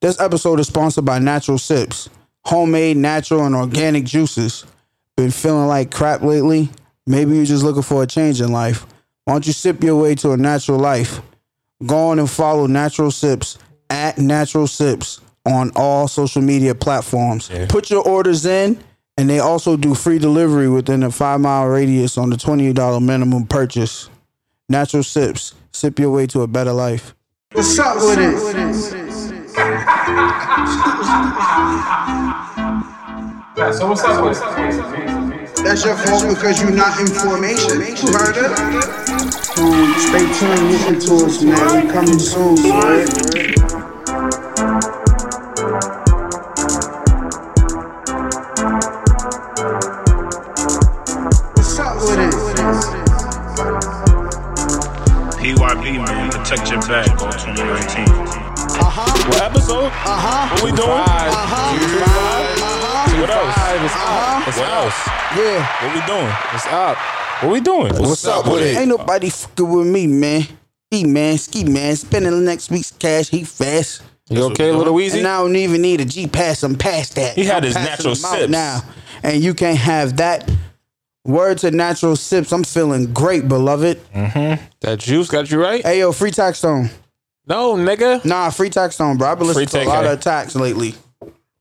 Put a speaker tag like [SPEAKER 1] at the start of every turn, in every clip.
[SPEAKER 1] This episode is sponsored by Natural Sips, homemade, natural, and organic juices. Been feeling like crap lately? Maybe you're just looking for a change in life. Why don't you sip your way to a natural life? Go on and follow Natural Sips at Natural Sips on all social media platforms. Put your orders in, and they also do free delivery within a five mile radius on the $20 minimum purchase. Natural Sips, sip your way to a better life. What's up with it?
[SPEAKER 2] Yeah, so what's up with it?
[SPEAKER 1] That's your fault because you're not in formation. Murder. Um, stay tuned, listen to us, man. We coming soon. word. What's up with it?
[SPEAKER 3] PYB, man. Protect your back on 2019.
[SPEAKER 4] What episode?
[SPEAKER 1] Uh-huh.
[SPEAKER 4] What we doing?
[SPEAKER 5] Five.
[SPEAKER 4] Two five.
[SPEAKER 1] Uh-huh.
[SPEAKER 4] What else?
[SPEAKER 5] Five is up. It's
[SPEAKER 4] What
[SPEAKER 5] up.
[SPEAKER 4] else?
[SPEAKER 1] Yeah.
[SPEAKER 4] What we doing?
[SPEAKER 5] It's up.
[SPEAKER 4] What we doing?
[SPEAKER 5] What's up with it?
[SPEAKER 1] Ain't nobody fucking with me, man. He man, ski man, spending next week's cash. He fast.
[SPEAKER 5] You okay, little Weezy?
[SPEAKER 1] And I don't even need a G pass. I'm past that.
[SPEAKER 4] He had
[SPEAKER 1] I'm
[SPEAKER 4] his
[SPEAKER 1] passing
[SPEAKER 4] natural
[SPEAKER 1] them out
[SPEAKER 4] sips.
[SPEAKER 1] now, and you can't have that. Word to natural sips. I'm feeling great, beloved.
[SPEAKER 4] Mm.
[SPEAKER 5] That juice got you right?
[SPEAKER 1] Hey yo, free tax stone.
[SPEAKER 5] No, nigga.
[SPEAKER 1] Nah, free tax stone, bro. I've been listening
[SPEAKER 4] Free
[SPEAKER 1] to a lot
[SPEAKER 4] Tax,
[SPEAKER 1] of tax lately.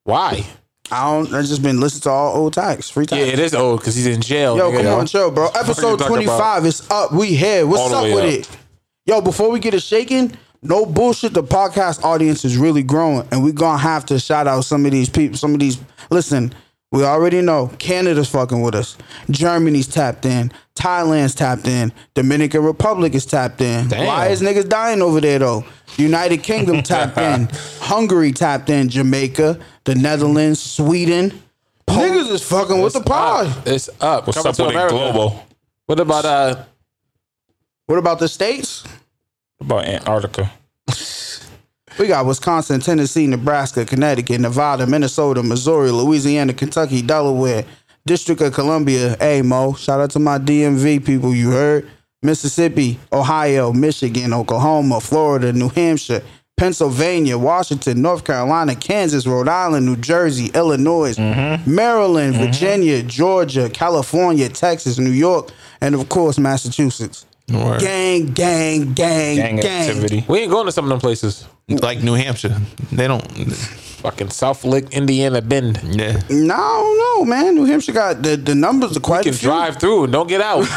[SPEAKER 5] Why?
[SPEAKER 1] I don't. I just been listening to all old tax. Free tax.
[SPEAKER 5] Yeah, it is old because he's in jail.
[SPEAKER 1] Yo,
[SPEAKER 5] nigga.
[SPEAKER 1] come on, chill, bro. Episode
[SPEAKER 5] talking
[SPEAKER 1] 25 is up. We here.
[SPEAKER 4] All
[SPEAKER 1] What's
[SPEAKER 4] the
[SPEAKER 1] up
[SPEAKER 4] way
[SPEAKER 1] with
[SPEAKER 4] up.
[SPEAKER 1] it? Yo, before we get it shaking, no bullshit. The podcast audience is really growing, and we're gonna have to shout out some of these people. Some of these, listen, we already know Canada's fucking with us. Germany's tapped in. Thailand's tapped in. Dominican Republic is tapped in.
[SPEAKER 5] Damn.
[SPEAKER 1] Why is niggas dying over there though? United Kingdom tapped in. Hungary tapped in. Jamaica, the Netherlands, Sweden. Niggas is fucking with the pod.
[SPEAKER 5] Up. It's up.
[SPEAKER 4] What's
[SPEAKER 5] Coming
[SPEAKER 4] up
[SPEAKER 5] to
[SPEAKER 4] with it?
[SPEAKER 5] America.
[SPEAKER 4] Global. What
[SPEAKER 5] What about uh?
[SPEAKER 1] What about the states?
[SPEAKER 4] about Antarctica?
[SPEAKER 1] We got Wisconsin, Tennessee, Nebraska, Connecticut, Nevada, Minnesota, Missouri, Louisiana, Kentucky, Delaware, District of Columbia. Hey, Mo, shout out to my DMV people, you heard? Mississippi, Ohio, Michigan, Oklahoma, Florida, New Hampshire, Pennsylvania, Washington, North Carolina, Kansas, Rhode Island, New Jersey, Illinois, Maryland, Virginia, Georgia, California, Texas, New York, and of course, Massachusetts. Gang, gang, gang, gang.
[SPEAKER 4] Gang activity.
[SPEAKER 5] We ain't going to some of them places.
[SPEAKER 6] like New Hampshire. They don't.
[SPEAKER 5] Fucking South Lake, Indiana, Bend.
[SPEAKER 6] Yeah,
[SPEAKER 1] No, no, man. New Hampshire got the, the numbers are quite
[SPEAKER 5] You
[SPEAKER 1] a
[SPEAKER 5] can
[SPEAKER 1] few.
[SPEAKER 5] drive through and don't get out.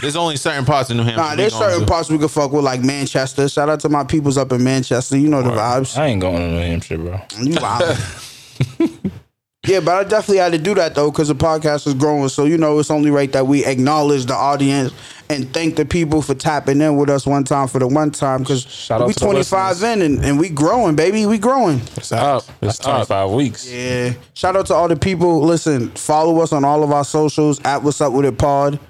[SPEAKER 6] there's only certain parts of New Hampshire.
[SPEAKER 1] Nah,
[SPEAKER 6] we
[SPEAKER 1] there's
[SPEAKER 6] going
[SPEAKER 1] certain
[SPEAKER 6] to.
[SPEAKER 1] parts we could fuck with, like Manchester. Shout out to my peoples up in Manchester. You know the vibes.
[SPEAKER 4] I ain't going to New Hampshire, bro.
[SPEAKER 1] You wild. yeah, but I definitely had to do that though, because the podcast is growing. So you know, it's only right that we acknowledge the audience and thank the people for tapping in with us one time for the one time. Because
[SPEAKER 5] Shout out
[SPEAKER 1] we
[SPEAKER 5] to the
[SPEAKER 1] 25 in and, and we growing, baby. We growing.
[SPEAKER 5] It's up.
[SPEAKER 4] It's
[SPEAKER 5] It's up.
[SPEAKER 4] 25 weeks.
[SPEAKER 1] Yeah. Shout out to all the people. Listen, follow us on all of our socials at What's Up With It Pod.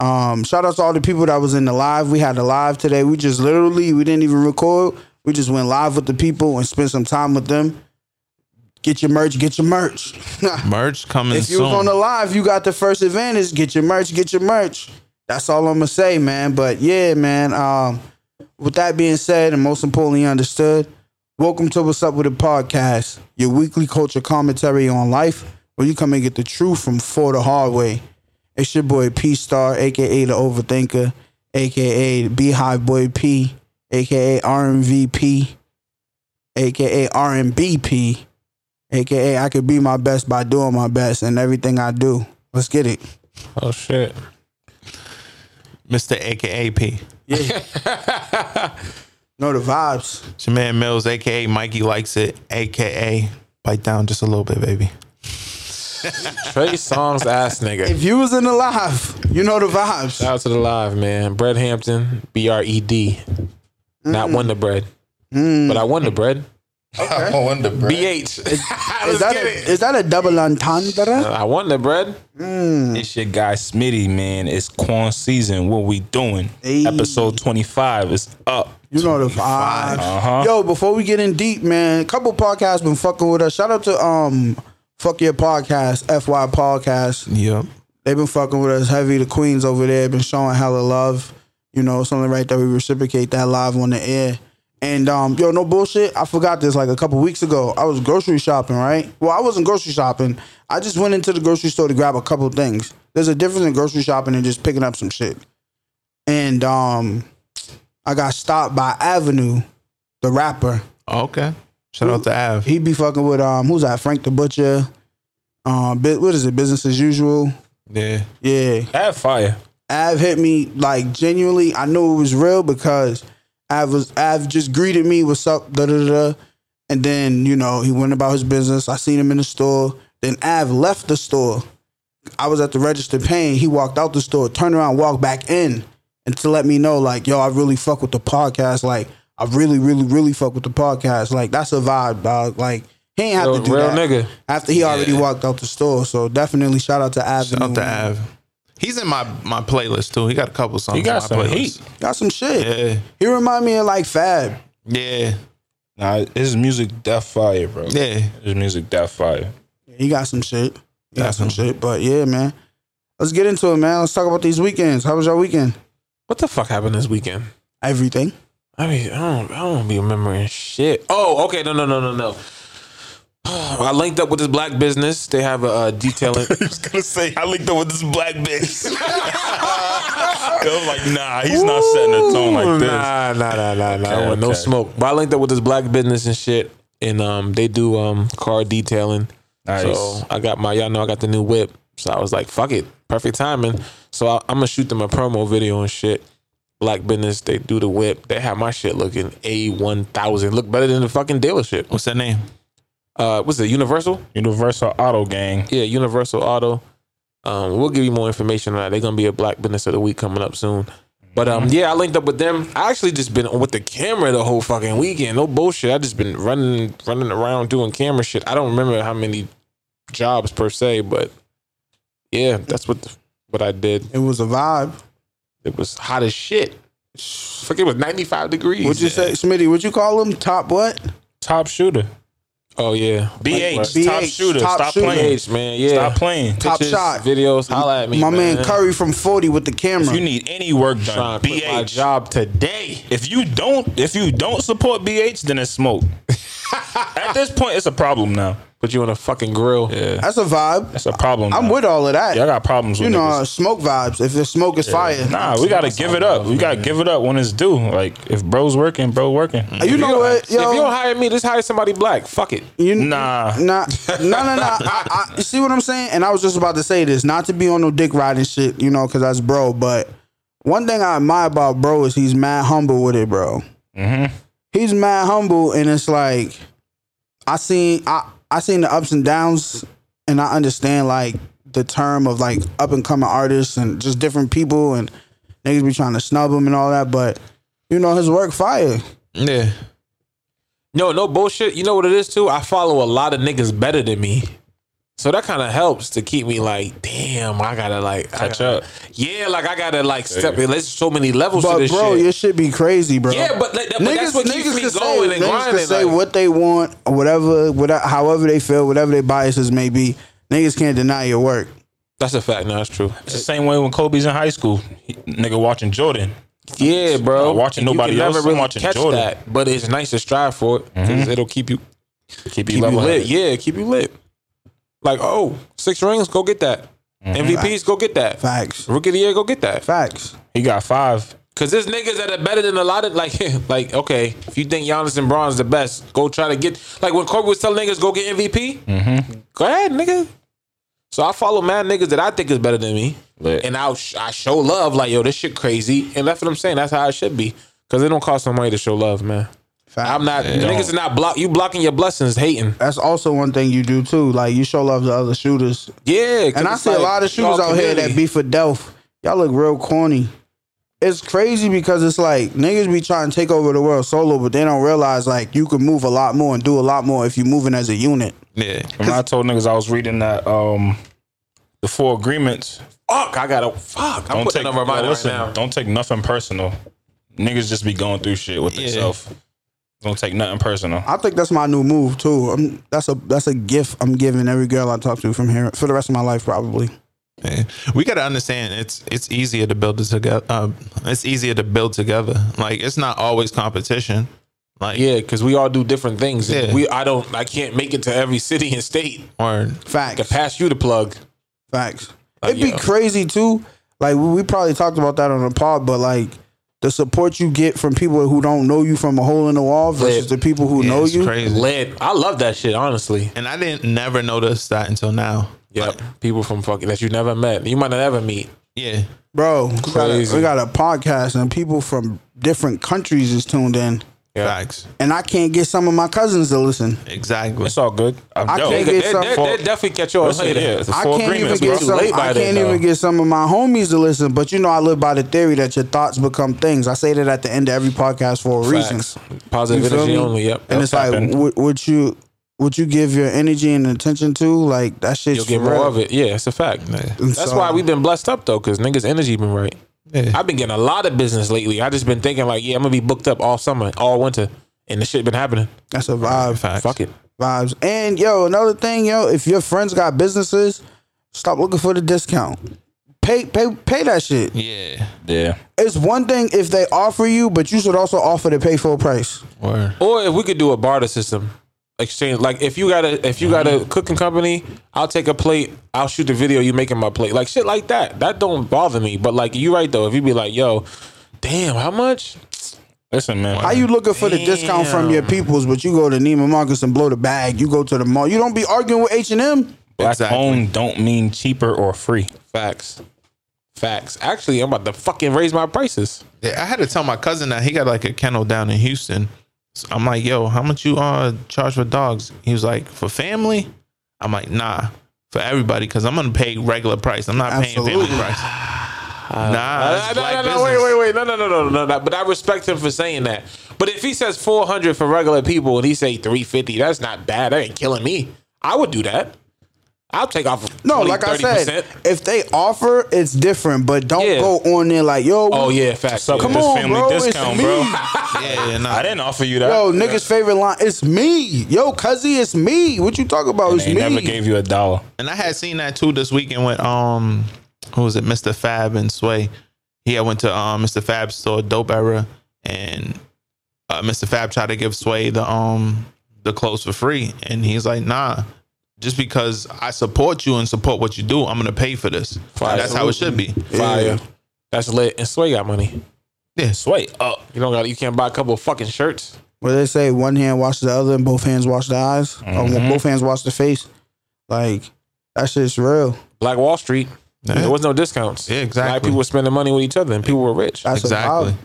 [SPEAKER 1] Um, shout out to all the people that was in the live. We had a live today. We just literally we didn't even record. We just went live with the people and spent some time with them. Get your merch, get your merch.
[SPEAKER 6] Merch coming
[SPEAKER 1] if you
[SPEAKER 6] soon.
[SPEAKER 1] was on the live, you got the first advantage. Get your merch, get your merch. That's all I'm gonna say, man. But yeah, man. Um, with that being said, and most importantly understood, welcome to What's Up with It podcast, your weekly culture commentary on life, where you come and get the truth from for the hard way. It's your boy P Star, aka the Overthinker, aka Beehive Boy P, aka RMVP, aka RMBP, aka I could be my best by doing my best and everything I do. Let's get it.
[SPEAKER 5] Oh shit.
[SPEAKER 6] Mr. AKA P.
[SPEAKER 1] Know the vibes.
[SPEAKER 6] It's your man Mills, AKA Mikey likes it, AKA bite down just a little bit, baby.
[SPEAKER 5] Trey Songz ass nigga.
[SPEAKER 1] If you was in the live, you know the vibes.
[SPEAKER 5] Shout out to the live, man. Bread Hampton, B R E D.
[SPEAKER 1] Mm.
[SPEAKER 5] Not won the bread. But I won the bread.
[SPEAKER 3] I wonder, bro.
[SPEAKER 5] B H. Let's
[SPEAKER 1] Is that,
[SPEAKER 5] get
[SPEAKER 1] a,
[SPEAKER 5] it.
[SPEAKER 1] is that a double entendre?
[SPEAKER 5] I won the bread.
[SPEAKER 4] It's your guy Smitty, man. It's corn season. What we doing?
[SPEAKER 1] Hey.
[SPEAKER 4] Episode 25 is up.
[SPEAKER 1] You know the vibes.
[SPEAKER 4] Uh-huh.
[SPEAKER 1] Yo, before we get in deep, man, a couple podcasts been fucking with us. Shout out to um Fuck Your Podcast, FY Podcast.
[SPEAKER 6] Yep.
[SPEAKER 1] They've been fucking with us heavy. The Queens over there been showing hella love. You know, something right that we reciprocate that live on the air. And um, yo, no bullshit. I forgot this like a couple weeks ago. I was grocery shopping, right? Well, I wasn't grocery shopping. I just went into the grocery store to grab a couple things. There's a difference in grocery shopping and just picking up some shit. And um, I got stopped by Avenue, the rapper.
[SPEAKER 6] Okay. Shout out to Av.
[SPEAKER 1] He be fucking with um, who's that? Frank the Butcher. Um, bu- what is it? Business as usual.
[SPEAKER 6] Yeah.
[SPEAKER 1] Yeah.
[SPEAKER 4] Have fire.
[SPEAKER 1] Av hit me like genuinely. I knew it was real because Av was Av just greeted me, "What's up?" Da da da. da. And then you know he went about his business. I seen him in the store. Then Av left the store. I was at the register paying. He walked out the store, turned around, walked back in, and to let me know like, "Yo, I really fuck with the podcast. Like, I really, really, really fuck with the podcast. Like, that's a vibe, dog. Like." He ain't have
[SPEAKER 5] Real,
[SPEAKER 1] to do
[SPEAKER 5] real
[SPEAKER 1] that
[SPEAKER 5] nigga.
[SPEAKER 1] after he already walked out the store. So definitely shout out to Av.
[SPEAKER 6] Shout out to
[SPEAKER 1] Mm.
[SPEAKER 6] Av. He's in my, my playlist too. He got a couple songs.
[SPEAKER 4] He got
[SPEAKER 6] in my
[SPEAKER 4] some
[SPEAKER 6] playlist.
[SPEAKER 4] heat.
[SPEAKER 1] Got some shit.
[SPEAKER 6] Yeah.
[SPEAKER 1] He remind me of like Fab.
[SPEAKER 6] Yeah.
[SPEAKER 4] Nah, his music death fire, bro.
[SPEAKER 6] Yeah.
[SPEAKER 4] His music death fire.
[SPEAKER 1] He got some shit. He got some shit. But yeah, man. Let's get into it, man. Let's talk about these weekends. How was your weekend?
[SPEAKER 5] What the fuck happened this weekend?
[SPEAKER 1] Everything.
[SPEAKER 5] I mean, I don't, I don't be remembering shit. Oh, okay, no, no, no, no, no. I linked up with this black business. They have a uh, detailing.
[SPEAKER 4] gonna say I linked up with this black bitch. I'm like, nah, he's not setting a tone like this.
[SPEAKER 5] Nah, nah, nah, nah, nah. I
[SPEAKER 4] Okay,
[SPEAKER 5] want No
[SPEAKER 4] okay.
[SPEAKER 5] smoke. But I linked up with this black business and shit, and um, they do um car detailing.
[SPEAKER 4] Nice.
[SPEAKER 5] So I got my y'all know I got the new whip. So I was like, fuck it, perfect timing. So I, I'm gonna shoot them a promo video and shit. Black business, they do the whip. They have my shit looking a one thousand, look better than the fucking dealership.
[SPEAKER 6] What's that name?
[SPEAKER 5] Uh, what's it? Universal?
[SPEAKER 4] Universal Auto Gang.
[SPEAKER 5] Yeah, Universal Auto. Um, we'll give you more information on that. They're gonna be a Black Business of the Week coming up soon. But
[SPEAKER 1] Mm-hmm.
[SPEAKER 5] um, yeah, I linked up with them. I actually just been with the camera the whole fucking weekend. No bullshit. I just been running, running around doing camera shit. I don't remember how many jobs per se, but yeah, that's what what I did.
[SPEAKER 1] It was a vibe.
[SPEAKER 5] It was hot as shit. Fuck, it was ninety five degrees.
[SPEAKER 1] What'd you say, Smitty? What'd you call him? Top what?
[SPEAKER 4] Top shooter.
[SPEAKER 5] Oh yeah,
[SPEAKER 4] BH,
[SPEAKER 1] BH,
[SPEAKER 4] top shooter.
[SPEAKER 1] top
[SPEAKER 4] Stop
[SPEAKER 1] shooter.
[SPEAKER 4] playing.
[SPEAKER 5] BH man, yeah.
[SPEAKER 4] Stop playing.
[SPEAKER 1] Top
[SPEAKER 5] Pictures,
[SPEAKER 1] shot.
[SPEAKER 5] videos. Holla at me,
[SPEAKER 1] My man.
[SPEAKER 5] man
[SPEAKER 1] Curry from 40 with the camera.
[SPEAKER 4] If you need any work
[SPEAKER 5] Trying
[SPEAKER 4] done,
[SPEAKER 5] to quit my
[SPEAKER 4] BH.
[SPEAKER 5] job today.
[SPEAKER 4] If you don't, if you don't support BH, then it's smoke. At this point, it's a problem now.
[SPEAKER 5] Put you on a fucking grill. Yeah.
[SPEAKER 1] That's a vibe.
[SPEAKER 4] It's a problem.
[SPEAKER 1] I'm
[SPEAKER 4] now.
[SPEAKER 1] with all of that.
[SPEAKER 4] Y'all got problems with
[SPEAKER 1] you know,
[SPEAKER 4] niggas.
[SPEAKER 1] uh, smoke vibes. If the smoke is fire.
[SPEAKER 4] Nah, we gotta give it up. We gotta give it up when it's due. Like if bro's working, bro working.
[SPEAKER 1] You know what? Yo,
[SPEAKER 5] if you don't hire me, just hire somebody black. Fuck it.
[SPEAKER 1] you,
[SPEAKER 4] Nah.
[SPEAKER 1] Nah, no, no, no. I, I, you see what I'm saying? And I was just about to say this, not to be on no dick riding shit, you know, because that's bro. But one thing I admire about bro is he's mad humble with it, bro.
[SPEAKER 5] Mm-hmm.
[SPEAKER 1] He's mad humble, and it's like I seen I I seen the ups and downs, and I understand like the term of like up and coming artists and just different people and niggas be trying to snub him and all that, but. You know his work fire.
[SPEAKER 6] Yeah.
[SPEAKER 5] No, no bullshit. You know what it is too? I follow a lot of niggas better than me. So that kind of helps to keep me like, damn, I gotta like I
[SPEAKER 4] Catch
[SPEAKER 5] gotta-
[SPEAKER 4] up.
[SPEAKER 5] Yeah, like I gotta like step in. There's so many levels to
[SPEAKER 1] But
[SPEAKER 5] this
[SPEAKER 1] bro,
[SPEAKER 5] shit.
[SPEAKER 1] your shit be crazy, bro.
[SPEAKER 5] Yeah, but, like, that- but that's what keeps me
[SPEAKER 1] can
[SPEAKER 5] going and
[SPEAKER 1] niggas
[SPEAKER 5] grinding,
[SPEAKER 1] Can say
[SPEAKER 5] like-
[SPEAKER 1] what they want, or whatever, whatever, however they feel, whatever their biases may be. Niggas can't deny your work.
[SPEAKER 5] that's a fact. No, that's true.
[SPEAKER 4] It's the same way when Kobe's in high school, He- nigga watching Jordan.
[SPEAKER 5] Yeah, bro.
[SPEAKER 4] Not watching
[SPEAKER 5] You can
[SPEAKER 4] nobody else, I'm watching Jordan. Mm-hmm.
[SPEAKER 5] that, but it's nice to strive for it. 'cause It'll keep you
[SPEAKER 4] Keep
[SPEAKER 5] keep
[SPEAKER 4] you
[SPEAKER 5] you
[SPEAKER 4] level
[SPEAKER 5] lit. Yeah, keep you lit. Like, oh, six rings, go get that. MVPs, go get that.
[SPEAKER 1] Facts.
[SPEAKER 5] Rookie of the year, go get that.
[SPEAKER 1] Facts.
[SPEAKER 4] He got five.
[SPEAKER 5] Cause there's niggas that are better than a lot of like like okay, if you think Giannis and Bron's the best, go try to get like when Kobe was telling niggas go get MVP. Go ahead, nigga. So I follow mad niggas that I think is better than me,
[SPEAKER 4] Lit.
[SPEAKER 5] and I I show love like yo, this shit crazy, and that's what I'm saying. That's how it should be. Cause it don't cost no money to show love, man.
[SPEAKER 1] Facts.
[SPEAKER 5] I'm not niggas are not block you blocking your blessings, hating.
[SPEAKER 1] That's also one thing you do too. Like you show love to other shooters,
[SPEAKER 5] Yeah, 'cause
[SPEAKER 1] and I
[SPEAKER 5] it's
[SPEAKER 1] see
[SPEAKER 5] like,
[SPEAKER 1] a lot of shooters
[SPEAKER 5] y'all
[SPEAKER 1] out here that
[SPEAKER 5] community.
[SPEAKER 1] be for Delph. Y'all look real corny. It's crazy because it's like niggas be trying to take over the world solo, but they don't realize like you can move a lot more and do a lot more if you're moving as a unit.
[SPEAKER 6] Yeah.
[SPEAKER 4] When I told niggas I was reading that um the four agreements.
[SPEAKER 5] fuck. I gotta fuck. I'm
[SPEAKER 4] Don't
[SPEAKER 5] putting
[SPEAKER 4] take
[SPEAKER 5] it on my mind
[SPEAKER 4] yo,
[SPEAKER 5] right
[SPEAKER 4] listen,
[SPEAKER 5] now.
[SPEAKER 4] don't take nothing personal. Niggas just be going through shit with themselves. Don't take nothing personal.
[SPEAKER 1] I think that's my new move too. i that's a that's a gift I'm giving every girl I talk to from here for the rest of my life probably.
[SPEAKER 6] Yeah. We gotta understand it's it's uh, easier to build it together. Um, it's easier to build together. Like it's not always competition. Like,
[SPEAKER 5] Yeah, because we all do different things.
[SPEAKER 6] Yeah.
[SPEAKER 5] We I don't I can't make it to every city and state.
[SPEAKER 6] or
[SPEAKER 5] I can
[SPEAKER 1] Facts.
[SPEAKER 5] pass you the plug.
[SPEAKER 1] Facts.
[SPEAKER 5] Like,
[SPEAKER 1] It'd be
[SPEAKER 5] yo.
[SPEAKER 1] crazy too. Like we we probably talked about that on the pod, but like the support you get from people who don't know you from a hole in the wall versus
[SPEAKER 5] Yeah.
[SPEAKER 1] the people who
[SPEAKER 6] yeah,
[SPEAKER 1] know
[SPEAKER 6] it's
[SPEAKER 1] you.
[SPEAKER 6] crazy.
[SPEAKER 5] Lead. I love that shit, honestly.
[SPEAKER 6] And I didn't never notice that until now.
[SPEAKER 5] Yep. people from fucking that you never met. You might not ever meet.
[SPEAKER 6] Yeah.
[SPEAKER 1] Bro, we got, a,
[SPEAKER 5] Crazy.
[SPEAKER 1] we got a podcast and people from different countries is tuned in.
[SPEAKER 5] Yeah.
[SPEAKER 6] Facts.
[SPEAKER 1] And I can't get some of my cousins to listen.
[SPEAKER 6] Exactly.
[SPEAKER 4] It's all good.
[SPEAKER 1] I
[SPEAKER 4] Yo,
[SPEAKER 5] They,
[SPEAKER 1] can't
[SPEAKER 5] they,
[SPEAKER 1] get
[SPEAKER 5] they,
[SPEAKER 1] some
[SPEAKER 5] they definitely catch yours
[SPEAKER 4] Listen,
[SPEAKER 5] later.
[SPEAKER 4] yeah, it's a
[SPEAKER 1] I
[SPEAKER 4] full
[SPEAKER 1] can't even
[SPEAKER 4] agreement,
[SPEAKER 1] get
[SPEAKER 4] bro.
[SPEAKER 1] some.
[SPEAKER 5] late by
[SPEAKER 1] I
[SPEAKER 5] then,
[SPEAKER 1] can't even
[SPEAKER 5] though.
[SPEAKER 1] get some of my homies to listen. But you know, I live by the theory that your thoughts become things. I say that at the end of every podcast for a reason.
[SPEAKER 5] Facts. Positive
[SPEAKER 1] You feel
[SPEAKER 5] energy
[SPEAKER 1] me?
[SPEAKER 5] only. Yep.
[SPEAKER 1] And it's like,
[SPEAKER 4] happened.
[SPEAKER 1] what, what you what you give your energy and attention to, like that shit's
[SPEAKER 5] You'll get
[SPEAKER 1] for
[SPEAKER 5] more
[SPEAKER 1] real.
[SPEAKER 5] of it. Yeah, it's a fact. That's
[SPEAKER 1] so-
[SPEAKER 5] why we've been blessed up though, because niggas' energy been right.
[SPEAKER 6] Yeah.
[SPEAKER 5] I've been getting a lot of business lately. I just been thinking like, yeah, I'm gonna be booked up all summer, all winter, and the shit been happening.
[SPEAKER 1] That's a vibe.
[SPEAKER 6] Facts.
[SPEAKER 5] Fuck it.
[SPEAKER 1] Vibes. And yo, another thing, yo, if your friends got businesses, stop looking for the discount. Pay pay pay that shit.
[SPEAKER 6] Yeah.
[SPEAKER 4] Yeah.
[SPEAKER 1] It's one thing if they offer you, but you should also offer to pay full price.
[SPEAKER 6] Or
[SPEAKER 5] Or if we could do a barter system exchange, like if you got a if you got
[SPEAKER 4] Mm-hmm.
[SPEAKER 5] a cooking company, I'll take a plate. I'll shoot the video. You making my plate, like shit like that. That don't bother me. But like you right though, if you be like, yo, damn, how much?
[SPEAKER 4] Listen, man.
[SPEAKER 1] How you looking for the discount from your peoples, but you go to Neiman Marcus and blow the bag? You go to the mall. You don't be arguing with H and M.
[SPEAKER 4] Black
[SPEAKER 6] Exactly.
[SPEAKER 4] owned don't mean cheaper or free.
[SPEAKER 5] Facts, facts. Actually, I'm about to fucking raise my prices.
[SPEAKER 6] Yeah, I had to tell my cousin that he got like a kennel down in Houston. So I'm like, yo, how much you uh charge for dogs? He was like, for family. I'm like, nah, for everybody, because I'm gonna pay regular price. I'm not paying
[SPEAKER 1] Absolutely.
[SPEAKER 6] family price. nah,
[SPEAKER 5] Uh,
[SPEAKER 6] it's
[SPEAKER 5] no,
[SPEAKER 6] black
[SPEAKER 5] no, no, wait,
[SPEAKER 6] business.
[SPEAKER 5] wait, wait, no, no, no, no, no, no. But I respect him for saying that. But if he says 400 for regular people and he say 350, that's not bad. That ain't killing me. I would do that. I'll take off.
[SPEAKER 1] No,
[SPEAKER 5] 20,
[SPEAKER 1] like I
[SPEAKER 5] 30%.
[SPEAKER 1] said, if they offer, it's different. But don't
[SPEAKER 5] Yeah.
[SPEAKER 1] go on there like yo.
[SPEAKER 5] Oh yeah, facts.
[SPEAKER 4] Suck
[SPEAKER 5] yeah.
[SPEAKER 1] Come
[SPEAKER 4] up this
[SPEAKER 1] on,
[SPEAKER 4] family
[SPEAKER 1] bro, it's
[SPEAKER 4] discount,
[SPEAKER 1] me.
[SPEAKER 4] bro.
[SPEAKER 6] Yeah, yeah, nah.
[SPEAKER 4] I didn't offer you that.
[SPEAKER 1] Yo, niggas' favorite line. It's me. Yo, cuzzy, it's me. What you talking about? It's
[SPEAKER 4] They
[SPEAKER 1] me.
[SPEAKER 4] never gave you a dollar.
[SPEAKER 6] And I had seen that too this weekend with um who was it, Mr. Fab and Sway. He had went to um Mr. Fab's store, Dope Era, and uh, Mr. Fab tried to give Sway the um the clothes for free. And he's like, nah, just because I support you and support what you do, I'm gonna pay for this.
[SPEAKER 5] Fire.
[SPEAKER 6] That's how it should be.
[SPEAKER 5] Fire. That's lit. And Sway got money.
[SPEAKER 6] Yeah.
[SPEAKER 5] Sway up. You don't got. You can't buy a couple of fucking shirts.
[SPEAKER 1] Where they say one hand washes the other and both hands wash the eyes.
[SPEAKER 4] Mm-hmm.
[SPEAKER 1] Or both hands wash the face. Like that shit's real.
[SPEAKER 5] Black Wall Street. There was no discounts.
[SPEAKER 6] Yeah, exactly.
[SPEAKER 5] Black people were spending money with each other, and people were rich.
[SPEAKER 1] That's
[SPEAKER 6] Exactly.
[SPEAKER 1] a vibe.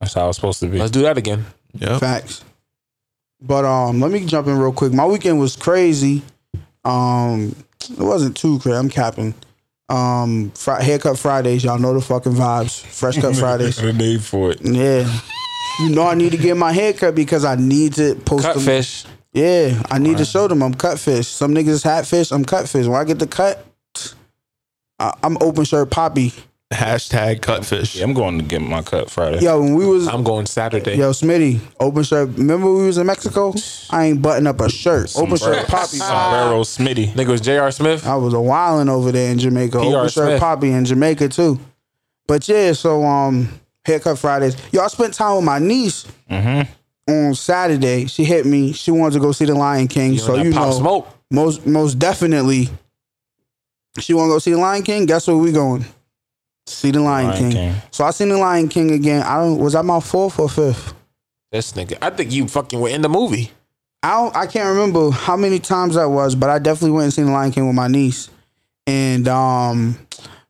[SPEAKER 4] That's how it's supposed to be.
[SPEAKER 5] Let's do that again.
[SPEAKER 6] Yep.
[SPEAKER 1] Facts. But um, let me jump in real quick. My weekend was crazy. Um, it wasn't too crazy. I'm capping. Um, fri- haircut Fridays. Y'all know the fucking vibes. Fresh cut Fridays.
[SPEAKER 4] The name for it.
[SPEAKER 1] Yeah. You know I need to get my hair cut because I need to post them-
[SPEAKER 5] Cutfish.
[SPEAKER 1] Yeah, I need to show them I'm cutfish. Some niggas is hatfish. I'm cutfish. When I get the cut, I, I'm open shirt poppy.
[SPEAKER 6] Hashtag cutfish.
[SPEAKER 4] Yeah, I'm going to get my cut Friday.
[SPEAKER 1] Yo, when we was
[SPEAKER 5] I'm going Saturday.
[SPEAKER 1] yo Smitty open shirt. Remember we was in Mexico? I ain't button up a shirt. Open shirt poppy.
[SPEAKER 4] Sombrero Smitty.
[SPEAKER 5] Nigga was J.R. Smith.
[SPEAKER 1] I was a wildin' over there in Jamaica.
[SPEAKER 5] PR
[SPEAKER 1] Open shirt
[SPEAKER 5] Smith.
[SPEAKER 1] poppy in Jamaica too. But yeah, so um, haircut Fridays. Yo, I spent time with my niece
[SPEAKER 5] Mm-hmm.
[SPEAKER 1] on Saturday. She hit me. She wanted to go see the Lion King. so
[SPEAKER 5] that
[SPEAKER 1] you
[SPEAKER 5] pop
[SPEAKER 1] know,
[SPEAKER 5] smoke.
[SPEAKER 1] most most definitely. She want to go see the Lion King. Guess where we going? See the Lion,
[SPEAKER 4] Lion
[SPEAKER 1] King.
[SPEAKER 4] King.
[SPEAKER 1] So I seen the Lion King again. I don't. Was that my fourth or fifth?
[SPEAKER 5] This nigga. I think you fucking were in the movie.
[SPEAKER 1] I don't, I can't remember how many times that was, but I definitely went and seen the Lion King with my niece. And um,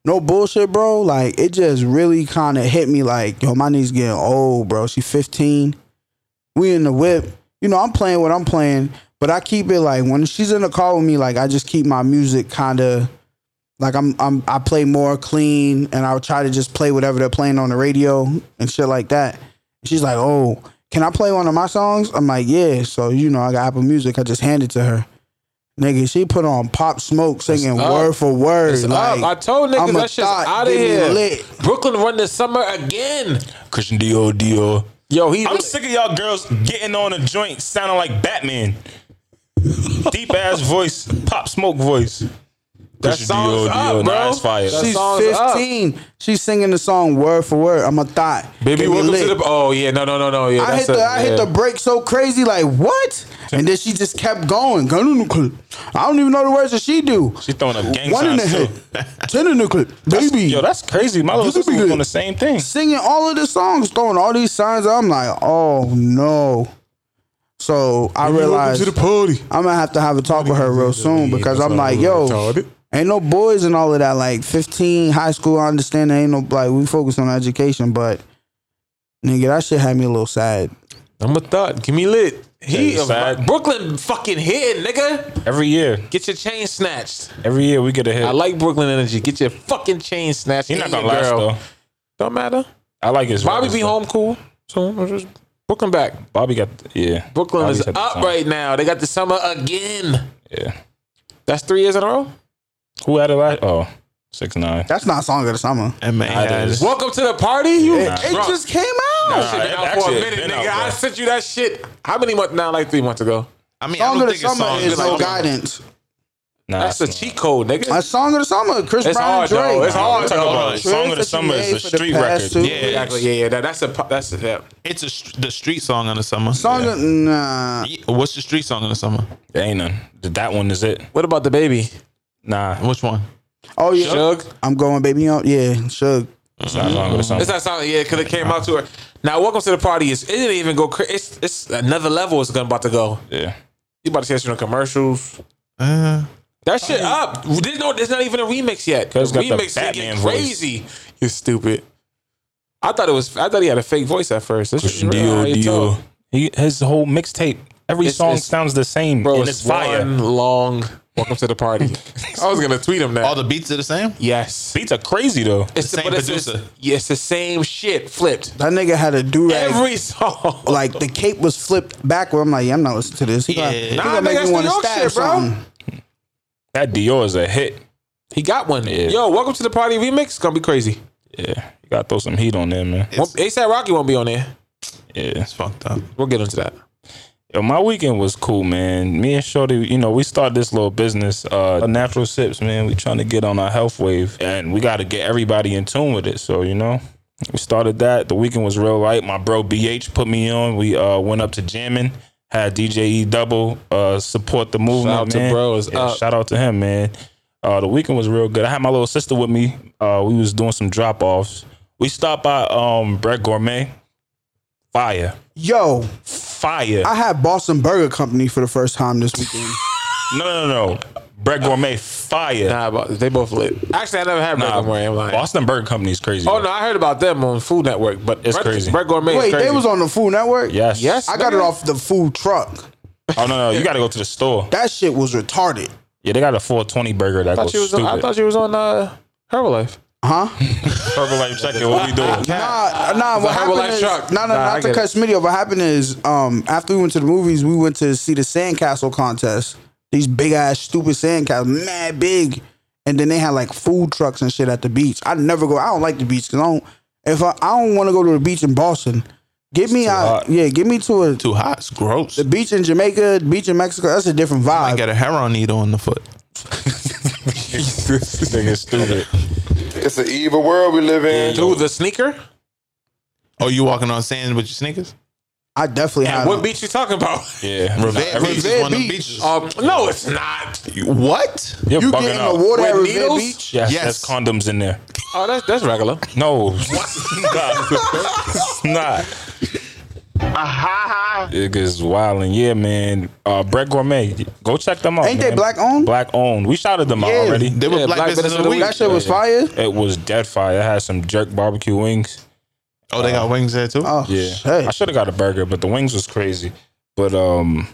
[SPEAKER 1] no bullshit, bro. Like it just really kind of hit me. Like yo, my niece getting old, bro. She 15. We in the whip. You know, I'm playing what I'm playing, but I keep it like when she's in the car with me. Like I just keep my music kind of like I'm I'm I play more clean and I'll try to just play whatever they're playing on the radio and shit like that. And she's like, "Oh, can I play one of my songs?" I'm like, "Yeah." So you know, I got Apple Music. I just handed to her. Nigga, she put on Pop Smoke singing
[SPEAKER 5] up.
[SPEAKER 1] word for word.
[SPEAKER 5] It's
[SPEAKER 1] like,
[SPEAKER 5] up. I told niggas
[SPEAKER 1] I'm a
[SPEAKER 5] that shit's
[SPEAKER 1] thought,
[SPEAKER 5] out of
[SPEAKER 1] get me
[SPEAKER 5] here.
[SPEAKER 1] lit.
[SPEAKER 5] Brooklyn run this summer again.
[SPEAKER 4] Christian Dio Dio.
[SPEAKER 5] Yo, he.
[SPEAKER 4] I'm sick of y'all girls getting on a joint sounding like Batman. Deep ass voice, pop smoke voice.
[SPEAKER 5] That
[SPEAKER 4] Pusha
[SPEAKER 5] song's
[SPEAKER 4] T.O.,
[SPEAKER 5] up,
[SPEAKER 4] Nah,
[SPEAKER 5] bro.
[SPEAKER 4] it's fire.
[SPEAKER 5] That
[SPEAKER 1] She's
[SPEAKER 5] song's up.
[SPEAKER 1] 15. She's singing the song word for word. I'm a thought.
[SPEAKER 5] Baby, welcome to the. Oh yeah, no, no, no, no. Yeah,
[SPEAKER 1] I hit
[SPEAKER 5] that's
[SPEAKER 1] the
[SPEAKER 5] a-
[SPEAKER 1] I hit
[SPEAKER 5] yeah.
[SPEAKER 1] the break so crazy like what? And then she just kept going. Gun in the clip. I don't even know the words that she do.
[SPEAKER 4] She throwing up gang
[SPEAKER 1] One in the
[SPEAKER 4] signs too.
[SPEAKER 1] head, ten in the clip, baby.
[SPEAKER 4] Yo, that's crazy. My little
[SPEAKER 1] This would
[SPEAKER 4] sister
[SPEAKER 1] be
[SPEAKER 4] was
[SPEAKER 1] good.
[SPEAKER 4] doing the same thing.
[SPEAKER 1] singing all of the songs, throwing all these signs. I'm like, oh no. So I realized
[SPEAKER 5] party.
[SPEAKER 1] I'm gonna have to have a talk with her real soon because I'm like, yo, ain't no boys and all of that. Like 15, high school. I understand there ain't no like we focus on education, but nigga, that shit had me a little sad.
[SPEAKER 5] I'm a thought. Give me lit. He
[SPEAKER 4] Yeah, you sad.
[SPEAKER 5] Brooklyn fucking hit, nigga.
[SPEAKER 4] Every year,
[SPEAKER 5] Get your chain snatched.
[SPEAKER 4] every year we get a hit.
[SPEAKER 5] I like Brooklyn energy. Get your fucking chain snatched.
[SPEAKER 4] He
[SPEAKER 5] You're
[SPEAKER 4] not gonna last though.
[SPEAKER 5] Don't matter.
[SPEAKER 4] I like his.
[SPEAKER 5] Bobby
[SPEAKER 4] records,
[SPEAKER 5] be
[SPEAKER 4] though.
[SPEAKER 5] home cool. So I'm just Brooklyn back.
[SPEAKER 4] Bobby got the, yeah.
[SPEAKER 5] Brooklyn
[SPEAKER 4] Bobby's
[SPEAKER 5] is
[SPEAKER 4] had the
[SPEAKER 5] up
[SPEAKER 4] time.
[SPEAKER 5] right now. They got the summer again.
[SPEAKER 4] Yeah.
[SPEAKER 5] That's three years in a row.
[SPEAKER 4] Who had it last? Oh, six nine.
[SPEAKER 1] That's not song of the summer.
[SPEAKER 6] And man,
[SPEAKER 4] Nah, it
[SPEAKER 6] had-
[SPEAKER 4] is.
[SPEAKER 5] Welcome to the party. You
[SPEAKER 1] It,
[SPEAKER 5] drunk.
[SPEAKER 1] it just came out.
[SPEAKER 5] Shit been
[SPEAKER 4] it
[SPEAKER 5] out for a
[SPEAKER 4] actually
[SPEAKER 5] minute,
[SPEAKER 4] been
[SPEAKER 5] nigga.
[SPEAKER 4] out, bro.
[SPEAKER 5] I sent you that shit. How many months now? Like three months ago.
[SPEAKER 6] I mean, I
[SPEAKER 1] Song
[SPEAKER 6] don't
[SPEAKER 1] of the
[SPEAKER 6] think it's
[SPEAKER 1] summer
[SPEAKER 6] song.
[SPEAKER 1] is
[SPEAKER 6] It's
[SPEAKER 1] no
[SPEAKER 6] like-
[SPEAKER 1] guidance.
[SPEAKER 4] Nah,
[SPEAKER 5] That's a
[SPEAKER 4] it's
[SPEAKER 5] cheat code, nigga.
[SPEAKER 1] A song of the summer, Chris
[SPEAKER 5] It's
[SPEAKER 1] Brown,
[SPEAKER 5] hard,
[SPEAKER 1] and Drake.
[SPEAKER 5] though. It's
[SPEAKER 4] not. I'm
[SPEAKER 5] hard,
[SPEAKER 4] talking
[SPEAKER 5] though.
[SPEAKER 4] about song of the summer
[SPEAKER 1] That you
[SPEAKER 4] is
[SPEAKER 1] made
[SPEAKER 4] a
[SPEAKER 1] for the
[SPEAKER 4] street
[SPEAKER 1] past
[SPEAKER 4] record.
[SPEAKER 1] two
[SPEAKER 6] Yeah.
[SPEAKER 1] weeks.
[SPEAKER 5] Exactly. Yeah, yeah. That, that's a pu- that's a yeah.
[SPEAKER 6] It's a str- the street song in the summer.
[SPEAKER 1] Song of, nah.
[SPEAKER 6] Yeah, What's the street song in the summer?
[SPEAKER 4] There ain't none. That one is it.
[SPEAKER 5] What about the baby?
[SPEAKER 4] Nah,
[SPEAKER 6] Which one?
[SPEAKER 1] Oh yeah,
[SPEAKER 5] Shug.
[SPEAKER 1] I'm going, baby. Oh, yeah, Shug.
[SPEAKER 4] it's not wrong with
[SPEAKER 5] It's
[SPEAKER 4] something.
[SPEAKER 5] not something. Yeah, because it came out to her. Now, welcome to the party. Is it didn't even go. cra- It's it's another level. It's gonna about to go.
[SPEAKER 4] Yeah.
[SPEAKER 5] You about to catch it on commercials.
[SPEAKER 6] Uh,
[SPEAKER 5] That shit up. There's no. There's not even a remix yet.
[SPEAKER 4] Cuz Oh, got the
[SPEAKER 5] remix shit get
[SPEAKER 4] Batman voice.
[SPEAKER 5] crazy. You're stupid. I thought it was. I thought he had a fake voice at first. This is
[SPEAKER 4] Dio,
[SPEAKER 5] real.
[SPEAKER 4] Dio. He, his whole mixtape, every
[SPEAKER 5] It's-
[SPEAKER 4] song
[SPEAKER 5] it's-
[SPEAKER 4] sounds the same.
[SPEAKER 5] Bro,
[SPEAKER 4] and
[SPEAKER 5] it's
[SPEAKER 4] it's fire.
[SPEAKER 5] one long. Welcome to the party. I was gonna tweet him that.
[SPEAKER 6] all the beats are the same.
[SPEAKER 5] yes.
[SPEAKER 4] Beats are crazy though.
[SPEAKER 5] It's
[SPEAKER 6] The same
[SPEAKER 5] but it's- it's-
[SPEAKER 6] producer.
[SPEAKER 5] yeah, it's the same shit flipped.
[SPEAKER 1] That nigga had a do rag.
[SPEAKER 5] Every song.
[SPEAKER 1] like the cape was flipped backward. I'm like, yeah, I'm not listening to this. He
[SPEAKER 6] Yeah.
[SPEAKER 1] gonna, he
[SPEAKER 6] Nah,
[SPEAKER 1] gonna
[SPEAKER 5] nigga,
[SPEAKER 1] make me
[SPEAKER 5] that's New
[SPEAKER 1] want to
[SPEAKER 5] York
[SPEAKER 1] stab
[SPEAKER 5] shit, bro.
[SPEAKER 1] something.
[SPEAKER 4] That Dior is a hit.
[SPEAKER 5] He got one. Yo, welcome to the party remix. It's gonna be crazy.
[SPEAKER 4] Yeah, you gotta throw some heat on there, man.
[SPEAKER 5] Won't- ASAP Rocky won't be on there.
[SPEAKER 4] Yeah.
[SPEAKER 6] It's fucked up.
[SPEAKER 5] We'll get into that.
[SPEAKER 4] Yo, my weekend was cool, man. Me and Shorty, you know, we started this little business, uh, Natural Sips, man. We trying to get on our health wave, and we got to get everybody in tune with it. So, you know, we started that. The weekend was real light. My bro BH put me on. We uh, went up to jamming. Had DJ E Double uh, support the movement.
[SPEAKER 5] out to Uh,
[SPEAKER 4] man.
[SPEAKER 5] bro, it's
[SPEAKER 4] Yeah,
[SPEAKER 5] up.
[SPEAKER 4] Shout out to him, man. Uh, the weekend was real good. I had my little sister with me. Uh, we was doing some drop offs. We stopped by um, Brett Gourmet. Fire,
[SPEAKER 1] Yo,
[SPEAKER 4] fire.
[SPEAKER 1] I had Boston Burger Company for the first time this weekend.
[SPEAKER 4] No, no, no. no. Brett Gourmet, fire.
[SPEAKER 5] Nah, but they both lit. Actually, I never had Red
[SPEAKER 4] Nah,
[SPEAKER 5] Gourmet. I'm lying.
[SPEAKER 4] Boston Burger Company is crazy.
[SPEAKER 5] Oh no, I heard about them on Food Network, but
[SPEAKER 4] It's
[SPEAKER 5] Brett,
[SPEAKER 4] crazy.
[SPEAKER 5] Brett Gourmet
[SPEAKER 1] Wait,
[SPEAKER 5] is crazy.
[SPEAKER 1] they was on the Food Network.
[SPEAKER 4] Yes.
[SPEAKER 5] Yes.
[SPEAKER 1] I got it off the food truck.
[SPEAKER 4] Oh no, no. You got to go to the store.
[SPEAKER 1] That shit was retarded,
[SPEAKER 4] Yeah, they got a 420 burger that
[SPEAKER 5] I thought
[SPEAKER 4] goes
[SPEAKER 5] she was.
[SPEAKER 4] stupid.
[SPEAKER 5] On, I thought she was on uh, Herbalife.
[SPEAKER 1] huh?
[SPEAKER 4] Herbalife check it. What we doing?
[SPEAKER 1] Nah, nah.
[SPEAKER 5] It's a
[SPEAKER 1] What happened
[SPEAKER 5] Herbalife
[SPEAKER 1] is,
[SPEAKER 5] truck.
[SPEAKER 1] nah, nah,
[SPEAKER 5] Nah, I
[SPEAKER 1] not to
[SPEAKER 5] get
[SPEAKER 1] cut Smitty off. What happened is, um, after we went to the movies, we went to see the sandcastle contest. These big ass stupid sandcastles, mad big, and then they had like food trucks and shit at the beach. I never go. I don't like the beach because I don't. If I, I don't want to go to the beach in Boston, give me out.
[SPEAKER 4] hot.
[SPEAKER 1] Yeah, give me to a
[SPEAKER 6] Too hot. It's gross.
[SPEAKER 1] the beach in Jamaica, the beach in Mexico. That's a different
[SPEAKER 6] I
[SPEAKER 1] vibe.
[SPEAKER 6] got a heroin needle in the foot.
[SPEAKER 4] This nigga is stupid.
[SPEAKER 7] It's an evil world we live in.
[SPEAKER 5] Who the sneaker?
[SPEAKER 6] Oh, you walking on sand with your sneakers?
[SPEAKER 1] I definitely
[SPEAKER 5] And
[SPEAKER 1] have.
[SPEAKER 5] what beach you talking about?
[SPEAKER 4] Yeah.
[SPEAKER 6] Revenge
[SPEAKER 4] Nah,
[SPEAKER 6] Beach
[SPEAKER 4] every-
[SPEAKER 6] is one of
[SPEAKER 1] Beach.
[SPEAKER 6] the beaches.
[SPEAKER 5] Um, no, it's not.
[SPEAKER 6] what?
[SPEAKER 4] You're
[SPEAKER 1] You
[SPEAKER 4] bugging
[SPEAKER 1] get in
[SPEAKER 4] out.
[SPEAKER 1] the water
[SPEAKER 5] With
[SPEAKER 1] at Revere
[SPEAKER 5] needles?
[SPEAKER 1] Beach?
[SPEAKER 4] Yes,
[SPEAKER 6] Yes.
[SPEAKER 4] There's condoms in there.
[SPEAKER 5] Oh, that's that's regular.
[SPEAKER 4] No. It's not. Niggas wildin'. Yeah, man. Uh, Brett Gourmet. Go check them out.
[SPEAKER 1] Ain't they
[SPEAKER 4] man.
[SPEAKER 1] black owned?
[SPEAKER 4] Black owned. We shouted them out
[SPEAKER 1] Yeah,
[SPEAKER 4] already.
[SPEAKER 6] They were
[SPEAKER 5] Yeah,
[SPEAKER 6] black,
[SPEAKER 5] Black
[SPEAKER 6] business of
[SPEAKER 5] Business
[SPEAKER 6] the
[SPEAKER 5] of
[SPEAKER 6] week.
[SPEAKER 5] the
[SPEAKER 1] That shit was fire.
[SPEAKER 4] It was dead fire. It had some jerk barbecue wings.
[SPEAKER 6] Oh, they got wings there too.
[SPEAKER 1] Oh
[SPEAKER 4] Yeah.
[SPEAKER 1] shit.
[SPEAKER 4] I should have got a burger, but the wings was crazy. But um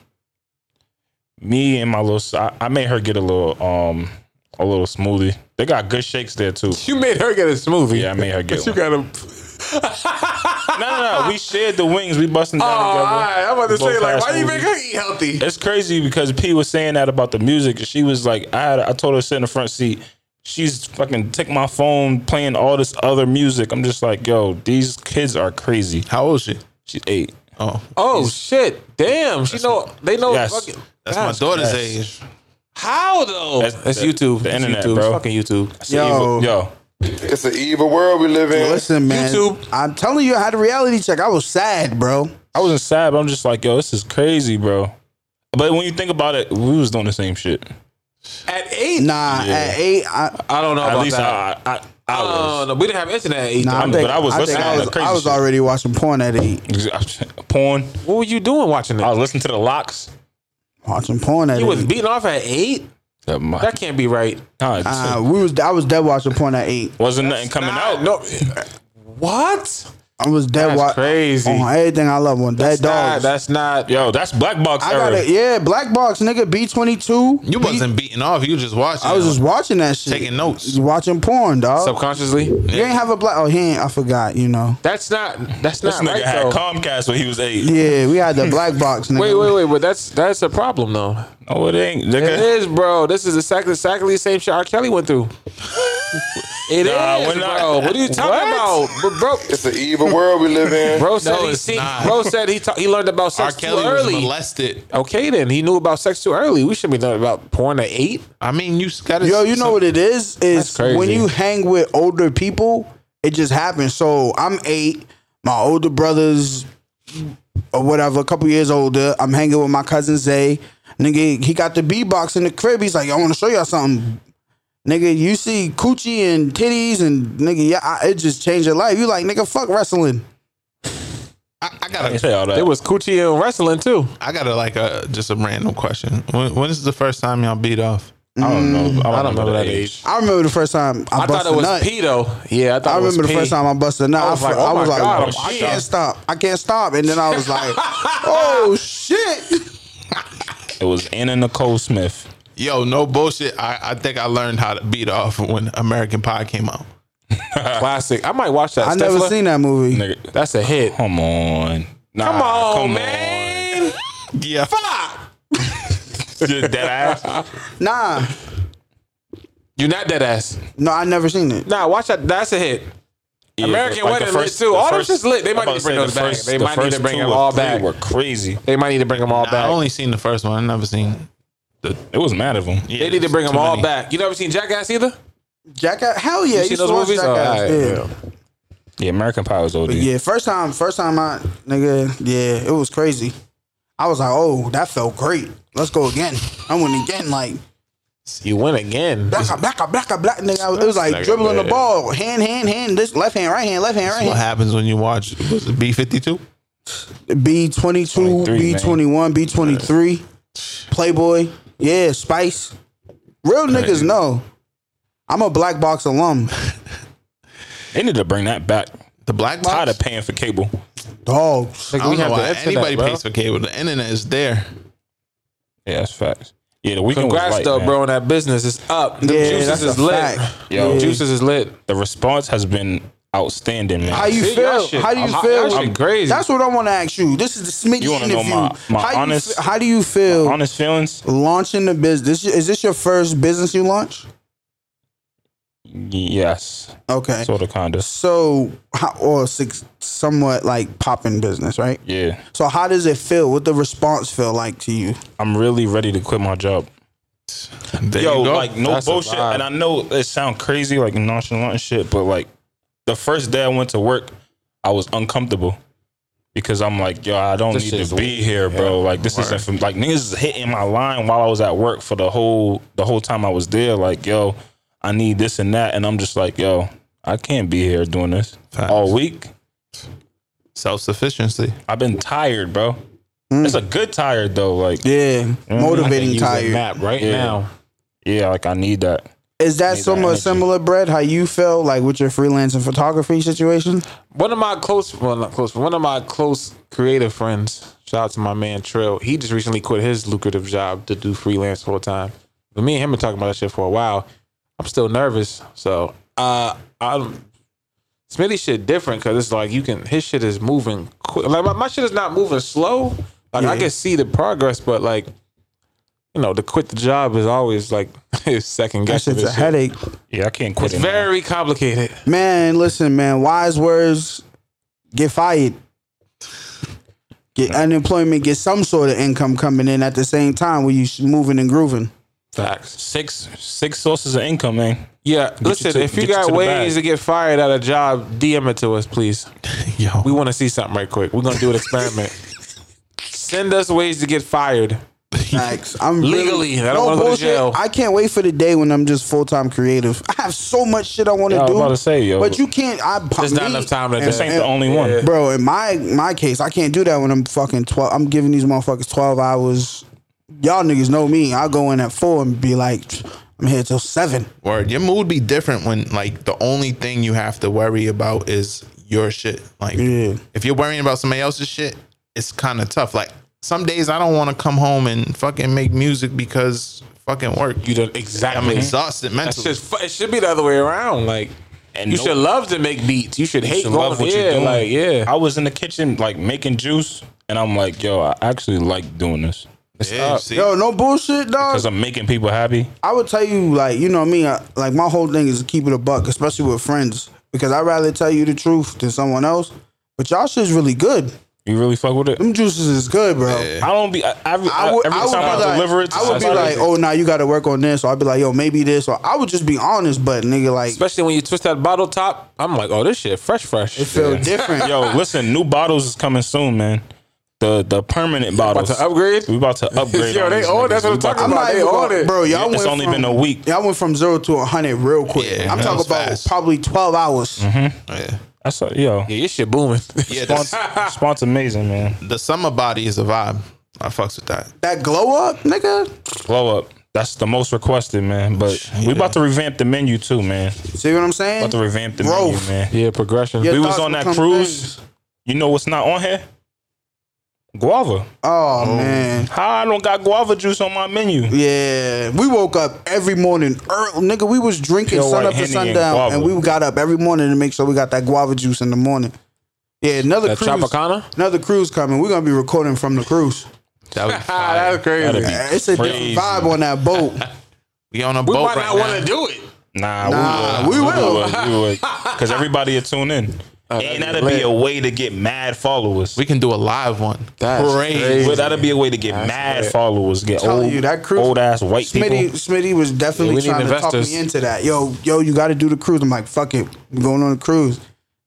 [SPEAKER 4] me and my little s- I, I made her get a little um a little smoothie. They got good shakes there too.
[SPEAKER 5] You made her get a smoothie.
[SPEAKER 4] Yeah, I made her get
[SPEAKER 5] you
[SPEAKER 4] one.
[SPEAKER 5] got a.
[SPEAKER 4] No, no, no. We shared the wings. We busting down
[SPEAKER 5] Oh, all
[SPEAKER 4] together.
[SPEAKER 5] right. I'm about to
[SPEAKER 4] We both
[SPEAKER 5] say like,
[SPEAKER 4] had
[SPEAKER 5] why you
[SPEAKER 4] smoothies.
[SPEAKER 5] make her eat healthy?
[SPEAKER 4] It's crazy because P was saying that about the music. She was like, I had, I told her to sit in the front seat. She's fucking take my phone playing all this other music. I'm just like, yo, these kids are crazy.
[SPEAKER 6] How old is she?
[SPEAKER 4] She's eight.
[SPEAKER 6] Oh,
[SPEAKER 5] Oh shit! Damn, she know they know.
[SPEAKER 4] Yes.
[SPEAKER 5] fucking-
[SPEAKER 6] that's
[SPEAKER 5] Gosh,
[SPEAKER 6] my daughter's age.
[SPEAKER 4] yes.
[SPEAKER 5] How though?
[SPEAKER 4] That's-
[SPEAKER 5] That's,
[SPEAKER 4] the-
[SPEAKER 5] YouTube.
[SPEAKER 4] the
[SPEAKER 5] That's
[SPEAKER 4] internet,
[SPEAKER 5] YouTube.
[SPEAKER 4] bro.
[SPEAKER 5] It's fucking YouTube.
[SPEAKER 1] Yo.
[SPEAKER 4] Yo,
[SPEAKER 7] It's an evil world we live in.
[SPEAKER 1] Listen, man.
[SPEAKER 5] YouTube.
[SPEAKER 1] I'm telling you, I had a reality check. I was sad, bro.
[SPEAKER 4] I wasn't sad, but I'm just like, yo, this is crazy, bro. But when you think about it, we was doing the same shit.
[SPEAKER 5] At eight,
[SPEAKER 1] Nah, at eight, I,
[SPEAKER 5] I don't know
[SPEAKER 4] At
[SPEAKER 5] about
[SPEAKER 4] least
[SPEAKER 5] that.
[SPEAKER 4] I, I, I, I
[SPEAKER 5] Uh,
[SPEAKER 4] was.
[SPEAKER 5] no, we didn't have internet at eight.
[SPEAKER 1] nah,
[SPEAKER 5] though.
[SPEAKER 1] I
[SPEAKER 4] I'm-
[SPEAKER 1] think,
[SPEAKER 4] but I was
[SPEAKER 1] I, think
[SPEAKER 4] listening
[SPEAKER 1] I
[SPEAKER 4] to
[SPEAKER 1] was,
[SPEAKER 4] crazy
[SPEAKER 1] I was
[SPEAKER 4] shit.
[SPEAKER 1] already watching porn at eight.
[SPEAKER 4] Porn.
[SPEAKER 5] what were you doing watching
[SPEAKER 4] I
[SPEAKER 5] it?
[SPEAKER 4] was listening to the locks.
[SPEAKER 1] Watching porn at
[SPEAKER 5] You
[SPEAKER 1] eight.
[SPEAKER 5] was beating off at eight.
[SPEAKER 4] That my-
[SPEAKER 5] That can't be right.
[SPEAKER 4] nah, this
[SPEAKER 1] uh, we was I was dead watching porn at eight.
[SPEAKER 4] wasn't nothing coming out.
[SPEAKER 5] No. What?
[SPEAKER 1] I was dead
[SPEAKER 5] That's
[SPEAKER 1] watching
[SPEAKER 5] crazy.
[SPEAKER 1] on everything I love on dead
[SPEAKER 5] Nah,
[SPEAKER 1] dogs.
[SPEAKER 5] that's not.
[SPEAKER 4] Yo, that's black box
[SPEAKER 1] I
[SPEAKER 4] era.
[SPEAKER 1] got it. Yeah, black box nigga B twenty two.
[SPEAKER 6] You wasn't beating off. You just watching.
[SPEAKER 1] I was just watching that shit.
[SPEAKER 6] taking notes.
[SPEAKER 1] Just watching porn, dog.
[SPEAKER 5] Subconsciously,
[SPEAKER 1] You ain't have a black. Oh, he ain't. I forgot. You know.
[SPEAKER 5] that's not. That's
[SPEAKER 4] This
[SPEAKER 5] not
[SPEAKER 4] nigga
[SPEAKER 5] right
[SPEAKER 4] had
[SPEAKER 5] though.
[SPEAKER 4] Comcast when he was eight.
[SPEAKER 1] Yeah, we had the black box. Nigga.
[SPEAKER 5] Wait, wait, wait, but that's that's a problem though.
[SPEAKER 4] Oh, it ain't.
[SPEAKER 5] It
[SPEAKER 4] Nigga.
[SPEAKER 5] is, bro. This is exactly exactly the same shit R. Kelly went through. It is,
[SPEAKER 4] Nah, we're not-
[SPEAKER 5] bro. What are you talking
[SPEAKER 4] What?
[SPEAKER 5] about, but bro?
[SPEAKER 7] It's an evil world we live in.
[SPEAKER 5] Bro said he
[SPEAKER 6] it's
[SPEAKER 5] seen,
[SPEAKER 6] not.
[SPEAKER 5] Bro said he ta- he learned about
[SPEAKER 6] R.
[SPEAKER 5] sex too
[SPEAKER 6] Kelly was
[SPEAKER 5] early.
[SPEAKER 6] molested.
[SPEAKER 5] Okay, then he knew about sex too early. We should be learning about porn at eight.
[SPEAKER 6] I mean, you got to.
[SPEAKER 1] Yo, you know what it is? Is
[SPEAKER 5] crazy.
[SPEAKER 1] when you hang with older people, it just happens. So I'm eight. My older brothers, or whatever, a couple years older. I'm hanging with my cousin Zay. Nigga, he got the B box in the crib. He's like, I want to show y'all something. Nigga, you see coochie and titties and nigga, yeah, I, it just changed your life. You like, nigga, fuck wrestling.
[SPEAKER 6] I, I
[SPEAKER 4] I
[SPEAKER 6] got
[SPEAKER 4] ain't
[SPEAKER 6] a,
[SPEAKER 4] say all that.
[SPEAKER 5] It was coochie and wrestling too.
[SPEAKER 6] I got a like a just a random question. When, when is the first time y'all beat off?
[SPEAKER 4] I don't know.
[SPEAKER 5] mm, I don't remember that age.
[SPEAKER 1] I remember the first time I,
[SPEAKER 5] I
[SPEAKER 1] busted
[SPEAKER 5] thought it was
[SPEAKER 1] nut.
[SPEAKER 5] P though. Yeah, I thought
[SPEAKER 1] I
[SPEAKER 5] it was
[SPEAKER 1] remember the
[SPEAKER 5] P.
[SPEAKER 1] first time I busted a nut. I was like, I, was
[SPEAKER 5] my
[SPEAKER 1] like
[SPEAKER 5] God,
[SPEAKER 1] "Oh,
[SPEAKER 5] I'm
[SPEAKER 1] I
[SPEAKER 5] shocked."
[SPEAKER 1] can't stop. I can't stop. And then I was like, oh shit.
[SPEAKER 4] It was Anna Nicole Smith.
[SPEAKER 6] Yo, no bullshit. I, I think I learned how to beat off when American Pie came out.
[SPEAKER 5] Classic. I might watch that.
[SPEAKER 1] I never
[SPEAKER 5] Stefla.
[SPEAKER 1] seen that movie.
[SPEAKER 4] Nigga.
[SPEAKER 5] That's a hit.
[SPEAKER 4] Come on. Nah,
[SPEAKER 5] Come on,
[SPEAKER 4] come
[SPEAKER 5] man.
[SPEAKER 6] Yeah,
[SPEAKER 5] Ah,
[SPEAKER 4] on. Dead ass.
[SPEAKER 1] Nah.
[SPEAKER 5] You're not dead ass.
[SPEAKER 1] No, I never seen it.
[SPEAKER 5] Nah, watch that. That's a hit.
[SPEAKER 4] Yeah,
[SPEAKER 5] American
[SPEAKER 4] like the
[SPEAKER 5] Wedding lit
[SPEAKER 4] first-
[SPEAKER 5] too.
[SPEAKER 4] the
[SPEAKER 5] All them
[SPEAKER 4] first-
[SPEAKER 5] shit's lit. They
[SPEAKER 4] I'm
[SPEAKER 5] might
[SPEAKER 4] about
[SPEAKER 5] need to
[SPEAKER 4] say
[SPEAKER 5] bring
[SPEAKER 4] the
[SPEAKER 5] those back.
[SPEAKER 4] first-
[SPEAKER 5] They
[SPEAKER 4] the
[SPEAKER 5] might need to
[SPEAKER 4] first
[SPEAKER 5] bring
[SPEAKER 4] two
[SPEAKER 5] them
[SPEAKER 4] or
[SPEAKER 5] all
[SPEAKER 4] three
[SPEAKER 5] back.
[SPEAKER 4] Were crazy.
[SPEAKER 5] They might need to bring them all
[SPEAKER 6] I
[SPEAKER 5] back.
[SPEAKER 6] only seen the first one. I never seen.
[SPEAKER 4] It was mad of them.
[SPEAKER 6] Yeah,
[SPEAKER 5] they need to
[SPEAKER 6] there's
[SPEAKER 5] bring them
[SPEAKER 6] too
[SPEAKER 5] all
[SPEAKER 6] many.
[SPEAKER 5] back. You never seen Jackass either?
[SPEAKER 1] Jackass. Hell yeah.
[SPEAKER 5] You
[SPEAKER 1] You,
[SPEAKER 5] seen
[SPEAKER 1] used to
[SPEAKER 5] those
[SPEAKER 1] watch
[SPEAKER 5] movies? Oh,
[SPEAKER 1] Jackass.
[SPEAKER 5] alright,
[SPEAKER 1] yeah.
[SPEAKER 5] yeah.
[SPEAKER 4] Yeah, American Pie was OD.
[SPEAKER 1] But yeah, first time, first time I nigga, yeah, it was crazy. I was like, oh, that felt great. Let's go again. I went again, like
[SPEAKER 5] You win again.
[SPEAKER 1] black, black, black, black, nigga. I was- It was like dribbling the ball, hand, hand, hand, this left hand, right hand, left hand, right
[SPEAKER 6] What
[SPEAKER 1] hand.
[SPEAKER 6] happens when you watch was it B fifty two?
[SPEAKER 1] B twenty two,
[SPEAKER 4] 23,
[SPEAKER 1] B twenty one, B twenty three, Playboy, yeah, Spice. Real niggas know. I'm a black box alum,
[SPEAKER 4] They need to bring that back.
[SPEAKER 6] The black box.
[SPEAKER 4] Tired of paying for cable.
[SPEAKER 1] dog.
[SPEAKER 6] I don't
[SPEAKER 5] We
[SPEAKER 6] know
[SPEAKER 5] have
[SPEAKER 6] why
[SPEAKER 5] the internet,
[SPEAKER 6] anybody
[SPEAKER 5] bro.
[SPEAKER 6] pays for cable. The internet is there.
[SPEAKER 4] Yeah, that's facts. Yeah, the weekend
[SPEAKER 5] Congrats
[SPEAKER 4] was light,
[SPEAKER 5] though,
[SPEAKER 4] man.
[SPEAKER 5] bro, on that business. It's up. The
[SPEAKER 1] Yeah,
[SPEAKER 5] juices
[SPEAKER 1] that's
[SPEAKER 5] is
[SPEAKER 1] a
[SPEAKER 5] lit.
[SPEAKER 1] fact.
[SPEAKER 4] Yo.
[SPEAKER 5] The Juices is lit.
[SPEAKER 4] The response has been outstanding, man.
[SPEAKER 1] How you
[SPEAKER 5] See, y'all
[SPEAKER 1] feel?
[SPEAKER 5] shit-
[SPEAKER 1] How do you
[SPEAKER 5] I'm-
[SPEAKER 1] feel?
[SPEAKER 5] y'all shit crazy.
[SPEAKER 1] That's what I want to ask you. This is the Smitty
[SPEAKER 4] You wanna know
[SPEAKER 1] interview.
[SPEAKER 4] my- my
[SPEAKER 1] how,
[SPEAKER 4] honest-
[SPEAKER 1] you, fe- how do you feel
[SPEAKER 4] Honest feelings?
[SPEAKER 1] launching the business? Is this your first business you launch?
[SPEAKER 4] Yes.
[SPEAKER 1] Okay. So,
[SPEAKER 4] Sort of, kind of.
[SPEAKER 1] how, or six, somewhat like popping business, right?
[SPEAKER 4] Yeah.
[SPEAKER 1] So how does it feel? What the response feel like to you?
[SPEAKER 4] I'm really ready to quit my job.
[SPEAKER 6] There
[SPEAKER 4] Yo,
[SPEAKER 6] you go.
[SPEAKER 4] like no
[SPEAKER 5] That's a
[SPEAKER 4] bullshit.
[SPEAKER 5] vibe.
[SPEAKER 4] And I know it sound crazy, like nonchalant and shit, but like the first day I went to work, I was uncomfortable because I'm like, yo, I don't
[SPEAKER 5] This
[SPEAKER 4] need
[SPEAKER 5] shit's
[SPEAKER 4] to be here, bro. like this isn't from, like niggas is hitting my line while I was at work for the whole the whole time I was there. Like, yo, I need this and that, and I'm just like, yo, I can't be here doing this
[SPEAKER 6] Facts.
[SPEAKER 4] all week.
[SPEAKER 6] self sufficiency.
[SPEAKER 4] I've been tired, bro.
[SPEAKER 5] Mm.
[SPEAKER 4] It's a good tired though. Like,
[SPEAKER 1] Yeah, motivating tired.
[SPEAKER 5] Map right
[SPEAKER 4] Yeah.
[SPEAKER 5] now.
[SPEAKER 4] yeah, like I need that.
[SPEAKER 1] Is that somewhat
[SPEAKER 4] energy.
[SPEAKER 1] similar, Brett? How you felt like with your freelancing photography situation?
[SPEAKER 5] One of my close, well, not close, but one of my close creative friends. Shout out to my man Trill. He just recently quit his lucrative job to do freelance full time. But me and him been talking about that shit for a while. I'm still nervous, so uh, I'm. Smithy shit different because it's like you can his shit is moving quick. Like my, my shit is not moving slow. Like I
[SPEAKER 1] Yeah.
[SPEAKER 5] can see the progress, but like you know, to quit the job is always like second
[SPEAKER 1] That
[SPEAKER 5] guessing.
[SPEAKER 1] shit's a
[SPEAKER 5] this shit.
[SPEAKER 1] headache.
[SPEAKER 4] Yeah, I can't quit.
[SPEAKER 5] It's
[SPEAKER 4] it now.
[SPEAKER 5] very complicated.
[SPEAKER 1] Man, listen, man. Wise words get fired. Get unemployment, get some sort of income coming in at the same time when you sh- moving and grooving.
[SPEAKER 5] Facts.
[SPEAKER 4] Six six sources of income, man.
[SPEAKER 5] Yeah, listen.
[SPEAKER 4] to-
[SPEAKER 5] if you
[SPEAKER 4] get you to
[SPEAKER 5] got
[SPEAKER 4] the
[SPEAKER 5] ways
[SPEAKER 4] bag.
[SPEAKER 5] to get fired at a job, DM it to us, please.
[SPEAKER 6] Yo,
[SPEAKER 5] We want to see something right quick. We're gonna do an experiment. Send us ways to get fired.
[SPEAKER 1] Facts. I'm
[SPEAKER 5] Legally, I don't wanna go to jail.
[SPEAKER 1] I can't wait for the day when I'm just full time creative. I have so much shit I want
[SPEAKER 4] Yeah, I
[SPEAKER 1] to
[SPEAKER 4] was
[SPEAKER 1] do.
[SPEAKER 4] about to say, yo.
[SPEAKER 1] but you can't. I
[SPEAKER 5] There's not enough time to-
[SPEAKER 1] and-
[SPEAKER 5] this
[SPEAKER 4] This ain't the
[SPEAKER 1] and-
[SPEAKER 4] only one.
[SPEAKER 1] Bro, in my my case, I can't do that when I'm fucking twelve. I'm giving these motherfuckers twelve hours. Y'all niggas know me. I'll go in at four and be like, I'm here till seven.
[SPEAKER 6] word. Your mood be different when like the only thing you have to worry about is your shit. Like
[SPEAKER 1] Yeah.
[SPEAKER 6] if you're worrying about somebody else's shit, it's kind of tough. Like some days I don't want to come home and fucking make music because fucking work.
[SPEAKER 5] You done
[SPEAKER 6] I'm
[SPEAKER 5] exactly.
[SPEAKER 6] exhausted
[SPEAKER 5] Mm-hmm. That's
[SPEAKER 6] mentally.
[SPEAKER 5] just. fu- It should be the other way around. Like
[SPEAKER 4] And
[SPEAKER 5] you
[SPEAKER 4] no-
[SPEAKER 5] should love to make beats. You should hate
[SPEAKER 4] should
[SPEAKER 5] going
[SPEAKER 4] love what
[SPEAKER 5] yeah,
[SPEAKER 4] you're doing.
[SPEAKER 5] Like yeah,
[SPEAKER 4] I was in the kitchen like making juice, and I'm like, yo, I actually like doing this
[SPEAKER 6] yeah, see?
[SPEAKER 1] Yo, no bullshit, dog.
[SPEAKER 4] because I'm making people happy.
[SPEAKER 1] I would tell you, like, you know me, I, like, my whole thing is to keep it a buck, especially with friends, because I'd rather tell you the truth than someone else. But y'all shit's really good.
[SPEAKER 4] You really fuck with it.
[SPEAKER 1] Them juices is good, bro.
[SPEAKER 4] I don't be. I, I,
[SPEAKER 1] I would,
[SPEAKER 4] every
[SPEAKER 1] I would
[SPEAKER 4] time
[SPEAKER 1] be
[SPEAKER 4] I
[SPEAKER 1] like,
[SPEAKER 4] deliver it, to
[SPEAKER 1] I would be
[SPEAKER 4] somebody-
[SPEAKER 1] like, oh, now you got to work on this. Or I'd be like, yo, maybe this. Or I would just be honest, but nigga, like,
[SPEAKER 5] especially when you twist that bottle top. I'm like, oh, this shit fresh, fresh.
[SPEAKER 1] it feel different.
[SPEAKER 4] yo, listen, new bottles is coming soon, man. The the permanent
[SPEAKER 5] about
[SPEAKER 4] bottles.
[SPEAKER 5] to upgrade.
[SPEAKER 4] We about to upgrade.
[SPEAKER 5] Yo,
[SPEAKER 4] on
[SPEAKER 5] they
[SPEAKER 4] these
[SPEAKER 5] old.
[SPEAKER 4] niggas.
[SPEAKER 5] That's what
[SPEAKER 4] We
[SPEAKER 5] I'm
[SPEAKER 4] about to-
[SPEAKER 5] talking about. They old. it.
[SPEAKER 1] bro, y'all
[SPEAKER 4] It's
[SPEAKER 1] went
[SPEAKER 4] only
[SPEAKER 1] from,
[SPEAKER 4] been a week.
[SPEAKER 1] Y'all went from zero to 100 real quick.
[SPEAKER 6] Yeah,
[SPEAKER 1] I'm
[SPEAKER 6] that
[SPEAKER 1] talking
[SPEAKER 6] was
[SPEAKER 1] about
[SPEAKER 6] fast.
[SPEAKER 1] probably 12 hours.
[SPEAKER 4] Mm-hmm.
[SPEAKER 6] yeah.
[SPEAKER 4] That's a, yo.
[SPEAKER 5] Yeah, your shit booming.
[SPEAKER 6] Yeah,
[SPEAKER 4] Spons,
[SPEAKER 6] the,
[SPEAKER 4] Spons amazing, man.
[SPEAKER 6] the summer body is a vibe. I fucks with that.
[SPEAKER 1] That glow up, nigga.
[SPEAKER 4] Blow up. That's the most requested, man. But we about to revamp the menu too, man.
[SPEAKER 1] See what I'm saying?
[SPEAKER 4] About to revamp the
[SPEAKER 1] Growth.
[SPEAKER 4] menu, man.
[SPEAKER 5] yeah, progression.
[SPEAKER 1] Your
[SPEAKER 4] We was
[SPEAKER 1] thoughts
[SPEAKER 4] on that
[SPEAKER 1] become
[SPEAKER 4] cruise.
[SPEAKER 1] things.
[SPEAKER 4] You know what's not on here? Guava.
[SPEAKER 1] Oh, man.
[SPEAKER 4] How I don't got guava juice on my menu?
[SPEAKER 1] Yeah, we woke up every morning early, nigga. We was drinking
[SPEAKER 4] Pure
[SPEAKER 1] sun up
[SPEAKER 4] white
[SPEAKER 1] to
[SPEAKER 4] Henny and
[SPEAKER 1] sundown, and,
[SPEAKER 4] guava.
[SPEAKER 1] we got up every morning to make sure we got that guava juice in the morning. Yeah, another
[SPEAKER 5] That
[SPEAKER 1] cruise,
[SPEAKER 5] Tropicana?
[SPEAKER 1] another cruise coming. We're gonna be recording from the cruise.
[SPEAKER 6] That would be fire.
[SPEAKER 5] that's crazy.
[SPEAKER 4] That'd be
[SPEAKER 1] Yeah, It's a
[SPEAKER 4] crazy.
[SPEAKER 1] different vibe on that boat.
[SPEAKER 6] we on a
[SPEAKER 5] We
[SPEAKER 6] boat
[SPEAKER 5] might
[SPEAKER 6] right
[SPEAKER 5] not want
[SPEAKER 6] now.
[SPEAKER 5] to do it.
[SPEAKER 4] Nah,
[SPEAKER 1] Nah, we will. Uh,
[SPEAKER 4] Because everybody will tune in. and that'd be a way to get mad followers.
[SPEAKER 6] we can do a live one.
[SPEAKER 5] That's
[SPEAKER 4] Well, that'd be a way to get mad followers. Get
[SPEAKER 1] telling
[SPEAKER 4] old,
[SPEAKER 1] you, that cruise-
[SPEAKER 4] old ass white
[SPEAKER 1] Smitty,
[SPEAKER 4] people.
[SPEAKER 1] Smitty was
[SPEAKER 5] Yeah,
[SPEAKER 1] definitely
[SPEAKER 5] we need
[SPEAKER 1] trying to talk
[SPEAKER 5] investors.
[SPEAKER 1] me into that. Yo, yo, you got to do the cruise. I'm like, fuck it, we going on a cruise.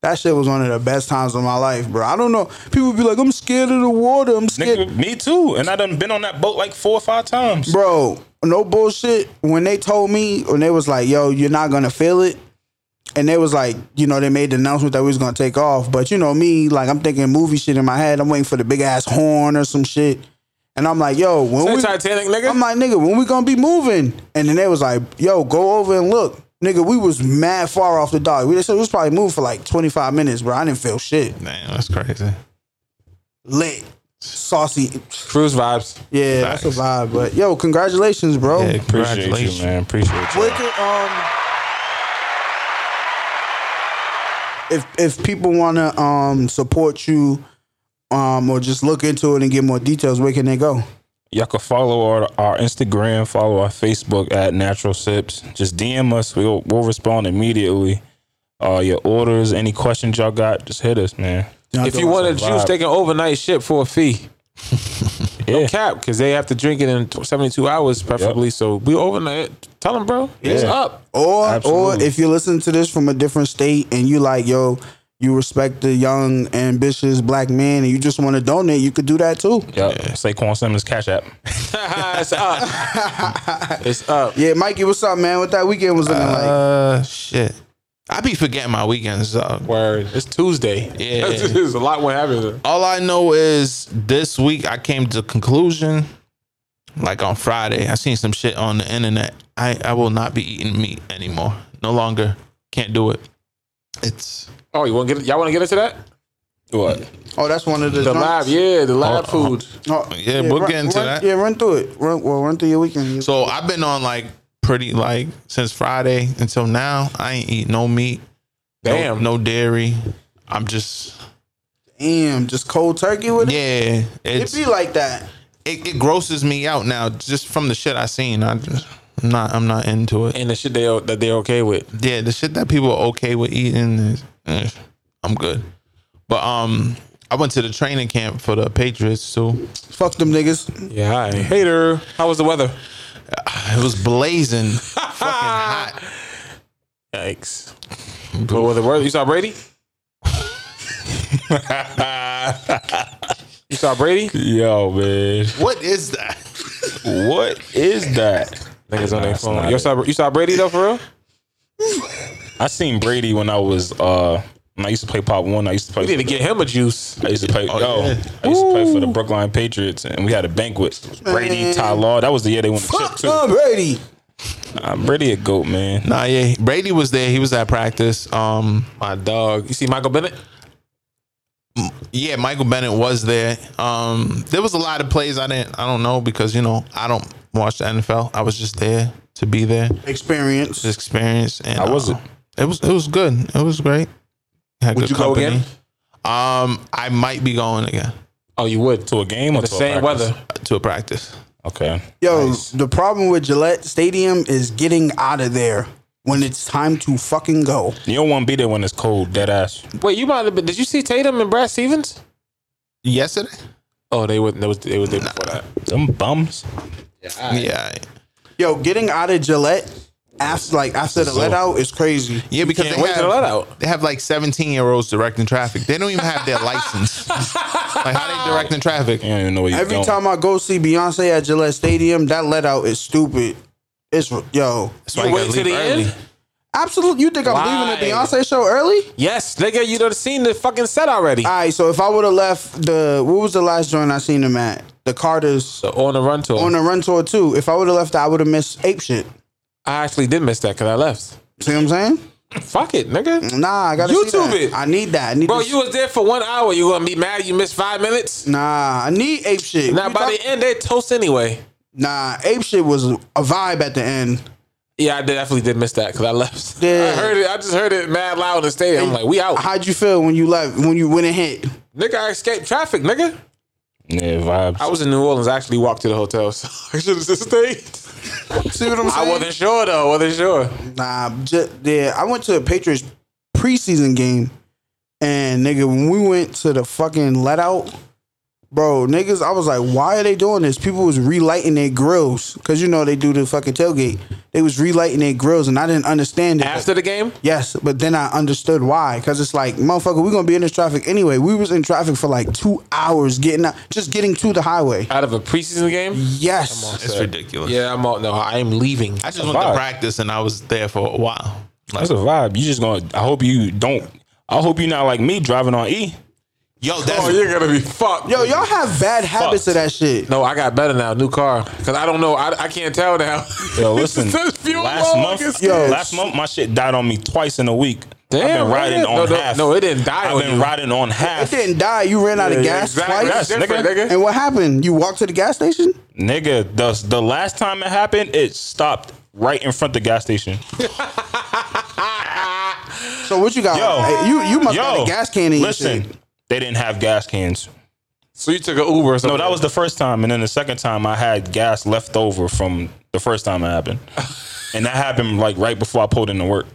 [SPEAKER 1] That shit was one of the best times of my life, bro. I don't know. People be like, I'm scared of the water. I'm scared.
[SPEAKER 4] Nigga, me too. And I done been on that boat like four or five times.
[SPEAKER 1] bro no bullshit when they told me when they was like yo you're not gonna feel it and they was like you know they made the announcement that we was gonna take off but you know me like i'm thinking movie shit in my head i'm waiting for the big ass horn or some shit and i'm like yo when we
[SPEAKER 5] Titanic, nigga.
[SPEAKER 1] i'm like nigga when we gonna be moving and then they was like yo go over and look nigga we was mad far off the dock we just we was probably moving for like 25 minutes bro i didn't feel shit
[SPEAKER 6] Man, that's crazy.
[SPEAKER 1] lit saucy
[SPEAKER 5] Cruise vibes.
[SPEAKER 1] yeah that's a vibe but yo congratulations bro
[SPEAKER 6] Yeah,
[SPEAKER 4] Appreciate you, man. Appreciate you.
[SPEAKER 1] What could, um, if if people want to um support you, um, or just look into it and get more details, where can they go?
[SPEAKER 4] Y'all can follow our, our Instagram, follow our Facebook at Natural Sips. Just DM us. We'll, we'll respond immediately. Uh, your orders, any questions y'all got, just hit us, man.
[SPEAKER 5] If you want a juice,
[SPEAKER 4] vibe.
[SPEAKER 5] they can overnight ship for a fee.
[SPEAKER 4] Yeah.
[SPEAKER 5] Cap, because they have to drink it in tw- 72 hours, preferably. So we overnight. Tell them, bro. It's
[SPEAKER 4] Yeah.
[SPEAKER 5] up.
[SPEAKER 1] or or
[SPEAKER 4] Absolutely.
[SPEAKER 1] if you listen to this from a different state and you like yo. You respect the young, ambitious black man, and you just want to donate. You could do that too.
[SPEAKER 4] Yep. Saquon Simmons Cash App.
[SPEAKER 5] it's up. it's up.
[SPEAKER 1] Yeah, Mikey, what's up, man? What that weekend was looking like?
[SPEAKER 6] Uh, shit. I be forgetting my weekends. Uh,
[SPEAKER 5] Word. It's Tuesday.
[SPEAKER 6] Yeah.
[SPEAKER 5] There's a lot what happens.
[SPEAKER 6] all I know is this week I came to the conclusion, like on Friday, I seen some shit on the internet. I, I will not be eating meat anymore. No longer. Can't do it. It's
[SPEAKER 5] Oh, you want to get y'all want to get into that?
[SPEAKER 4] What?
[SPEAKER 1] Oh, that's one of the,
[SPEAKER 5] The
[SPEAKER 1] joints.
[SPEAKER 5] lab, yeah, the lab food.
[SPEAKER 1] Oh,
[SPEAKER 6] Yeah, we'll
[SPEAKER 1] run-
[SPEAKER 6] get into
[SPEAKER 1] run-
[SPEAKER 6] that.
[SPEAKER 1] Yeah, run through it. Run, well, run through your weekend.
[SPEAKER 6] so I've been on like pretty like since Friday until now. I ain't eat no meat. no-
[SPEAKER 5] Damn.
[SPEAKER 6] No, dairy. I'm just
[SPEAKER 1] Damn, just cold turkey with it.
[SPEAKER 6] yeah.
[SPEAKER 1] It
[SPEAKER 6] It's,
[SPEAKER 1] be like that.
[SPEAKER 6] it, it grosses me out now just from the shit I seen. I just, I'm not I'm not into it.
[SPEAKER 5] And the shit they o- that they're okay with.
[SPEAKER 6] yeah, the shit that people are okay with eating is eh, I'm good. But um I went to the training camp for the Patriots too.
[SPEAKER 1] Fuck them niggas.
[SPEAKER 5] Yeah, hi. Hater. How was the weather?
[SPEAKER 6] It was blazing, fucking hot.
[SPEAKER 5] Yikes. What was the word? You saw Brady? you saw Brady?
[SPEAKER 4] Yo, man.
[SPEAKER 6] What is that?
[SPEAKER 4] What is that?
[SPEAKER 5] Niggas on
[SPEAKER 4] Nah,
[SPEAKER 5] their
[SPEAKER 4] it's
[SPEAKER 5] phone.
[SPEAKER 4] not
[SPEAKER 5] You
[SPEAKER 4] it.
[SPEAKER 5] saw, you saw Brady though, for real?
[SPEAKER 4] I seen Brady when I was uh when I used to play Pop One. I used to play.
[SPEAKER 5] We need to get him a juice.
[SPEAKER 4] I used to play. Oh, I used to play for the Brookline Patriots, and we had a banquet. Brady, Ty Law. That was the year they won the chip
[SPEAKER 1] Fuck
[SPEAKER 4] too.
[SPEAKER 1] Tom Brady.
[SPEAKER 4] Uh, Brady a goat, man.
[SPEAKER 6] Nah, yeah. Brady was there. He was at practice. Um,
[SPEAKER 5] My dog. You see Michael Bennett?
[SPEAKER 6] yeah, Michael Bennett was there. Um, there was a lot of plays I didn't. I don't know because you know I don't watch the NFL. I was just there to be there,
[SPEAKER 1] Experience.
[SPEAKER 6] to experience. And
[SPEAKER 4] How was
[SPEAKER 6] uh, It was it was good. It was great. Had
[SPEAKER 5] Would
[SPEAKER 6] good
[SPEAKER 5] you go again?
[SPEAKER 6] Um, I might be going again
[SPEAKER 5] Oh, you would.
[SPEAKER 4] To a game or
[SPEAKER 5] The
[SPEAKER 4] to a
[SPEAKER 5] same
[SPEAKER 4] practice?
[SPEAKER 5] weather.
[SPEAKER 6] to a practice.
[SPEAKER 4] Okay.
[SPEAKER 1] Yo, the problem with Gillette Stadium is getting out of there when it's time to fucking go.
[SPEAKER 4] You don't want to be there when it's cold. Dead ass.
[SPEAKER 5] Wait, you might have been. Did you see Tatum and Brad Stevens?
[SPEAKER 6] Yesterday?
[SPEAKER 5] Oh, they were. They was. They was there before that.
[SPEAKER 4] Them bums.
[SPEAKER 6] Yeah.
[SPEAKER 1] Yo, getting out of Gillette after like after the let out is crazy.
[SPEAKER 6] Yeah, because
[SPEAKER 5] can't
[SPEAKER 6] they
[SPEAKER 5] wait
[SPEAKER 6] have,
[SPEAKER 5] to let out.
[SPEAKER 6] they have like 17 year olds directing traffic. They don't even have their license. like, how they directing traffic?
[SPEAKER 4] You don't even know where you're
[SPEAKER 1] Every
[SPEAKER 4] going.
[SPEAKER 1] time I go see Beyonce at Gillette Stadium, that let out is stupid. It's yo,
[SPEAKER 6] That's
[SPEAKER 5] You wait to the end.
[SPEAKER 1] absolutely. You think I'm leaving the
[SPEAKER 5] Why?
[SPEAKER 1] Beyonce show early?
[SPEAKER 5] Yes, nigga, you done seen the fucking set already.
[SPEAKER 1] All right, so if I would have left the what was the last joint I seen him at? The Carters
[SPEAKER 5] So on the run tour.
[SPEAKER 1] on the run tour too. If I would have left, that, I would have missed ape shit.
[SPEAKER 5] I actually did miss that because I left.
[SPEAKER 1] See what I'm saying?
[SPEAKER 5] Fuck it, nigga.
[SPEAKER 1] Nah, I gotta see
[SPEAKER 5] YouTube
[SPEAKER 1] that.
[SPEAKER 5] it.
[SPEAKER 1] I need that. I need
[SPEAKER 5] Bro,
[SPEAKER 1] this-
[SPEAKER 5] you was there for one hour. You gonna be mad? You missed five minutes.
[SPEAKER 1] Nah, I need ape shit.
[SPEAKER 5] Now
[SPEAKER 1] We
[SPEAKER 5] by
[SPEAKER 1] talk-
[SPEAKER 5] the end, they toast anyway.
[SPEAKER 1] Nah, ape shit was a vibe at the end.
[SPEAKER 5] Yeah, I did- definitely did miss that because I left.
[SPEAKER 1] Yeah.
[SPEAKER 5] I heard it. I just heard it mad loud in the stadium. I'm like, we out,
[SPEAKER 1] How'd you feel when you left? When you went and hit?
[SPEAKER 5] nigga. I escaped traffic, nigga.
[SPEAKER 4] Yeah, vibes.
[SPEAKER 5] I was in New Orleans. I actually walked to the hotel. So I should have just stayed.
[SPEAKER 1] See what I'm saying?
[SPEAKER 5] I wasn't sure though. Wasn't sure.
[SPEAKER 1] Nah, just, yeah. I went to a Patriots preseason game, and nigga, when we went to the fucking let out, bro, niggas, I was like, why are they doing this? People was relighting their grills because you know they do the fucking tailgate. They was relighting their grills, and I didn't understand it.
[SPEAKER 5] After the game,
[SPEAKER 1] yes, but then I understood why. Because it's like, motherfucker, we gonna be in this traffic anyway. We was in traffic for like two hours getting out, just getting to the highway.
[SPEAKER 5] out of a preseason game.
[SPEAKER 1] Yes,
[SPEAKER 6] It's ridiculous.
[SPEAKER 5] Yeah, I'm out. No, I am leaving.
[SPEAKER 6] I just went to
[SPEAKER 4] vibe.
[SPEAKER 6] practice and I was there for a while. Like,
[SPEAKER 4] That's a vibe. You just gonna. I hope you don't. I hope you're not like me driving on E.
[SPEAKER 6] yo, that's
[SPEAKER 5] Oh, you're gonna be fucked.
[SPEAKER 1] yo, y'all have bad habits of that shit.
[SPEAKER 5] No, I got better now. New car. Cause I don't know. I, I can't tell now.
[SPEAKER 4] Yo, listen.
[SPEAKER 5] This fuel
[SPEAKER 4] last
[SPEAKER 5] log
[SPEAKER 4] month,
[SPEAKER 5] is-
[SPEAKER 1] Yo.
[SPEAKER 4] last month, my shit died on me twice in a week. I've
[SPEAKER 5] Damn,
[SPEAKER 4] been riding
[SPEAKER 5] man.
[SPEAKER 4] on
[SPEAKER 5] No, no,
[SPEAKER 4] half.
[SPEAKER 5] no, it didn't die
[SPEAKER 4] I've
[SPEAKER 5] on
[SPEAKER 4] been
[SPEAKER 5] you.
[SPEAKER 4] riding on
[SPEAKER 1] It
[SPEAKER 4] half,
[SPEAKER 1] didn't die. You ran out of gas
[SPEAKER 5] exactly.
[SPEAKER 1] twice.
[SPEAKER 5] That's different,
[SPEAKER 4] nigga.
[SPEAKER 5] nigga.
[SPEAKER 1] And what happened? You walked to the gas station?
[SPEAKER 4] nigga. The the last time it happened, it stopped right in front of the gas station.
[SPEAKER 1] So what you got?
[SPEAKER 4] Yo.
[SPEAKER 1] Hey, you you must got
[SPEAKER 4] Yo,
[SPEAKER 1] a gas can in
[SPEAKER 4] listen,
[SPEAKER 1] your shit.
[SPEAKER 4] they didn't have gas cans.
[SPEAKER 5] So you took an Uber or
[SPEAKER 4] No,
[SPEAKER 5] something?
[SPEAKER 4] that was the first time, and then the second time I had gas left over from the first time it happened, and that happened like right before I pulled into work.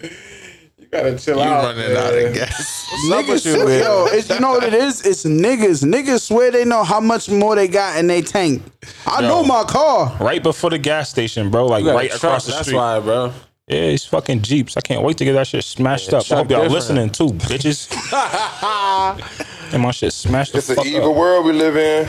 [SPEAKER 5] You gotta chill
[SPEAKER 6] you
[SPEAKER 5] out.
[SPEAKER 6] running out of gas.
[SPEAKER 1] Niggas, yo, it's, you know what it is? It's niggas. Niggas swear they know how much more they got in they tank. I know my car.
[SPEAKER 4] Right before the gas station, bro, like right across the
[SPEAKER 5] That's
[SPEAKER 4] street.
[SPEAKER 5] why, bro.
[SPEAKER 4] Yeah, it's fucking jeeps. I can't wait to get that shit smashed up. I
[SPEAKER 5] truck
[SPEAKER 4] hope y'all
[SPEAKER 5] different.
[SPEAKER 4] listening too, bitches. and my shit smashed the
[SPEAKER 7] It's an
[SPEAKER 4] fuck
[SPEAKER 7] evil
[SPEAKER 4] up.
[SPEAKER 7] world we live in.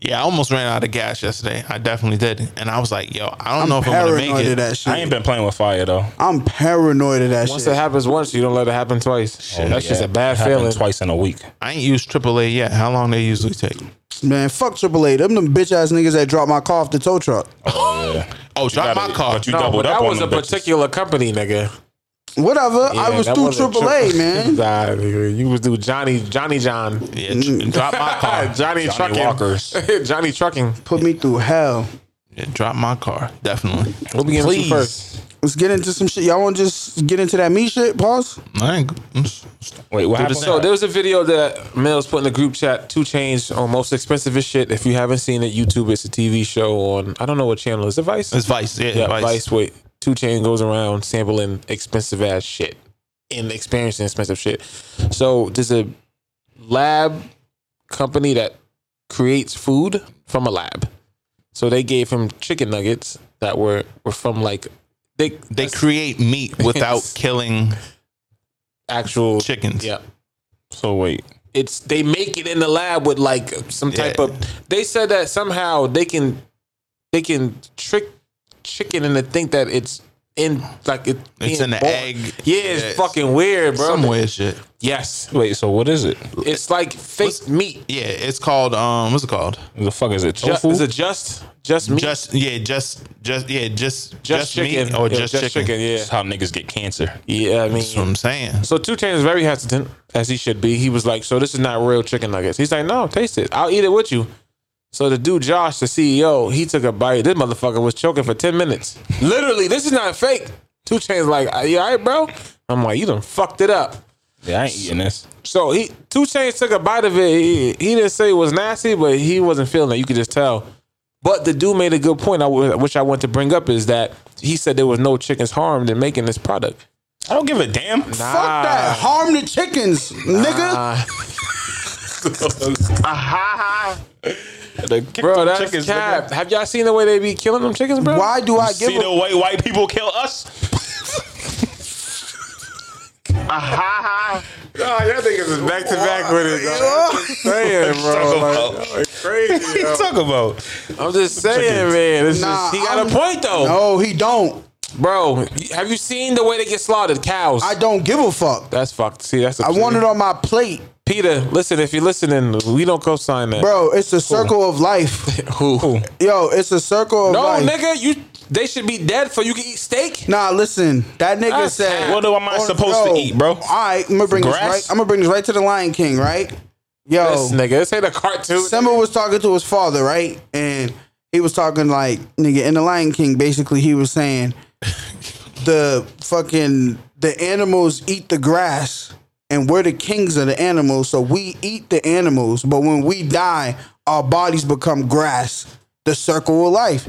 [SPEAKER 6] Yeah, I almost ran out of gas yesterday. I definitely did. And I was like, yo, I don't know if I'm going to
[SPEAKER 1] Paranoid
[SPEAKER 6] make
[SPEAKER 1] of
[SPEAKER 6] it.
[SPEAKER 1] that
[SPEAKER 4] I ain't
[SPEAKER 1] shit.
[SPEAKER 4] been playing with fire though.
[SPEAKER 1] I'm paranoid of that
[SPEAKER 5] Once
[SPEAKER 1] shit.
[SPEAKER 5] it happens once, you don't let it happen twice.
[SPEAKER 4] Oh,
[SPEAKER 5] that's
[SPEAKER 4] yeah.
[SPEAKER 5] just a bad
[SPEAKER 4] It happened
[SPEAKER 5] feeling.
[SPEAKER 4] Twice in a week.
[SPEAKER 6] I ain't used AAA yet. How long they usually take?
[SPEAKER 1] Man, fuck AAA. Them them bitch ass niggas that dropped my car off the tow truck.
[SPEAKER 6] Oh, drop
[SPEAKER 4] gotta-
[SPEAKER 6] my car.
[SPEAKER 4] but you
[SPEAKER 5] No,
[SPEAKER 4] doubled
[SPEAKER 5] but
[SPEAKER 4] up
[SPEAKER 5] that
[SPEAKER 4] on
[SPEAKER 5] was a
[SPEAKER 4] them bitches.
[SPEAKER 5] particular company, nigga.
[SPEAKER 1] Whatever. I
[SPEAKER 5] Yeah,
[SPEAKER 1] was
[SPEAKER 5] that
[SPEAKER 1] through
[SPEAKER 5] wasn't
[SPEAKER 1] AAA,
[SPEAKER 5] tri-
[SPEAKER 1] man.
[SPEAKER 5] Nah, nigga, you was through Johnny, Johnny John,
[SPEAKER 6] Yeah, tr- drop my car.
[SPEAKER 5] Johnny, Trucking,
[SPEAKER 4] Walkers.
[SPEAKER 5] Johnny Trucking.
[SPEAKER 1] Put me through hell.
[SPEAKER 6] Yeah, drop my car. Definitely.
[SPEAKER 5] We'll be getting
[SPEAKER 6] Please.
[SPEAKER 5] you first.
[SPEAKER 1] Let's get into some shit. Y'all want to just get into that me shit? Pause.
[SPEAKER 6] I ain't, mm,
[SPEAKER 4] Wait, what happened?
[SPEAKER 5] So there was a video that Mills put in the group chat. Two chains on most expensive as shit. If you haven't seen it, YouTube. It's a TV show on. I don't know what channel. Is it Vice?
[SPEAKER 6] it's Vice. Yeah,
[SPEAKER 5] yeah,
[SPEAKER 6] Vice.
[SPEAKER 5] Vice. Wait, Two Chain goes around sampling expensive ass shit and experiencing expensive shit. So there's a lab company that creates food from a lab. So they gave him chicken nuggets that were were from like they
[SPEAKER 6] They create meat without killing
[SPEAKER 5] actual
[SPEAKER 6] chickens.
[SPEAKER 5] Yeah,
[SPEAKER 4] So wait,
[SPEAKER 5] it's they make it in the lab with like some type
[SPEAKER 6] Yeah.
[SPEAKER 5] of. They said that somehow they can they can trick chicken into think that it's in like it,
[SPEAKER 6] It's
[SPEAKER 5] being
[SPEAKER 6] in the
[SPEAKER 5] born.
[SPEAKER 6] egg.
[SPEAKER 5] Yeah, it's
[SPEAKER 6] Yeah,
[SPEAKER 5] fucking weird, bro.
[SPEAKER 6] Some weird shit.
[SPEAKER 5] Yes,
[SPEAKER 4] wait. So what is it?
[SPEAKER 5] it's like fake meat.
[SPEAKER 6] Yeah, it's called um what's it called?
[SPEAKER 4] The fuck is it?
[SPEAKER 5] Ju-
[SPEAKER 4] Tofu?
[SPEAKER 5] is it just just meat?
[SPEAKER 6] Just yeah, just just yeah, just
[SPEAKER 5] Just
[SPEAKER 6] just, meat
[SPEAKER 5] chicken.
[SPEAKER 6] or
[SPEAKER 5] Yeah,
[SPEAKER 6] just,
[SPEAKER 5] just
[SPEAKER 6] chicken.
[SPEAKER 5] chicken, yeah.
[SPEAKER 4] That's how niggas get cancer.
[SPEAKER 5] yeah, I mean,
[SPEAKER 6] That's what I'm saying.
[SPEAKER 5] So Two Chainz is very hesitant, as he should be. He was like, "So this is not real chicken nuggets." He's like, "No, taste it. I'll eat it with you." So the dude Josh, the CEO, he took a bite. This motherfucker was choking for ten minutes. Literally, this is not fake. Two Chainz like, "Are you alright, bro?" I'm like, "You done fucked it up."
[SPEAKER 4] Yeah, I ain't eating this.
[SPEAKER 5] So he Two Chains took a bite of it. He, he didn't say it was nasty, but he wasn't feeling it. You could just tell. But the dude made a good point, I w- which I want to bring up, is that he said there was no chickens harmed in making this product.
[SPEAKER 4] I don't give a damn. Ah.
[SPEAKER 1] Fuck that. Harm the chickens, nigga.
[SPEAKER 5] Uh,
[SPEAKER 4] They kick
[SPEAKER 5] bro,
[SPEAKER 4] them
[SPEAKER 5] that's
[SPEAKER 4] chickens,
[SPEAKER 5] cap.
[SPEAKER 4] nigga.
[SPEAKER 5] Have y'all seen the way they be killing them chickens, bro?
[SPEAKER 1] Why do I give
[SPEAKER 4] See
[SPEAKER 1] a
[SPEAKER 4] the way white people kill us?
[SPEAKER 5] Oh, y'all niggas is back to back with it, dog. I'm just saying, bro.
[SPEAKER 4] Talk
[SPEAKER 5] Like, like, crazy, yo.
[SPEAKER 4] Talk about.
[SPEAKER 5] I'm just saying, man. It's
[SPEAKER 1] Nah,
[SPEAKER 5] just, he got
[SPEAKER 1] I'm-
[SPEAKER 5] a point, though.
[SPEAKER 1] No, he don't.
[SPEAKER 5] Bro, have you seen the way they get slaughtered? Cows.
[SPEAKER 1] I don't give a fuck.
[SPEAKER 5] that's fucked. See, that's the
[SPEAKER 1] I want it on my plate,
[SPEAKER 5] Peter, listen, if you're listening, we don't co-sign that.
[SPEAKER 1] bro. It's a circle of life.
[SPEAKER 5] Who?
[SPEAKER 1] Yo, it's a circle of
[SPEAKER 5] No,
[SPEAKER 1] life.
[SPEAKER 5] nigga, you they should be dead for you can eat steak.
[SPEAKER 1] Nah, listen. That nigga
[SPEAKER 5] That's-
[SPEAKER 1] said,
[SPEAKER 4] Ah. What am I
[SPEAKER 1] Oh,
[SPEAKER 4] supposed
[SPEAKER 1] yo.
[SPEAKER 4] to eat, bro?
[SPEAKER 1] All right, I'm gonna bring
[SPEAKER 4] Grass?
[SPEAKER 1] this right. I'm gonna bring this right to the Lion King, right? Yo,
[SPEAKER 5] This nigga, this ain't a cartoon.
[SPEAKER 1] Simba was talking to his father, right? And he was talking like, nigga, in the Lion King, basically he was saying the fucking the animals eat the grass and we're the kings of the animals, so we eat the animals, but when we die, our bodies become grass. The circle of life.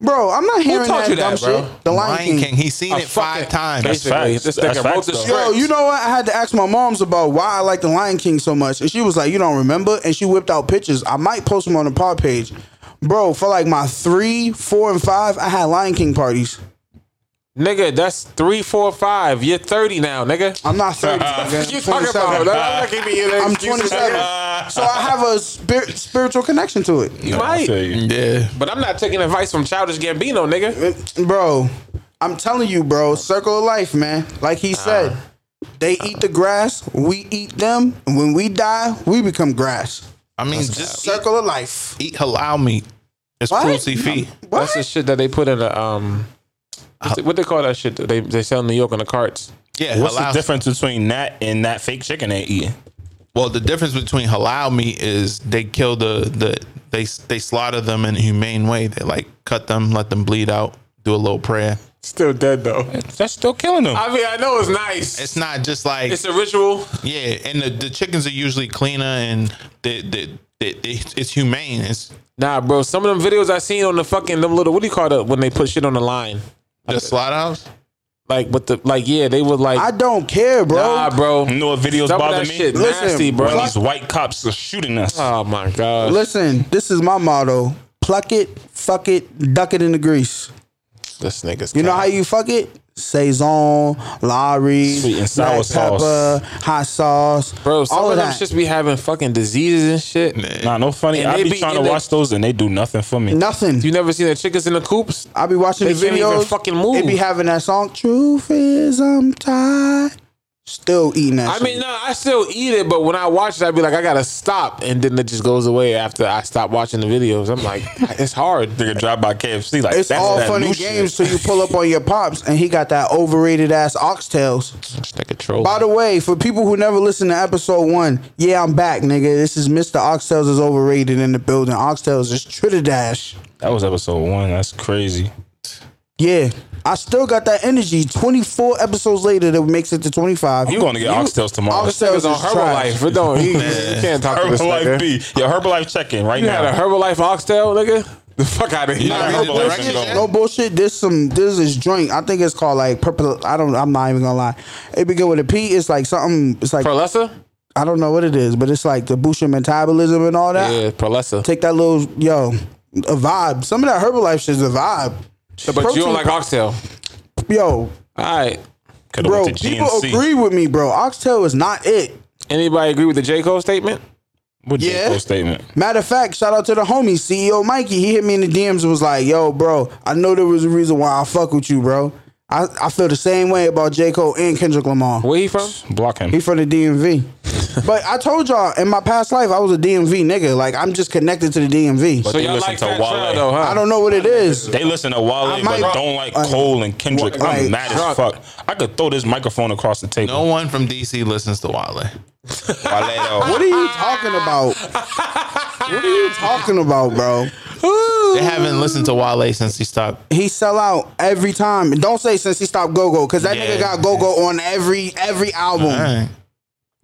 [SPEAKER 1] Bro, I'm not hearing
[SPEAKER 5] taught
[SPEAKER 1] that,
[SPEAKER 5] you
[SPEAKER 1] dumb
[SPEAKER 5] that, bro?
[SPEAKER 1] shit. The Lion,
[SPEAKER 6] Lion
[SPEAKER 1] King.
[SPEAKER 6] King, he's seen
[SPEAKER 5] A
[SPEAKER 6] it five
[SPEAKER 5] fucking-
[SPEAKER 6] times.
[SPEAKER 5] Basically,
[SPEAKER 4] facts.
[SPEAKER 5] this
[SPEAKER 4] That's
[SPEAKER 5] nigga wrote
[SPEAKER 4] facts,
[SPEAKER 5] the
[SPEAKER 4] though.
[SPEAKER 5] script.
[SPEAKER 1] Yo, you know what? I had to ask my moms about why I like the Lion King so much, and she was like, "You don't remember?" And she whipped out pictures. I might post them on the pod page, bro. For like my three, four, and five, I had Lion King parties.
[SPEAKER 5] nigga, that's three, four, five. You're thirty now, nigga.
[SPEAKER 1] I'm not thirty.
[SPEAKER 5] What
[SPEAKER 1] nigga.
[SPEAKER 5] you
[SPEAKER 1] I'm 27.
[SPEAKER 5] talking about? That, that can be an
[SPEAKER 1] I'm
[SPEAKER 5] excuse,
[SPEAKER 1] 27,
[SPEAKER 5] nigga.
[SPEAKER 1] so I have a spir- spiritual connection to it,
[SPEAKER 5] You might,
[SPEAKER 6] Yeah.
[SPEAKER 5] but I'm not taking advice from Childish Gambino, nigga.
[SPEAKER 1] bro. I'm telling you, bro. Circle of life, man. Like he said, they eat the grass, we eat them, and when we die, we become grass.
[SPEAKER 6] I mean, just eat,
[SPEAKER 1] Circle of life.
[SPEAKER 6] eat halal meat. It's
[SPEAKER 1] What?
[SPEAKER 6] cruelty fee.
[SPEAKER 1] What?
[SPEAKER 5] That's the shit that they put in the um. what's it- What they call that shit? that They they sell in New York on the carts.
[SPEAKER 6] Yeah,
[SPEAKER 4] What's
[SPEAKER 6] halal.
[SPEAKER 4] the difference between that and that fake chicken they eating?
[SPEAKER 6] Well, the difference between halal meat is they kill the the they they slaughter them in a humane way. They like cut them, let them bleed out, do a little prayer.
[SPEAKER 5] Still dead though.
[SPEAKER 4] That's still killing them.
[SPEAKER 5] I mean, I know it's nice.
[SPEAKER 6] It's not just like
[SPEAKER 5] It's a ritual.
[SPEAKER 6] yeah, and the, the chickens are usually cleaner and they, they, they, they, it's humane. It's
[SPEAKER 5] Nah, bro. Some of them videos I seen on the fucking them little what do you call it when they put shit on the line?
[SPEAKER 6] the slaughterhouse.
[SPEAKER 5] Like with the like yeah, they would like
[SPEAKER 1] I don't care, bro.
[SPEAKER 5] nah, bro.
[SPEAKER 4] You know what videos
[SPEAKER 5] Some of
[SPEAKER 4] bother
[SPEAKER 5] that
[SPEAKER 4] me?
[SPEAKER 5] shit
[SPEAKER 1] Listen,
[SPEAKER 5] nasty,
[SPEAKER 4] When
[SPEAKER 5] bro.
[SPEAKER 4] these white cops are shooting us.
[SPEAKER 5] Oh my god.
[SPEAKER 1] Listen, this is my motto: pluck it, fuck it, duck it in the grease.
[SPEAKER 5] This nigga's
[SPEAKER 1] You know how you fuck it? Saison, Lari,
[SPEAKER 4] Sweet and sour sauce.
[SPEAKER 1] hot sauce,
[SPEAKER 5] bro, some
[SPEAKER 1] all
[SPEAKER 5] of
[SPEAKER 1] of
[SPEAKER 5] them
[SPEAKER 1] that.
[SPEAKER 5] just be having fucking diseases and shit.
[SPEAKER 4] nah, no funny.
[SPEAKER 5] And
[SPEAKER 4] I
[SPEAKER 5] they
[SPEAKER 4] be,
[SPEAKER 5] be
[SPEAKER 4] trying
[SPEAKER 5] in
[SPEAKER 4] to
[SPEAKER 5] the-
[SPEAKER 4] watch those and they do nothing for me.
[SPEAKER 1] Nothing.
[SPEAKER 5] You never seen the chickens in the coops?
[SPEAKER 1] I be watching
[SPEAKER 5] They
[SPEAKER 1] the
[SPEAKER 5] can't even
[SPEAKER 1] videos.
[SPEAKER 5] fucking move.
[SPEAKER 1] They be having that song. Truth is, I'm tired. Still eating that.
[SPEAKER 5] I
[SPEAKER 1] shit.
[SPEAKER 5] mean, no, I still eat it, but when I watch it, I be like, I gotta stop, and then it just goes away after I stop watching the videos. I'm like, it's hard.
[SPEAKER 4] Nigga drive by KFC like
[SPEAKER 1] it's
[SPEAKER 4] that's
[SPEAKER 1] all
[SPEAKER 4] that
[SPEAKER 1] fun
[SPEAKER 4] new
[SPEAKER 1] and
[SPEAKER 4] shit.
[SPEAKER 1] games till you pull up on your pops and he got that overrated ass oxtails.
[SPEAKER 5] Nigga troll.
[SPEAKER 1] By the way, for people who never listened to episode one, yeah, I'm back, nigga. This is Mr. Oxtails is overrated in the building. Oxtails is Trinidad.
[SPEAKER 4] That was episode one. That's crazy.
[SPEAKER 1] Yeah. I still got that energy 24 episodes later that makes it to 25.
[SPEAKER 4] I'm going to get oxtails tomorrow.
[SPEAKER 1] Oxtails-
[SPEAKER 5] Niggas on
[SPEAKER 1] is trash.
[SPEAKER 5] Herbalife. It don't. He, you can't talk to this nigga.
[SPEAKER 4] Herbalife B. Your Herbalife check-in right
[SPEAKER 5] You
[SPEAKER 4] now.
[SPEAKER 5] had a Herbalife oxtail, nigga? The fuck out of here.
[SPEAKER 6] Nah,
[SPEAKER 1] no,
[SPEAKER 6] Herbalife
[SPEAKER 1] bullshit,
[SPEAKER 6] ain't going.
[SPEAKER 1] no bullshit. There's some. There's this drink. I think it's called like purple. I don't. I'm not even gonna lie. It begin with a P. It's like something. It's like
[SPEAKER 5] Perlessa?
[SPEAKER 1] I don't know what it is, but it's like the boost your metabolism and all that.
[SPEAKER 5] Yeah, Perlessa.
[SPEAKER 1] Take that little yo, a vibe. Some of that Herbalife shit's a vibe.
[SPEAKER 5] But you
[SPEAKER 1] Protein
[SPEAKER 5] don't like oxtail.
[SPEAKER 1] Yo,
[SPEAKER 5] All right.
[SPEAKER 4] Could
[SPEAKER 1] bro, people agree with me, bro. Oxtail is not it.
[SPEAKER 5] Anybody agree with the J Cole statement?
[SPEAKER 4] With
[SPEAKER 1] Yeah.
[SPEAKER 4] yeah. statement.
[SPEAKER 1] Matter of fact, shout out to the homie CEO Mikey. He hit me in the DMs and was like, "Yo, bro, I know there was a reason why I fuck with you, bro. I, I feel the same way about J Cole and Kendrick Lamar.
[SPEAKER 5] Where he from?
[SPEAKER 4] Block him.
[SPEAKER 1] He from the DMV. but I told y'all in my past life I was a DMV nigga. Like I'm just connected to the DMV.
[SPEAKER 5] So
[SPEAKER 4] they
[SPEAKER 5] y'all
[SPEAKER 4] listen
[SPEAKER 5] like
[SPEAKER 4] to
[SPEAKER 5] Fat
[SPEAKER 4] Wale.
[SPEAKER 5] Trout though, huh?
[SPEAKER 1] I don't know what it is.
[SPEAKER 4] They listen to Wale,
[SPEAKER 1] might-
[SPEAKER 4] but don't like
[SPEAKER 1] Uh,
[SPEAKER 4] Cole and Kendrick.
[SPEAKER 1] like,
[SPEAKER 4] I'm mad as fuck. I could throw this microphone across the table.
[SPEAKER 6] No one from DC listens to Wale.
[SPEAKER 4] Wale,
[SPEAKER 1] What are you talking about? What are you talking about, bro?
[SPEAKER 6] They haven't listened to Wale since he stopped.
[SPEAKER 1] He sell out every time. And don't say since he stopped Go Go, because that
[SPEAKER 6] Yeah.
[SPEAKER 1] nigga got Go Go on every every album.
[SPEAKER 6] All right.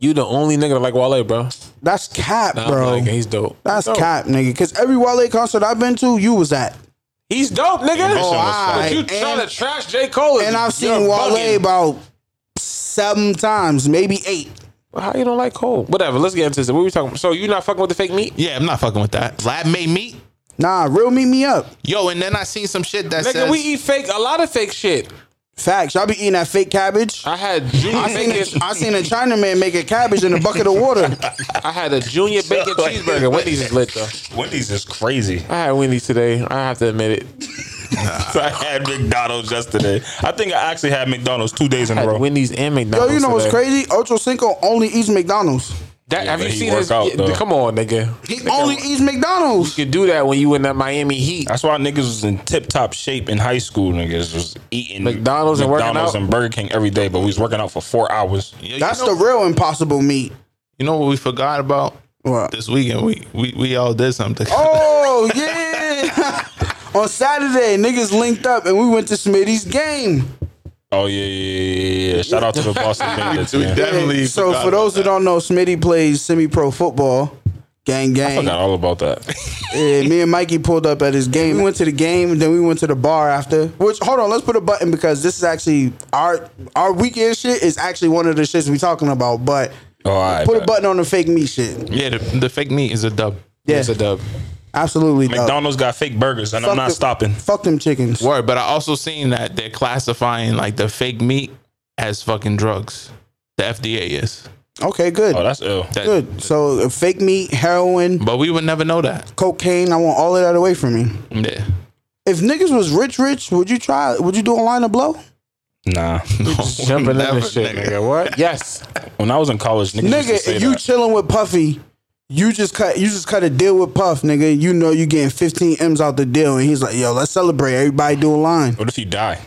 [SPEAKER 5] You the only nigga that like Wale, bro.
[SPEAKER 1] That's cap,
[SPEAKER 5] Nah,
[SPEAKER 1] bro.
[SPEAKER 5] I'm like, he's dope.
[SPEAKER 1] That's
[SPEAKER 5] Dope.
[SPEAKER 1] cap, nigga. Because every Wale concert I've been to, you was at.
[SPEAKER 5] He's dope, nigga.
[SPEAKER 4] Oh,
[SPEAKER 1] alright.
[SPEAKER 5] you trying
[SPEAKER 1] And-
[SPEAKER 5] to trash J Cole?
[SPEAKER 1] And I've seen
[SPEAKER 5] You're
[SPEAKER 1] Wale
[SPEAKER 5] bugging.
[SPEAKER 1] about seven times, maybe eight.
[SPEAKER 5] But How you don't like Cole? Whatever. Let's get into this. What we talking? about? So you not fucking with the fake meat?
[SPEAKER 6] Yeah, I'm not fucking with that. Lab made meat.
[SPEAKER 1] Nah, real meet me up.
[SPEAKER 6] Yo, and then I seen some shit that
[SPEAKER 5] Nigga,
[SPEAKER 6] says
[SPEAKER 5] we eat fake. A lot of fake shit.
[SPEAKER 1] Facts. Y'all be eating that fake cabbage.
[SPEAKER 5] I had junior
[SPEAKER 1] I seen,
[SPEAKER 5] bacon.
[SPEAKER 1] a, I seen a Chinaman make a cabbage in a bucket of water.
[SPEAKER 5] I had a junior bacon cheeseburger. Wendy's is lit though.
[SPEAKER 4] Wendy's is crazy.
[SPEAKER 5] I had Wendy's today. I have to admit it.
[SPEAKER 4] So I had McDonald's yesterday. I think I actually had McDonald's two days in
[SPEAKER 5] I
[SPEAKER 4] a
[SPEAKER 5] had
[SPEAKER 4] row.
[SPEAKER 5] Wendy's and
[SPEAKER 1] Yo,
[SPEAKER 5] McDonald's.
[SPEAKER 1] you know what's
[SPEAKER 5] today.
[SPEAKER 1] crazy? Ocho Cinco only eats McDonald's.
[SPEAKER 5] That,
[SPEAKER 4] Yeah,
[SPEAKER 5] have
[SPEAKER 4] but
[SPEAKER 5] you
[SPEAKER 4] he
[SPEAKER 5] seen
[SPEAKER 4] work
[SPEAKER 5] his?
[SPEAKER 4] out,
[SPEAKER 5] yeah,
[SPEAKER 4] though.
[SPEAKER 5] come on, nigga.
[SPEAKER 1] He only eats McDonald's.
[SPEAKER 5] You do that when you in that Miami Heat.
[SPEAKER 4] That's why niggas was in tip top shape in high school. Niggas was eating
[SPEAKER 5] McDonald's and working
[SPEAKER 4] McDonald's
[SPEAKER 5] out?
[SPEAKER 4] and Burger King every day, but we was working out for four hours.
[SPEAKER 6] Yo, you
[SPEAKER 1] That's
[SPEAKER 6] know-
[SPEAKER 1] the real impossible meat.
[SPEAKER 6] You know what we forgot about
[SPEAKER 1] What?
[SPEAKER 6] this weekend? We we, we all did something.
[SPEAKER 1] Oh yeah! On Saturday, niggas linked up and we went to Smitty's game.
[SPEAKER 4] Oh yeah, yeah, yeah, yeah. Shout out to the Boston Bandits.
[SPEAKER 6] we
[SPEAKER 4] Man.
[SPEAKER 6] definitely.
[SPEAKER 1] So
[SPEAKER 6] forgot
[SPEAKER 1] for those who
[SPEAKER 6] about
[SPEAKER 1] don't know, Smitty plays semi-pro football. Gang, gang.
[SPEAKER 4] Forgot all about that.
[SPEAKER 1] Yeah, me and Mikey pulled up at his game. We went to the game, and then we went to the bar after. Which hold on, let's put a button because this is actually our our weekend shit is actually one of the shits we talking about. But
[SPEAKER 4] Oh, all right.
[SPEAKER 1] put a
[SPEAKER 4] bet.
[SPEAKER 1] button on the fake meat shit.
[SPEAKER 6] that. yeah, the, the fake meat is a dub.
[SPEAKER 1] Yeah,
[SPEAKER 5] It's a dub.
[SPEAKER 1] absolutely. dog.
[SPEAKER 4] McDonald's got fake burgers, and
[SPEAKER 1] Fuck
[SPEAKER 4] I'm not
[SPEAKER 1] the-
[SPEAKER 4] stopping.
[SPEAKER 1] Fuck them chickens.
[SPEAKER 6] Word, but I also seen that they're classifying like the fake meat as fucking drugs. The FDA is.
[SPEAKER 1] Okay, good,
[SPEAKER 4] Oh, that's ill.
[SPEAKER 6] That-
[SPEAKER 1] good. So uh, fake meat, heroin,
[SPEAKER 6] But we would never know that.
[SPEAKER 1] cocaine. I want all of that away from me.
[SPEAKER 6] Yeah.
[SPEAKER 1] If niggas was rich, rich, would you try? Would you do a line of blow?
[SPEAKER 4] Nah.
[SPEAKER 5] Jumping in
[SPEAKER 6] Never,
[SPEAKER 5] this shit, nigga. What? Yes.
[SPEAKER 4] When I was in college, niggas used to
[SPEAKER 1] Nigga,
[SPEAKER 4] say
[SPEAKER 1] if you
[SPEAKER 4] that.
[SPEAKER 1] chilling with Puffy, you just cut you just cut a deal with Puff, nigga. You know you getting 15 M's out the deal. And he's like, yo, let's celebrate. Everybody do a line.
[SPEAKER 4] what if you die?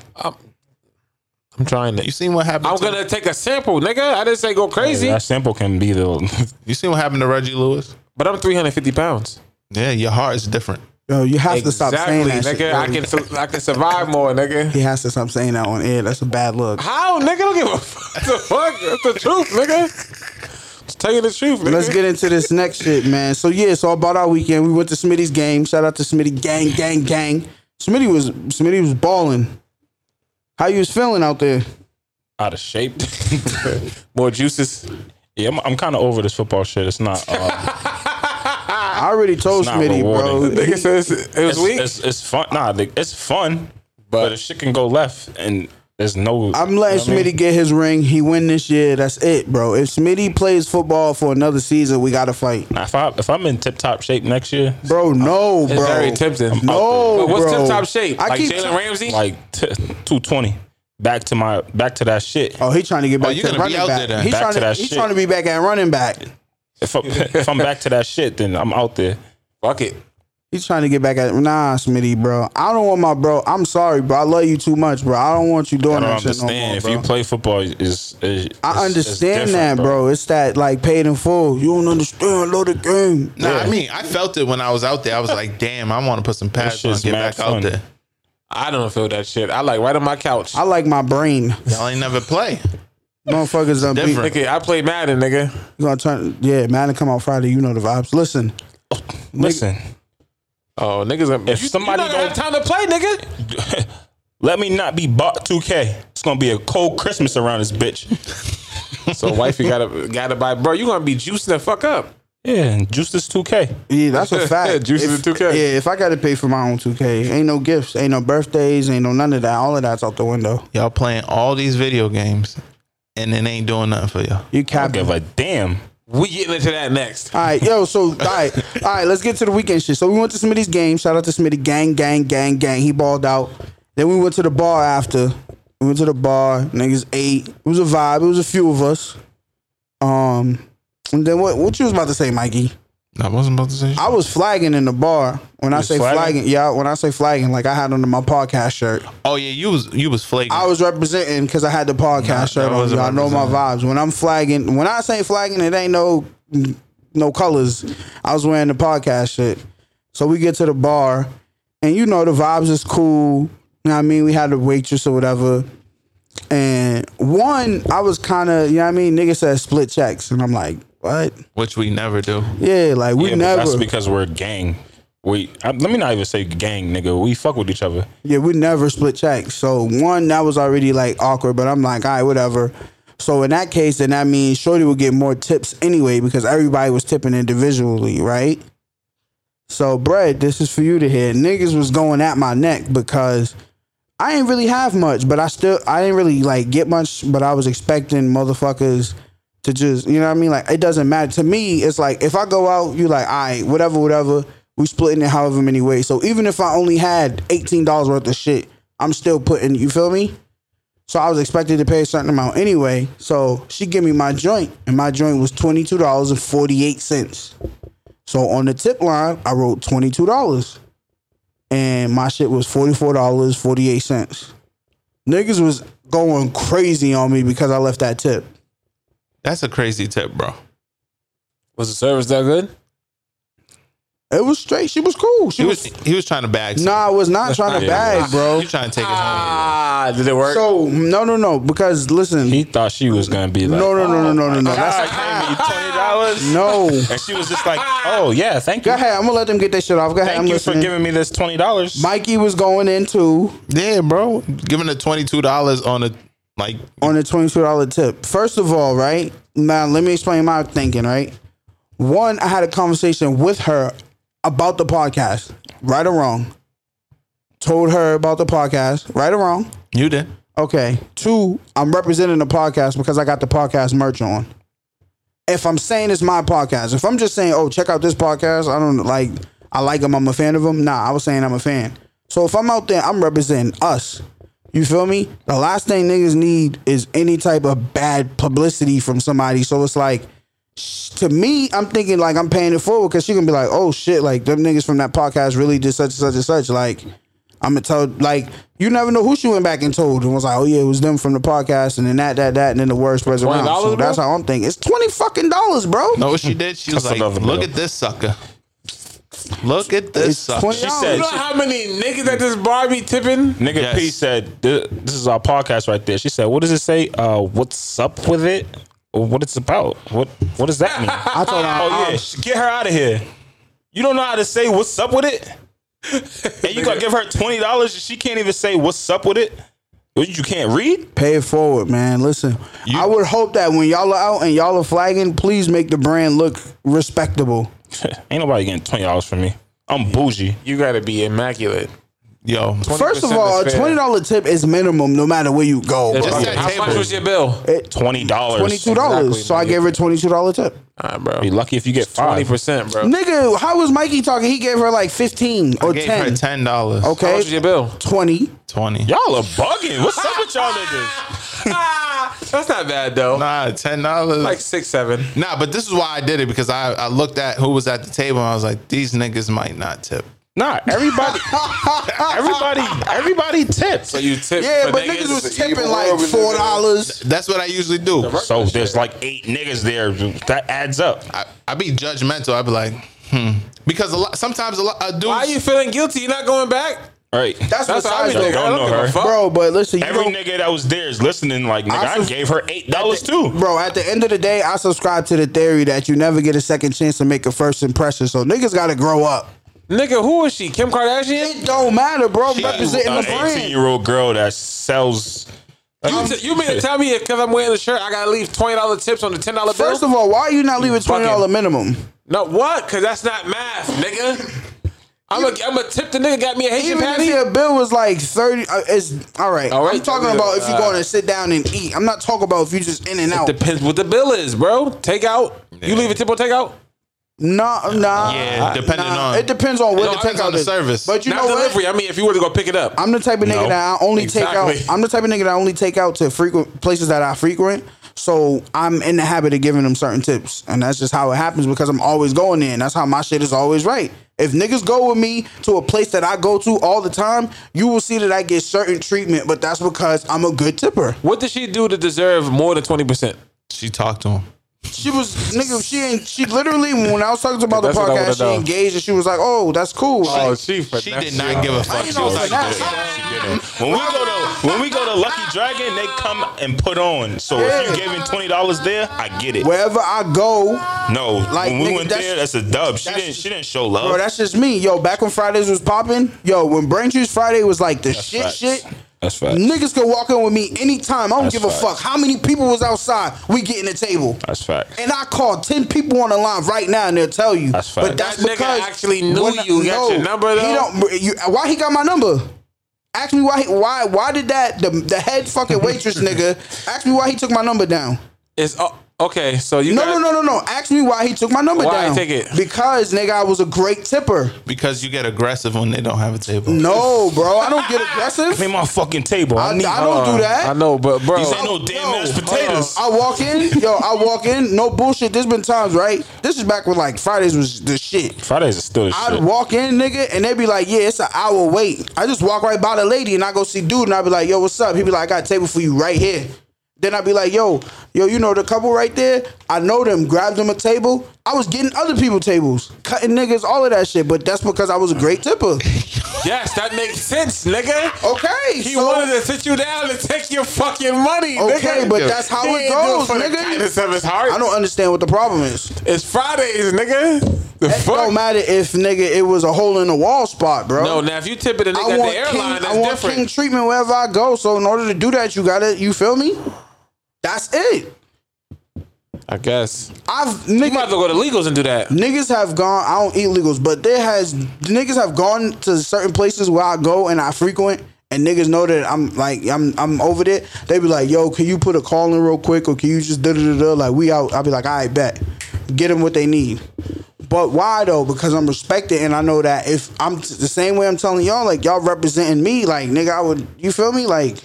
[SPEAKER 5] I'm trying
[SPEAKER 6] You
[SPEAKER 5] to.
[SPEAKER 6] seen what happened?
[SPEAKER 5] I'm
[SPEAKER 6] to,
[SPEAKER 5] gonna take a sample, nigga. I didn't say go crazy,
[SPEAKER 4] That sample can be the.
[SPEAKER 6] You seen what happened to Reggie Lewis?
[SPEAKER 5] but I'm 350 pounds.
[SPEAKER 6] Yeah, your heart is different.
[SPEAKER 1] Yo, you have to stop saying that
[SPEAKER 5] nigga.
[SPEAKER 1] shit. yo.
[SPEAKER 5] I can su- I can survive more, nigga.
[SPEAKER 1] he has to stop saying that on air. That's a bad look.
[SPEAKER 5] How, nigga? Don't give a fuck. the fuck. That's the truth, nigga. Just tell you the truth, nigga.
[SPEAKER 1] Let's get into this next shit, man. So yeah, so about our weekend, we went to Smitty's game. Shout out to Smitty, gang, gang, gang. Smitty was Smitty was balling. How you was feeling out there?
[SPEAKER 4] out of shape.
[SPEAKER 5] more juices.
[SPEAKER 4] yeah, I'm, I'm kind of over this football shit. It's not. Uh,
[SPEAKER 1] I already told
[SPEAKER 4] not
[SPEAKER 1] Smitty,
[SPEAKER 4] rewarding.
[SPEAKER 1] bro.
[SPEAKER 5] Nigga says it was
[SPEAKER 4] it's,
[SPEAKER 5] weak.
[SPEAKER 4] it's, it's fun. Nah, like, it's fun, but, the shit can go left, and there's no.
[SPEAKER 1] I'm letting
[SPEAKER 4] you know what I
[SPEAKER 1] Smitty
[SPEAKER 4] mean?
[SPEAKER 1] get his ring. He win this year. That's it, bro. If Smitty plays football for another season, we gotta fight,
[SPEAKER 4] Nah, if I if I'm in tip top shape next year,
[SPEAKER 1] bro. No,
[SPEAKER 5] it's
[SPEAKER 1] bro.
[SPEAKER 5] very tempting.
[SPEAKER 1] No,
[SPEAKER 5] But what's
[SPEAKER 1] bro.
[SPEAKER 5] tip top shape?
[SPEAKER 1] I
[SPEAKER 5] like
[SPEAKER 1] keep.
[SPEAKER 5] Jalen Ramsey?
[SPEAKER 4] like t- 220, back to my back to that shit.
[SPEAKER 1] oh, he trying to get back
[SPEAKER 6] Oh, you
[SPEAKER 1] to
[SPEAKER 6] gonna be
[SPEAKER 1] running
[SPEAKER 6] out
[SPEAKER 1] back.
[SPEAKER 6] there then.
[SPEAKER 1] He
[SPEAKER 4] Back
[SPEAKER 1] trying
[SPEAKER 4] to
[SPEAKER 1] to,
[SPEAKER 4] that
[SPEAKER 1] he
[SPEAKER 4] shit.
[SPEAKER 1] trying to be back at running back.
[SPEAKER 4] If, I, if I'm back to that shit, then I'm out there.
[SPEAKER 5] Fuck it.
[SPEAKER 1] He's trying to get back at nah, Smitty, bro. I don't want my bro. I'm sorry, bro. I love you too much, bro. I don't want you
[SPEAKER 4] I
[SPEAKER 1] doing
[SPEAKER 4] don't
[SPEAKER 1] that shit no
[SPEAKER 4] understand.
[SPEAKER 1] more,
[SPEAKER 4] if
[SPEAKER 1] bro.
[SPEAKER 4] you play football, is
[SPEAKER 1] I understand that, bro. It's that like paid in full. You don't understand. I love the game.
[SPEAKER 6] Nah, I mean, I felt it when I was out there. I was like, damn, I want to put some pads on,
[SPEAKER 4] shit's
[SPEAKER 6] get
[SPEAKER 4] mad
[SPEAKER 6] back out
[SPEAKER 4] fun.
[SPEAKER 6] there.
[SPEAKER 5] I don't feel that shit. I like right on my couch.
[SPEAKER 1] I like my brain.
[SPEAKER 6] Y'all ain't never play.
[SPEAKER 1] Motherfuckers done beat.
[SPEAKER 6] Different.
[SPEAKER 5] Nigga, I play Madden, nigga.
[SPEAKER 1] Gonna turn. Yeah, Madden come out Friday. You know the vibes. Listen,
[SPEAKER 4] Listen,
[SPEAKER 5] Oh, niggas.
[SPEAKER 4] If somebody
[SPEAKER 5] you not gonna
[SPEAKER 4] don't-
[SPEAKER 5] have time to play, nigga.
[SPEAKER 4] let me not be bought 2K. It's gonna be a cold Christmas around this bitch.
[SPEAKER 5] So wifey gotta gotta buy, bro. You gonna be juicing the fuck up.
[SPEAKER 4] Yeah, and Juice is 2K.
[SPEAKER 1] Yeah, that's a fact.
[SPEAKER 5] Juice is
[SPEAKER 1] If-
[SPEAKER 5] a 2K.
[SPEAKER 1] Yeah, if I got to pay for my own 2K, ain't no gifts, ain't no birthdays, ain't no none of that. All of that's out the window.
[SPEAKER 6] Y'all playing all these video games and it ain't doing nothing for y'all.
[SPEAKER 1] You
[SPEAKER 4] I
[SPEAKER 1] cap.
[SPEAKER 4] give
[SPEAKER 1] All
[SPEAKER 4] a damn.
[SPEAKER 5] We getting into that next.
[SPEAKER 1] right, yo. So, all right, all right. Let's get to the weekend shit. So we went to Smitty's game. Shout out to Smitty, gang, gang, gang, gang. He balled out. Then we went to the bar after. We went to the bar. Niggas ate. It was a vibe. It was a few of us. Um, and then what? What you was about to say, Mikey?
[SPEAKER 6] I wasn't about to say.
[SPEAKER 1] I was flagging in the bar. When I
[SPEAKER 4] was
[SPEAKER 1] say
[SPEAKER 4] flagging?
[SPEAKER 1] flagging, yeah. When I say flagging, like I had under my podcast shirt.
[SPEAKER 6] Oh yeah, you was you was flaking.
[SPEAKER 1] I was representing because I had the podcast shirt on.
[SPEAKER 6] wasn't
[SPEAKER 1] Y'all know my vibes. When I'm flagging, when I say flagging, it ain't no no colors. I was wearing the podcast shit. So we get to the bar, and you know the vibes is cool. You know what I mean? We had a waitress or whatever. And one, I was kind of, you know what I mean? Nigga said split checks. And I'm like, what?
[SPEAKER 6] which we never do.
[SPEAKER 1] Yeah, like we
[SPEAKER 4] Yeah, but
[SPEAKER 1] never.
[SPEAKER 4] that's because we're a gang. We I, let me not even say gang, nigga. We fuck with each other.
[SPEAKER 1] Yeah, we never split checks. So one, that was already like awkward, but I'm like, all right, whatever. So in that case, then that means Shorty would get more tips anyway because everybody was tipping individually, right? So bread, this is for you to hear. Niggas was going at my neck because I ain't really have much, but I still I didn't really like get much, but I was expecting motherfuckers to just you know what I mean. Like it doesn't matter to me. It's like if I go out, you like all right, whatever, whatever. We splitting it however many ways. So even if I only had eighteen dollars worth of shit, I'm still putting. You feel me? So I was expected to pay a certain amount anyway. So she give me my joint, and my joint was twenty two dollars and forty eight cents. So on the tip line, I wrote twenty two dollars, and my shit was forty four dollars forty eight cents. Niggas was going crazy on me because I left that tip.
[SPEAKER 6] That's a crazy tip, bro.
[SPEAKER 5] Was the service that good?
[SPEAKER 1] It was straight. She was cool. She
[SPEAKER 6] He
[SPEAKER 1] was.
[SPEAKER 6] was he was trying to bag.
[SPEAKER 1] No, I was not trying to bag, bro.
[SPEAKER 6] you trying to take it home.
[SPEAKER 5] Ah, did it work?
[SPEAKER 1] So no, no, no. Because listen,
[SPEAKER 4] He thought she was gonna be like,
[SPEAKER 1] no, no, no, no, no, no, no.
[SPEAKER 4] "Ah,
[SPEAKER 1] That's
[SPEAKER 4] you gave me twenty dollars,
[SPEAKER 1] no.
[SPEAKER 4] and she was just like, "Oh yeah, thank you,
[SPEAKER 1] Go ahead. I'm gonna let them get their shit off. Go ahead.
[SPEAKER 4] thank
[SPEAKER 1] I'm
[SPEAKER 4] you
[SPEAKER 1] listening.
[SPEAKER 4] for giving me this twenty dollars."
[SPEAKER 1] Mikey was going into
[SPEAKER 6] Yeah, bro. Giving the twenty two dollars on a like
[SPEAKER 1] on a twenty two dollar tip. First of all, right now, let me explain my thinking. Right, one, I had a conversation with her about the podcast, right or wrong. Told her about the podcast, right or wrong.
[SPEAKER 6] you did.
[SPEAKER 1] Okay. Two, I'm representing the podcast because I got the podcast merch on. If I'm saying it's my podcast, if I'm just saying, oh, check out this podcast, I don't like, I like them, I'm a fan of them. Nah, I was saying I'm a fan. So if I'm out there, I'm representing us. You feel me? The last thing niggas need is any type of bad publicity from somebody. So it's like, sh- to me, I'm thinking like I'm paying it forward because she can be like, oh shit, like them niggas from that podcast really did such and such and such. Like, I'm gonna tell like you never know who she went back and told and was like, oh yeah, it was them from the podcast and then that that that and then the word spreads around.
[SPEAKER 5] $20,
[SPEAKER 1] So that's
[SPEAKER 5] bro?
[SPEAKER 1] how I'm thinking. It's twenty fucking dollars, bro.
[SPEAKER 6] No, what she did, she was
[SPEAKER 4] That's
[SPEAKER 6] like,
[SPEAKER 4] another
[SPEAKER 6] "Look
[SPEAKER 4] bill.
[SPEAKER 6] at this sucker. Look at this
[SPEAKER 1] it's
[SPEAKER 6] sucker."
[SPEAKER 1] twenty
[SPEAKER 4] said-
[SPEAKER 5] Oh, You
[SPEAKER 1] dollars.
[SPEAKER 5] know how many niggas at this bar be tipping?
[SPEAKER 4] Nigga
[SPEAKER 6] Yes.
[SPEAKER 4] P said, "Th- "This is our podcast right there." She said, "What does it say? Uh, what's up with it? Or What it's about? What What does that mean?"
[SPEAKER 1] I told her,
[SPEAKER 4] oh yeah,
[SPEAKER 1] oh,
[SPEAKER 4] sh- get her out of here. You don't know how to say what's up with it, and you gonna give her twenty dollars? She can't even say what's up with it. What, You can't read.
[SPEAKER 1] pay it forward, man. Listen, I would hope that when y'all are out and y'all are flagging, please make the brand look respectable.
[SPEAKER 4] Ain't nobody getting twenty dollars from me. I'm bougie.
[SPEAKER 5] You gotta be immaculate.
[SPEAKER 6] Yo,
[SPEAKER 1] First of
[SPEAKER 5] 20%
[SPEAKER 1] all, a
[SPEAKER 5] is fair.
[SPEAKER 1] twenty dollar tip is minimum no matter where you go.
[SPEAKER 5] Just
[SPEAKER 6] that
[SPEAKER 5] How
[SPEAKER 6] table.
[SPEAKER 5] much was your bill?
[SPEAKER 4] Twenty dollars.
[SPEAKER 1] Twenty two dollars.
[SPEAKER 5] Exactly,
[SPEAKER 1] so I
[SPEAKER 5] man.
[SPEAKER 1] gave her a twenty two dollar tip.
[SPEAKER 5] All right, bro.
[SPEAKER 4] Be lucky if you get
[SPEAKER 5] Twenty
[SPEAKER 4] five.
[SPEAKER 5] percent, bro.
[SPEAKER 1] Nigga, how was Mikey talking? He gave her like fifteen or
[SPEAKER 6] gave
[SPEAKER 1] ten.
[SPEAKER 6] her ten dollars.
[SPEAKER 1] Okay.
[SPEAKER 5] How much was your bill?
[SPEAKER 1] Twenty.
[SPEAKER 6] twenty.
[SPEAKER 4] Y'all are bugging. What's up with y'all niggas?
[SPEAKER 5] ah, that's not bad though.
[SPEAKER 6] Nah, ten dollars.
[SPEAKER 5] Like six, seven.
[SPEAKER 6] nah, but this is why I did it because I, I looked at who was at the table and I was like, these niggas might not tip.
[SPEAKER 4] Nah, everybody, everybody, everybody tips.
[SPEAKER 5] So you tip
[SPEAKER 1] Yeah,
[SPEAKER 5] for
[SPEAKER 1] but
[SPEAKER 5] niggas.
[SPEAKER 1] niggas was
[SPEAKER 7] it's an evil
[SPEAKER 1] tipping
[SPEAKER 7] world
[SPEAKER 1] like
[SPEAKER 7] we live
[SPEAKER 1] four
[SPEAKER 7] in.
[SPEAKER 1] dollars.
[SPEAKER 6] That's what I usually do.
[SPEAKER 4] So there's like eight niggas there. That adds up.
[SPEAKER 6] I, I be judgmental. I be like, hmm, because a lot sometimes a lot a dude.
[SPEAKER 5] Why are you feeling guilty? You're not going back?
[SPEAKER 4] All right.
[SPEAKER 1] That's,
[SPEAKER 5] That's how I
[SPEAKER 1] besides
[SPEAKER 5] be
[SPEAKER 1] the
[SPEAKER 5] thinking. I
[SPEAKER 4] Don't
[SPEAKER 5] don't,
[SPEAKER 4] know
[SPEAKER 5] give
[SPEAKER 4] her.
[SPEAKER 5] a fuck.
[SPEAKER 1] bro. But listen, you
[SPEAKER 4] Every
[SPEAKER 1] don't-
[SPEAKER 4] nigga that was there is listening. Like, nigga,
[SPEAKER 1] I
[SPEAKER 4] I,
[SPEAKER 1] sus-
[SPEAKER 4] gave her eight dollars too.
[SPEAKER 1] bro. At the end of the day, I subscribe to the theory that you never get a second chance to make a first impression. So niggas got to grow up.
[SPEAKER 5] Nigga, who is she? Kim Kardashian?
[SPEAKER 1] It don't matter, bro. I'm representing the
[SPEAKER 4] Eighteen
[SPEAKER 1] brand.
[SPEAKER 4] year old girl that sells.
[SPEAKER 5] You, t- you mean to tell me because I'm wearing the shirt, I gotta leave twenty dollar tips on the ten dollar bill?
[SPEAKER 1] First of all, why are you not leaving
[SPEAKER 5] Fuck
[SPEAKER 1] twenty
[SPEAKER 5] him.
[SPEAKER 1] dollar minimum?
[SPEAKER 5] No, what? Because that's not math, nigga. I'm a, I'm a tip the nigga got me a Haitian
[SPEAKER 1] Even if
[SPEAKER 5] patty.
[SPEAKER 1] your bill was like thirty, uh, it's all right.
[SPEAKER 5] All right.
[SPEAKER 1] I'm talking about if you go in and sit down and eat. I'm not talking about if you just in and out.
[SPEAKER 5] Depends what the bill is, bro. Take out. You leave a tip on takeout?
[SPEAKER 1] No, nah.
[SPEAKER 6] Yeah, depending
[SPEAKER 1] nah.
[SPEAKER 6] on-
[SPEAKER 1] it depends on what
[SPEAKER 5] No,
[SPEAKER 1] the
[SPEAKER 5] it depends
[SPEAKER 1] takeout
[SPEAKER 6] on the
[SPEAKER 1] is.
[SPEAKER 6] service.
[SPEAKER 1] But you
[SPEAKER 5] Not
[SPEAKER 1] know
[SPEAKER 5] delivery.
[SPEAKER 1] what?
[SPEAKER 5] I mean, if you were to go pick it up.
[SPEAKER 1] I'm the type of nigga
[SPEAKER 4] No.
[SPEAKER 1] that I only
[SPEAKER 5] Exactly.
[SPEAKER 1] take out. I'm the type of nigga that I only take out to frequent places that I frequent. So I'm in the habit of giving them certain tips, and that's just how it happens because I'm always going there, and that's how my shit is always right. If niggas go with me to a place that I go to all the time, you will see that I get certain treatment, but that's because I'm a good tipper.
[SPEAKER 5] What did she do to deserve more than 20%?
[SPEAKER 6] She talked to him.
[SPEAKER 1] She was nigga. She ain't. She literally when I was talking about the
[SPEAKER 5] That's what I wanna
[SPEAKER 1] podcast, she
[SPEAKER 5] know.
[SPEAKER 1] engaged and she was like, "Oh, that's cool." Like,
[SPEAKER 5] she
[SPEAKER 6] She did not give a fuck.
[SPEAKER 1] ain't
[SPEAKER 6] She was
[SPEAKER 1] no
[SPEAKER 6] like,
[SPEAKER 1] finesse.
[SPEAKER 4] When we go to when we go to Lucky Dragon, they come and put on. So if you gave in twenty dollars there, I get it.
[SPEAKER 1] wherever I go,
[SPEAKER 4] No,
[SPEAKER 1] Like,
[SPEAKER 4] when we
[SPEAKER 1] nigga,
[SPEAKER 4] went
[SPEAKER 1] that's-
[SPEAKER 4] there, that's a dub. She
[SPEAKER 1] that's-
[SPEAKER 4] didn't she didn't show love.
[SPEAKER 1] Bro, that's just me. Yo, back when Fridays was popping, yo, when Braintree's Friday was like the shit
[SPEAKER 4] facts.
[SPEAKER 1] shit.
[SPEAKER 4] That's facts.
[SPEAKER 1] Niggas could walk in with me anytime. I don't
[SPEAKER 4] That's
[SPEAKER 1] give a
[SPEAKER 4] facts.
[SPEAKER 1] fuck how many people was outside. We getting a table.
[SPEAKER 4] That's facts.
[SPEAKER 1] And I called 10 people on the line right now and they'll tell you.
[SPEAKER 4] That's
[SPEAKER 1] But
[SPEAKER 4] facts.
[SPEAKER 1] that's
[SPEAKER 5] That nigga
[SPEAKER 1] because
[SPEAKER 5] actually knew
[SPEAKER 1] when I-
[SPEAKER 5] you. He got your number,
[SPEAKER 1] He
[SPEAKER 5] though?
[SPEAKER 1] don't, you, why he got my number? Ask me why he, why why did that the, the head fucking waitress nigga ask me why he took my number down.
[SPEAKER 5] It's, oh, okay, so you
[SPEAKER 1] No
[SPEAKER 5] got-
[SPEAKER 1] no no no no. Ask me why he took my number
[SPEAKER 5] Why he
[SPEAKER 1] down.
[SPEAKER 5] take it?
[SPEAKER 1] Because nigga I was a great tipper.
[SPEAKER 6] because you get aggressive when they don't have a table.
[SPEAKER 1] No, bro, I don't get aggressive.
[SPEAKER 4] Clean my fucking table.
[SPEAKER 1] I,
[SPEAKER 4] I need.
[SPEAKER 1] I don't do that.
[SPEAKER 5] Uh, I know, but bro.
[SPEAKER 4] These ain't no damn mashed potatoes.
[SPEAKER 1] I walk in, yo, I walk in, no bullshit. There's been times, right? This is back when like Fridays was the shit.
[SPEAKER 4] Fridays is still the
[SPEAKER 1] I'd
[SPEAKER 4] shit.
[SPEAKER 1] walk in, nigga, and they'd be like, yeah, it's an hour wait. I just walk right by the lady and I go see dude and I'd be like, yo, what's up? He'd be like, I got a table for you right here. Then I'd be like, yo, yo, you know the couple right there? I know them, grabbed them a table. I was getting other people tables, cutting niggas, all of that shit, but that's because I was a great tipper.
[SPEAKER 5] yes, that makes sense, nigga.
[SPEAKER 1] Okay.
[SPEAKER 5] He
[SPEAKER 1] so-
[SPEAKER 5] wanted to sit you down and take your fucking money,
[SPEAKER 1] Okay,
[SPEAKER 5] nigga.
[SPEAKER 1] but that's how
[SPEAKER 5] He
[SPEAKER 1] it
[SPEAKER 5] ain't do
[SPEAKER 1] goes,
[SPEAKER 5] for the
[SPEAKER 1] nigga.
[SPEAKER 5] kindness of his heart.
[SPEAKER 1] I don't understand what the problem is.
[SPEAKER 5] It's Fridays, nigga. The
[SPEAKER 1] It don't matter if nigga it was a hole in the wall spot, bro.
[SPEAKER 5] No, now if you tip it and they
[SPEAKER 1] I
[SPEAKER 5] got
[SPEAKER 1] want
[SPEAKER 5] the airline,
[SPEAKER 1] king,
[SPEAKER 5] that's
[SPEAKER 1] I want
[SPEAKER 5] different.
[SPEAKER 1] king treatment wherever I go. So in order to do that, you gotta, you feel me? That's it.
[SPEAKER 5] I guess.
[SPEAKER 1] I've
[SPEAKER 5] You might
[SPEAKER 1] nigga,
[SPEAKER 5] as well go to legals and do that.
[SPEAKER 1] niggas have gone. I don't eat legals, but there has niggas have gone to certain places where I go and I frequent. And niggas know that I'm like I'm I'm over there. They be like, "Yo, can you put a call in real quick, or can you just da da da da?" Like we out. I be like, "All right, bet. Get them what they need." But why though? Because I'm respected and I know that if I'm t- the same way I'm telling y'all, like y'all representing me, like nigga, I would. You feel me? Like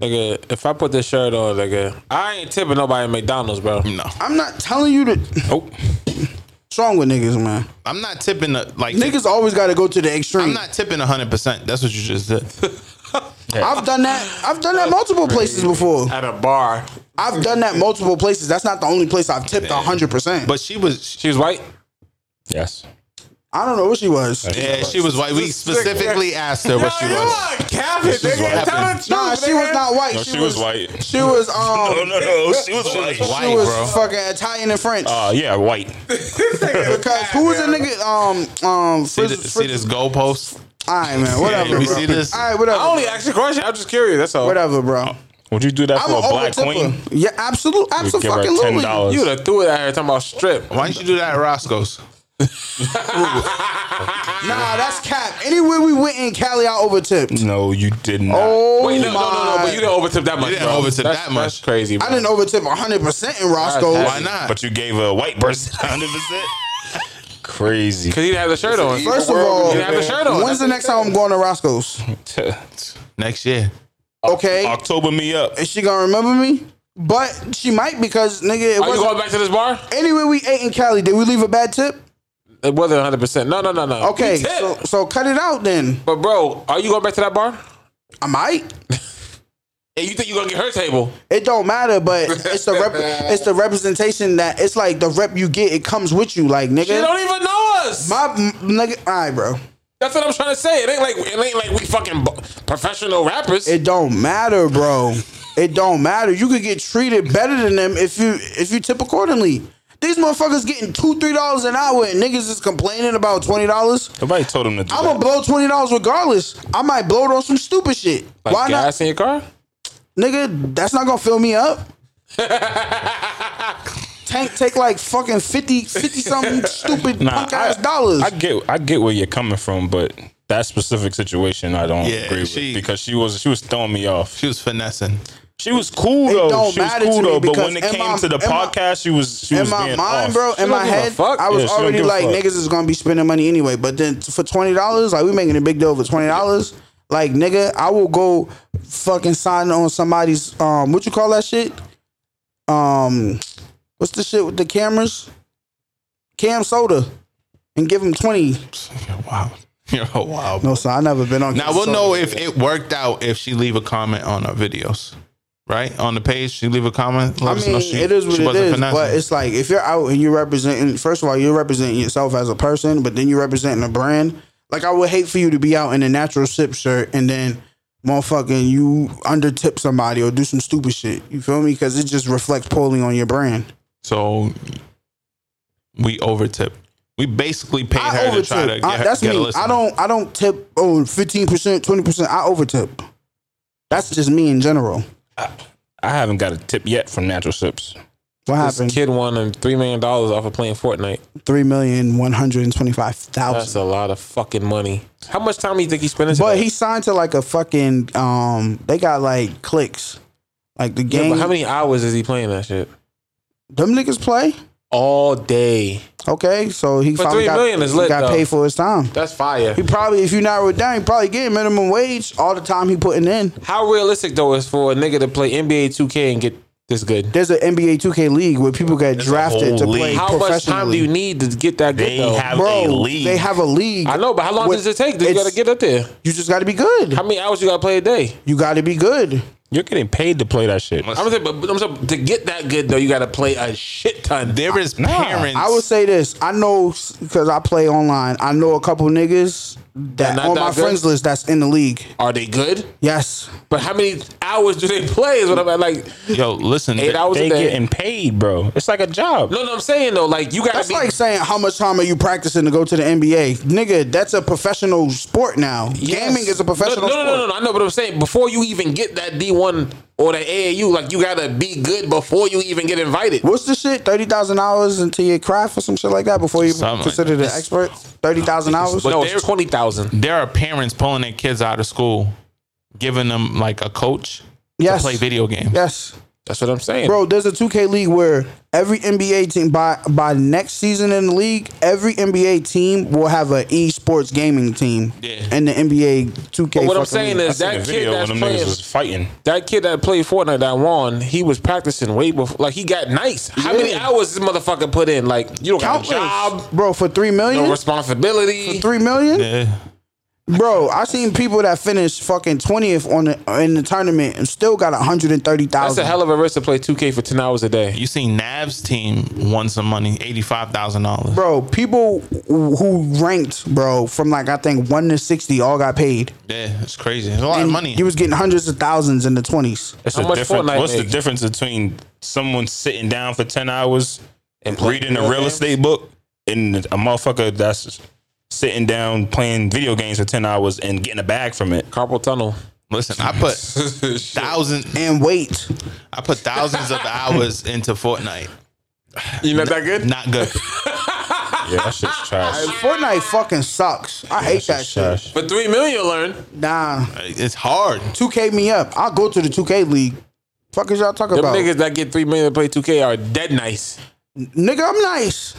[SPEAKER 5] Nigga, if I put this shirt on, nigga, I ain't tipping nobody at McDonald's, bro.
[SPEAKER 6] No,
[SPEAKER 1] I'm not telling you to.
[SPEAKER 4] Oh,
[SPEAKER 1] What's wrong with niggas, man?
[SPEAKER 6] I'm not tipping the, like
[SPEAKER 1] Niggas always got to go to the
[SPEAKER 6] I'm
[SPEAKER 1] extreme.
[SPEAKER 6] not tipping 100. percent That's what you just did.
[SPEAKER 1] I've done that. I've done that multiple places before.
[SPEAKER 5] At a bar.
[SPEAKER 1] I've done that multiple places. That's not the only place I've tipped hundred percent. But
[SPEAKER 6] But she was,
[SPEAKER 5] She was white?
[SPEAKER 4] yes.
[SPEAKER 1] I don't know what she was.
[SPEAKER 6] yeah, she was white. We specifically asked her what she
[SPEAKER 5] Oh,
[SPEAKER 6] was.
[SPEAKER 5] a Catholic,
[SPEAKER 4] is what happened.
[SPEAKER 1] Nah, she was not white.
[SPEAKER 4] No, she was white.
[SPEAKER 1] She was um.
[SPEAKER 4] No, no, no. She was white.
[SPEAKER 1] She
[SPEAKER 6] White,
[SPEAKER 1] was
[SPEAKER 6] bro.
[SPEAKER 1] fucking Italian and French.
[SPEAKER 4] Uh, yeah, white.
[SPEAKER 1] because who was a nigga? Um, um.
[SPEAKER 6] See,
[SPEAKER 1] Frizz,
[SPEAKER 6] th- see this goalpost?
[SPEAKER 1] All right, man. Whatever,
[SPEAKER 6] we
[SPEAKER 1] bro.
[SPEAKER 6] see this?
[SPEAKER 1] All right, whatever.
[SPEAKER 5] I only asked a question. I'm just curious. That's all.
[SPEAKER 1] whatever, bro.
[SPEAKER 4] Would you do that
[SPEAKER 1] I'm
[SPEAKER 4] for a
[SPEAKER 1] an over
[SPEAKER 4] black queen?
[SPEAKER 1] tipper. Yeah, absolute,
[SPEAKER 4] You give
[SPEAKER 1] absolutely.
[SPEAKER 4] her
[SPEAKER 1] fucking
[SPEAKER 4] ten
[SPEAKER 1] literally.
[SPEAKER 4] dollars.
[SPEAKER 5] You done threw it at her talking about strip.
[SPEAKER 1] Oh
[SPEAKER 6] Why didn't you do that at Roscoe's?
[SPEAKER 1] Nah, that's cap. Anywhere we went in Cali, I overtipped.
[SPEAKER 4] No, you did not.
[SPEAKER 1] Oh
[SPEAKER 5] Wait, no,
[SPEAKER 1] my.
[SPEAKER 5] no, no, no, but you didn't overtip that much.
[SPEAKER 6] didn't
[SPEAKER 5] bro.
[SPEAKER 6] overtip
[SPEAKER 5] That's-
[SPEAKER 6] that much.
[SPEAKER 5] That's crazy. Bro.
[SPEAKER 1] I didn't overtip 100% in Roscoe.
[SPEAKER 5] That's
[SPEAKER 6] Why not?
[SPEAKER 4] But you gave a white person 100. percent Crazy.
[SPEAKER 5] Because he didn't have the shirt on.
[SPEAKER 7] evil
[SPEAKER 1] First of
[SPEAKER 7] world we
[SPEAKER 1] all,
[SPEAKER 5] You didn't have the shirt on.
[SPEAKER 1] when's the next time I'm going to Roscoe's?
[SPEAKER 6] Next year.
[SPEAKER 1] Okay.
[SPEAKER 4] October me up.
[SPEAKER 1] Is she going to remember me? But she might because, nigga, it
[SPEAKER 5] Are you
[SPEAKER 1] wasn't.
[SPEAKER 5] going back to this bar?
[SPEAKER 1] Anywhere we ate in Cali, did we leave a bad tip?
[SPEAKER 5] It wasn't 100. percent No, no, no, no.
[SPEAKER 1] Okay,
[SPEAKER 5] You tipped.
[SPEAKER 1] so, so cut it out then.
[SPEAKER 5] but bro, are you going back to that bar?
[SPEAKER 1] I might.
[SPEAKER 5] And you think you're gonna get her table?
[SPEAKER 1] It don't matter, but it's the rep- it's the representation that it's like the rep you get. It comes with you, like
[SPEAKER 5] She
[SPEAKER 1] nigga.
[SPEAKER 5] don't even know us.
[SPEAKER 1] My m- nigga, all right, bro.
[SPEAKER 5] That's what I'm trying to say. It ain't like it ain't like we fucking bu- professional rappers.
[SPEAKER 1] It don't matter, bro. It don't matter. You could get treated better than them if you if you tip accordingly. These motherfuckers getting two three dollars an hour and niggas is complaining about twenty dollars.
[SPEAKER 4] Nobody told him to do
[SPEAKER 1] I'm
[SPEAKER 4] that.
[SPEAKER 1] gonna blow twenty dollars regardless. I might blow it on some stupid shit.
[SPEAKER 5] like
[SPEAKER 1] Why not,
[SPEAKER 5] gas in your car?
[SPEAKER 1] nigga? That's not gonna fill me up. Tank take like fucking 50, 50 something stupid
[SPEAKER 4] Nah,
[SPEAKER 1] punk ass dollars.
[SPEAKER 4] I get I get where you're coming from, but that specific situation I don't
[SPEAKER 6] Yeah,
[SPEAKER 4] agree with
[SPEAKER 6] she-
[SPEAKER 4] because she was she was throwing me off.
[SPEAKER 6] She was finessing.
[SPEAKER 4] She was cool
[SPEAKER 1] It
[SPEAKER 4] though.
[SPEAKER 1] don't
[SPEAKER 4] She was
[SPEAKER 1] matter
[SPEAKER 4] cool
[SPEAKER 1] to me
[SPEAKER 4] though. But
[SPEAKER 1] because
[SPEAKER 4] when it
[SPEAKER 1] in
[SPEAKER 4] came
[SPEAKER 1] my-
[SPEAKER 4] to the
[SPEAKER 1] in my-
[SPEAKER 4] podcast, she was she
[SPEAKER 1] in
[SPEAKER 4] was
[SPEAKER 1] my
[SPEAKER 4] being
[SPEAKER 1] mind,
[SPEAKER 4] off.
[SPEAKER 1] bro, in my
[SPEAKER 5] don't give a
[SPEAKER 1] head,
[SPEAKER 5] fuck.
[SPEAKER 1] I was
[SPEAKER 4] Yeah, she don't
[SPEAKER 1] already
[SPEAKER 4] give a
[SPEAKER 1] like,
[SPEAKER 4] fuck.
[SPEAKER 1] niggas is gonna be spending money anyway. But then for twenty dollars, like we making a big deal for twenty dollars. Like nigga, I will go fucking sign on somebody's um what you call that shit? Um what's the shit with the cameras? Cam soda. And give him twenty.
[SPEAKER 6] Wow. You're a wild.
[SPEAKER 1] No, son, I never been on.
[SPEAKER 6] Now
[SPEAKER 1] Cam
[SPEAKER 6] we'll
[SPEAKER 1] Soda.
[SPEAKER 6] know if it worked out if she leave a comment on our videos, right? On the page, she leave a comment. Let
[SPEAKER 1] I
[SPEAKER 6] us know
[SPEAKER 1] mean,
[SPEAKER 6] she-
[SPEAKER 1] it is what
[SPEAKER 6] she
[SPEAKER 1] it
[SPEAKER 6] wasn't
[SPEAKER 1] is,
[SPEAKER 6] finessing.
[SPEAKER 1] but it's like if you're out and you're representing, first of all, you're representing yourself as a person, but then you're representing a brand. Like I would hate for you to be out in a natural sip shirt and then motherfucking you under tip somebody or do some stupid shit. You feel me? Because it just reflects poorly on your brand.
[SPEAKER 6] so we overtip. We basically paid
[SPEAKER 1] I
[SPEAKER 6] her to try to
[SPEAKER 1] overtip.
[SPEAKER 6] get,
[SPEAKER 1] I-
[SPEAKER 6] her-
[SPEAKER 1] That's
[SPEAKER 6] get a
[SPEAKER 1] me.
[SPEAKER 6] listener.
[SPEAKER 1] I don't. I don't tip. Oh, 15 percent, twenty percent. I overtip. That's just me in general.
[SPEAKER 4] I haven't got a tip yet from Natural Sips.
[SPEAKER 1] What
[SPEAKER 5] This
[SPEAKER 1] happened?
[SPEAKER 5] kid won him three million dollars off of playing Fortnite.
[SPEAKER 1] Three million one hundred twenty-five thousand.
[SPEAKER 5] That's a lot of fucking money. How much time do you think he spent? into
[SPEAKER 1] But
[SPEAKER 5] that?
[SPEAKER 1] he signed to like a fucking um they got like clicks. Like the
[SPEAKER 5] Yeah,
[SPEAKER 1] game
[SPEAKER 5] but how many hours is he playing that shit?
[SPEAKER 1] them niggas play.
[SPEAKER 5] All day.
[SPEAKER 1] Okay, so he
[SPEAKER 5] For
[SPEAKER 1] finally
[SPEAKER 5] three
[SPEAKER 1] got,
[SPEAKER 5] million is
[SPEAKER 1] he
[SPEAKER 5] lit,
[SPEAKER 1] got
[SPEAKER 5] though.
[SPEAKER 1] paid for his time.
[SPEAKER 5] That's fire.
[SPEAKER 1] He probably if you narrow it down, he probably get minimum wage all the time he putting in.
[SPEAKER 5] How realistic though is for a nigga to play NBA 2K and get this good?
[SPEAKER 1] There's an NBA 2K league where people get drafted
[SPEAKER 4] whole
[SPEAKER 1] to
[SPEAKER 4] league.
[SPEAKER 1] play
[SPEAKER 5] How much time do you
[SPEAKER 1] professionally.
[SPEAKER 5] need to get that good
[SPEAKER 4] They
[SPEAKER 5] though?
[SPEAKER 4] have
[SPEAKER 1] Bro,
[SPEAKER 4] a league.
[SPEAKER 1] they have a league.
[SPEAKER 5] I know, but how long
[SPEAKER 1] What-
[SPEAKER 5] does it take? You
[SPEAKER 1] it's-
[SPEAKER 5] gotta get up there.
[SPEAKER 1] You just got to be good.
[SPEAKER 5] How many hours you gotta play a day?
[SPEAKER 1] You got to be good.
[SPEAKER 4] You're getting paid to play that shit.
[SPEAKER 5] I'm saying, but, but I'm saying, to get that good though, you gotta play a shit ton.
[SPEAKER 6] There is parents.
[SPEAKER 1] I would say this. I know because I play online. I know a couple niggas that
[SPEAKER 5] not
[SPEAKER 1] on
[SPEAKER 5] that
[SPEAKER 1] my
[SPEAKER 5] good?
[SPEAKER 1] friends list that's in the league.
[SPEAKER 5] Are they good?
[SPEAKER 1] Yes,
[SPEAKER 5] But how many hours do they play? Is what I'm at. Like
[SPEAKER 6] yo, listen.
[SPEAKER 5] eight hours
[SPEAKER 4] They
[SPEAKER 5] a day.
[SPEAKER 4] getting paid, bro. It's like a job.
[SPEAKER 5] no, no, I'm saying though, like you gotta
[SPEAKER 1] That's
[SPEAKER 5] be.
[SPEAKER 1] like saying how much time are you practicing to go to the NBA, nigga? That's a professional sport now.
[SPEAKER 5] Yes.
[SPEAKER 1] Gaming is a professional
[SPEAKER 5] No, no,
[SPEAKER 1] sport.
[SPEAKER 5] no, no, no. I know, but I'm saying before you even get that D1 or that AAU, like you gotta be good before you even get invited.
[SPEAKER 1] What's the shit? Thirty thousand hours into your craft or some shit like that before you
[SPEAKER 6] Something like
[SPEAKER 1] considered an expert. Thirty thousand hours.
[SPEAKER 5] no,
[SPEAKER 6] there-
[SPEAKER 5] it's twenty thousand.
[SPEAKER 6] there are parents pulling their kids out of school, giving them like a coach
[SPEAKER 1] Yes.
[SPEAKER 6] to play video games.
[SPEAKER 1] Yes,
[SPEAKER 5] That's what I'm saying,
[SPEAKER 1] bro. There's a two K league where every NBA team by by next season in the league, every NBA team will have an esports gaming team.
[SPEAKER 6] Yeah.
[SPEAKER 1] And the NBA two K.
[SPEAKER 5] But what I'm saying is
[SPEAKER 4] Seen
[SPEAKER 5] that
[SPEAKER 4] a
[SPEAKER 5] kid
[SPEAKER 4] video when
[SPEAKER 5] that's
[SPEAKER 4] them niggas
[SPEAKER 5] playing,
[SPEAKER 4] was fighting.
[SPEAKER 5] that kid that played Fortnite that won, he was practicing way before. Like he got nice. How many
[SPEAKER 1] Yeah.
[SPEAKER 5] hours this motherfucker put in? Like you don't have a job,
[SPEAKER 1] bro, for three million.
[SPEAKER 5] no responsibility.
[SPEAKER 1] three million.
[SPEAKER 6] Yeah.
[SPEAKER 1] Bro, I seen people that finished fucking twentieth on the in the tournament and still got hundred and thirty
[SPEAKER 5] That's a
[SPEAKER 1] thousand.
[SPEAKER 5] hell of a risk to play 2K for ten hours a day.
[SPEAKER 6] You seen Nav's team won some money, eighty five thousand dollars.
[SPEAKER 1] Bro, people who ranked, bro, from like I think one to sixty, all got paid.
[SPEAKER 6] Yeah, it's crazy. It's a lot of
[SPEAKER 1] And
[SPEAKER 6] money.
[SPEAKER 1] He was getting hundreds of thousands in the twenties.
[SPEAKER 4] It's
[SPEAKER 5] How
[SPEAKER 4] a
[SPEAKER 5] much
[SPEAKER 4] difference.
[SPEAKER 5] Fortnite
[SPEAKER 4] What's
[SPEAKER 5] make?
[SPEAKER 4] the difference between someone sitting down for ten hours and
[SPEAKER 5] playing
[SPEAKER 4] reading a
[SPEAKER 5] video
[SPEAKER 4] real
[SPEAKER 5] games?
[SPEAKER 4] estate book and a motherfucker that's sitting down playing video games for ten hours and getting a bag from it?
[SPEAKER 5] Carpal tunnel.
[SPEAKER 6] Listen, I put thousands.
[SPEAKER 1] And wait,
[SPEAKER 6] I put thousands of hours into Fortnite.
[SPEAKER 5] You not that good?
[SPEAKER 6] Not good.
[SPEAKER 4] Yeah, that shit's trash.
[SPEAKER 1] Fortnite fucking sucks. I hate that
[SPEAKER 4] That's
[SPEAKER 1] shit.
[SPEAKER 4] trash.
[SPEAKER 5] For three million, you'll learn.
[SPEAKER 1] Nah,
[SPEAKER 6] It's hard.
[SPEAKER 1] two K me up. I'll go to the two K league. Fuck is y'all talking
[SPEAKER 5] Them
[SPEAKER 1] about?
[SPEAKER 5] niggas that get three million to play 2K are dead nice.
[SPEAKER 1] Nigga, I'm nice.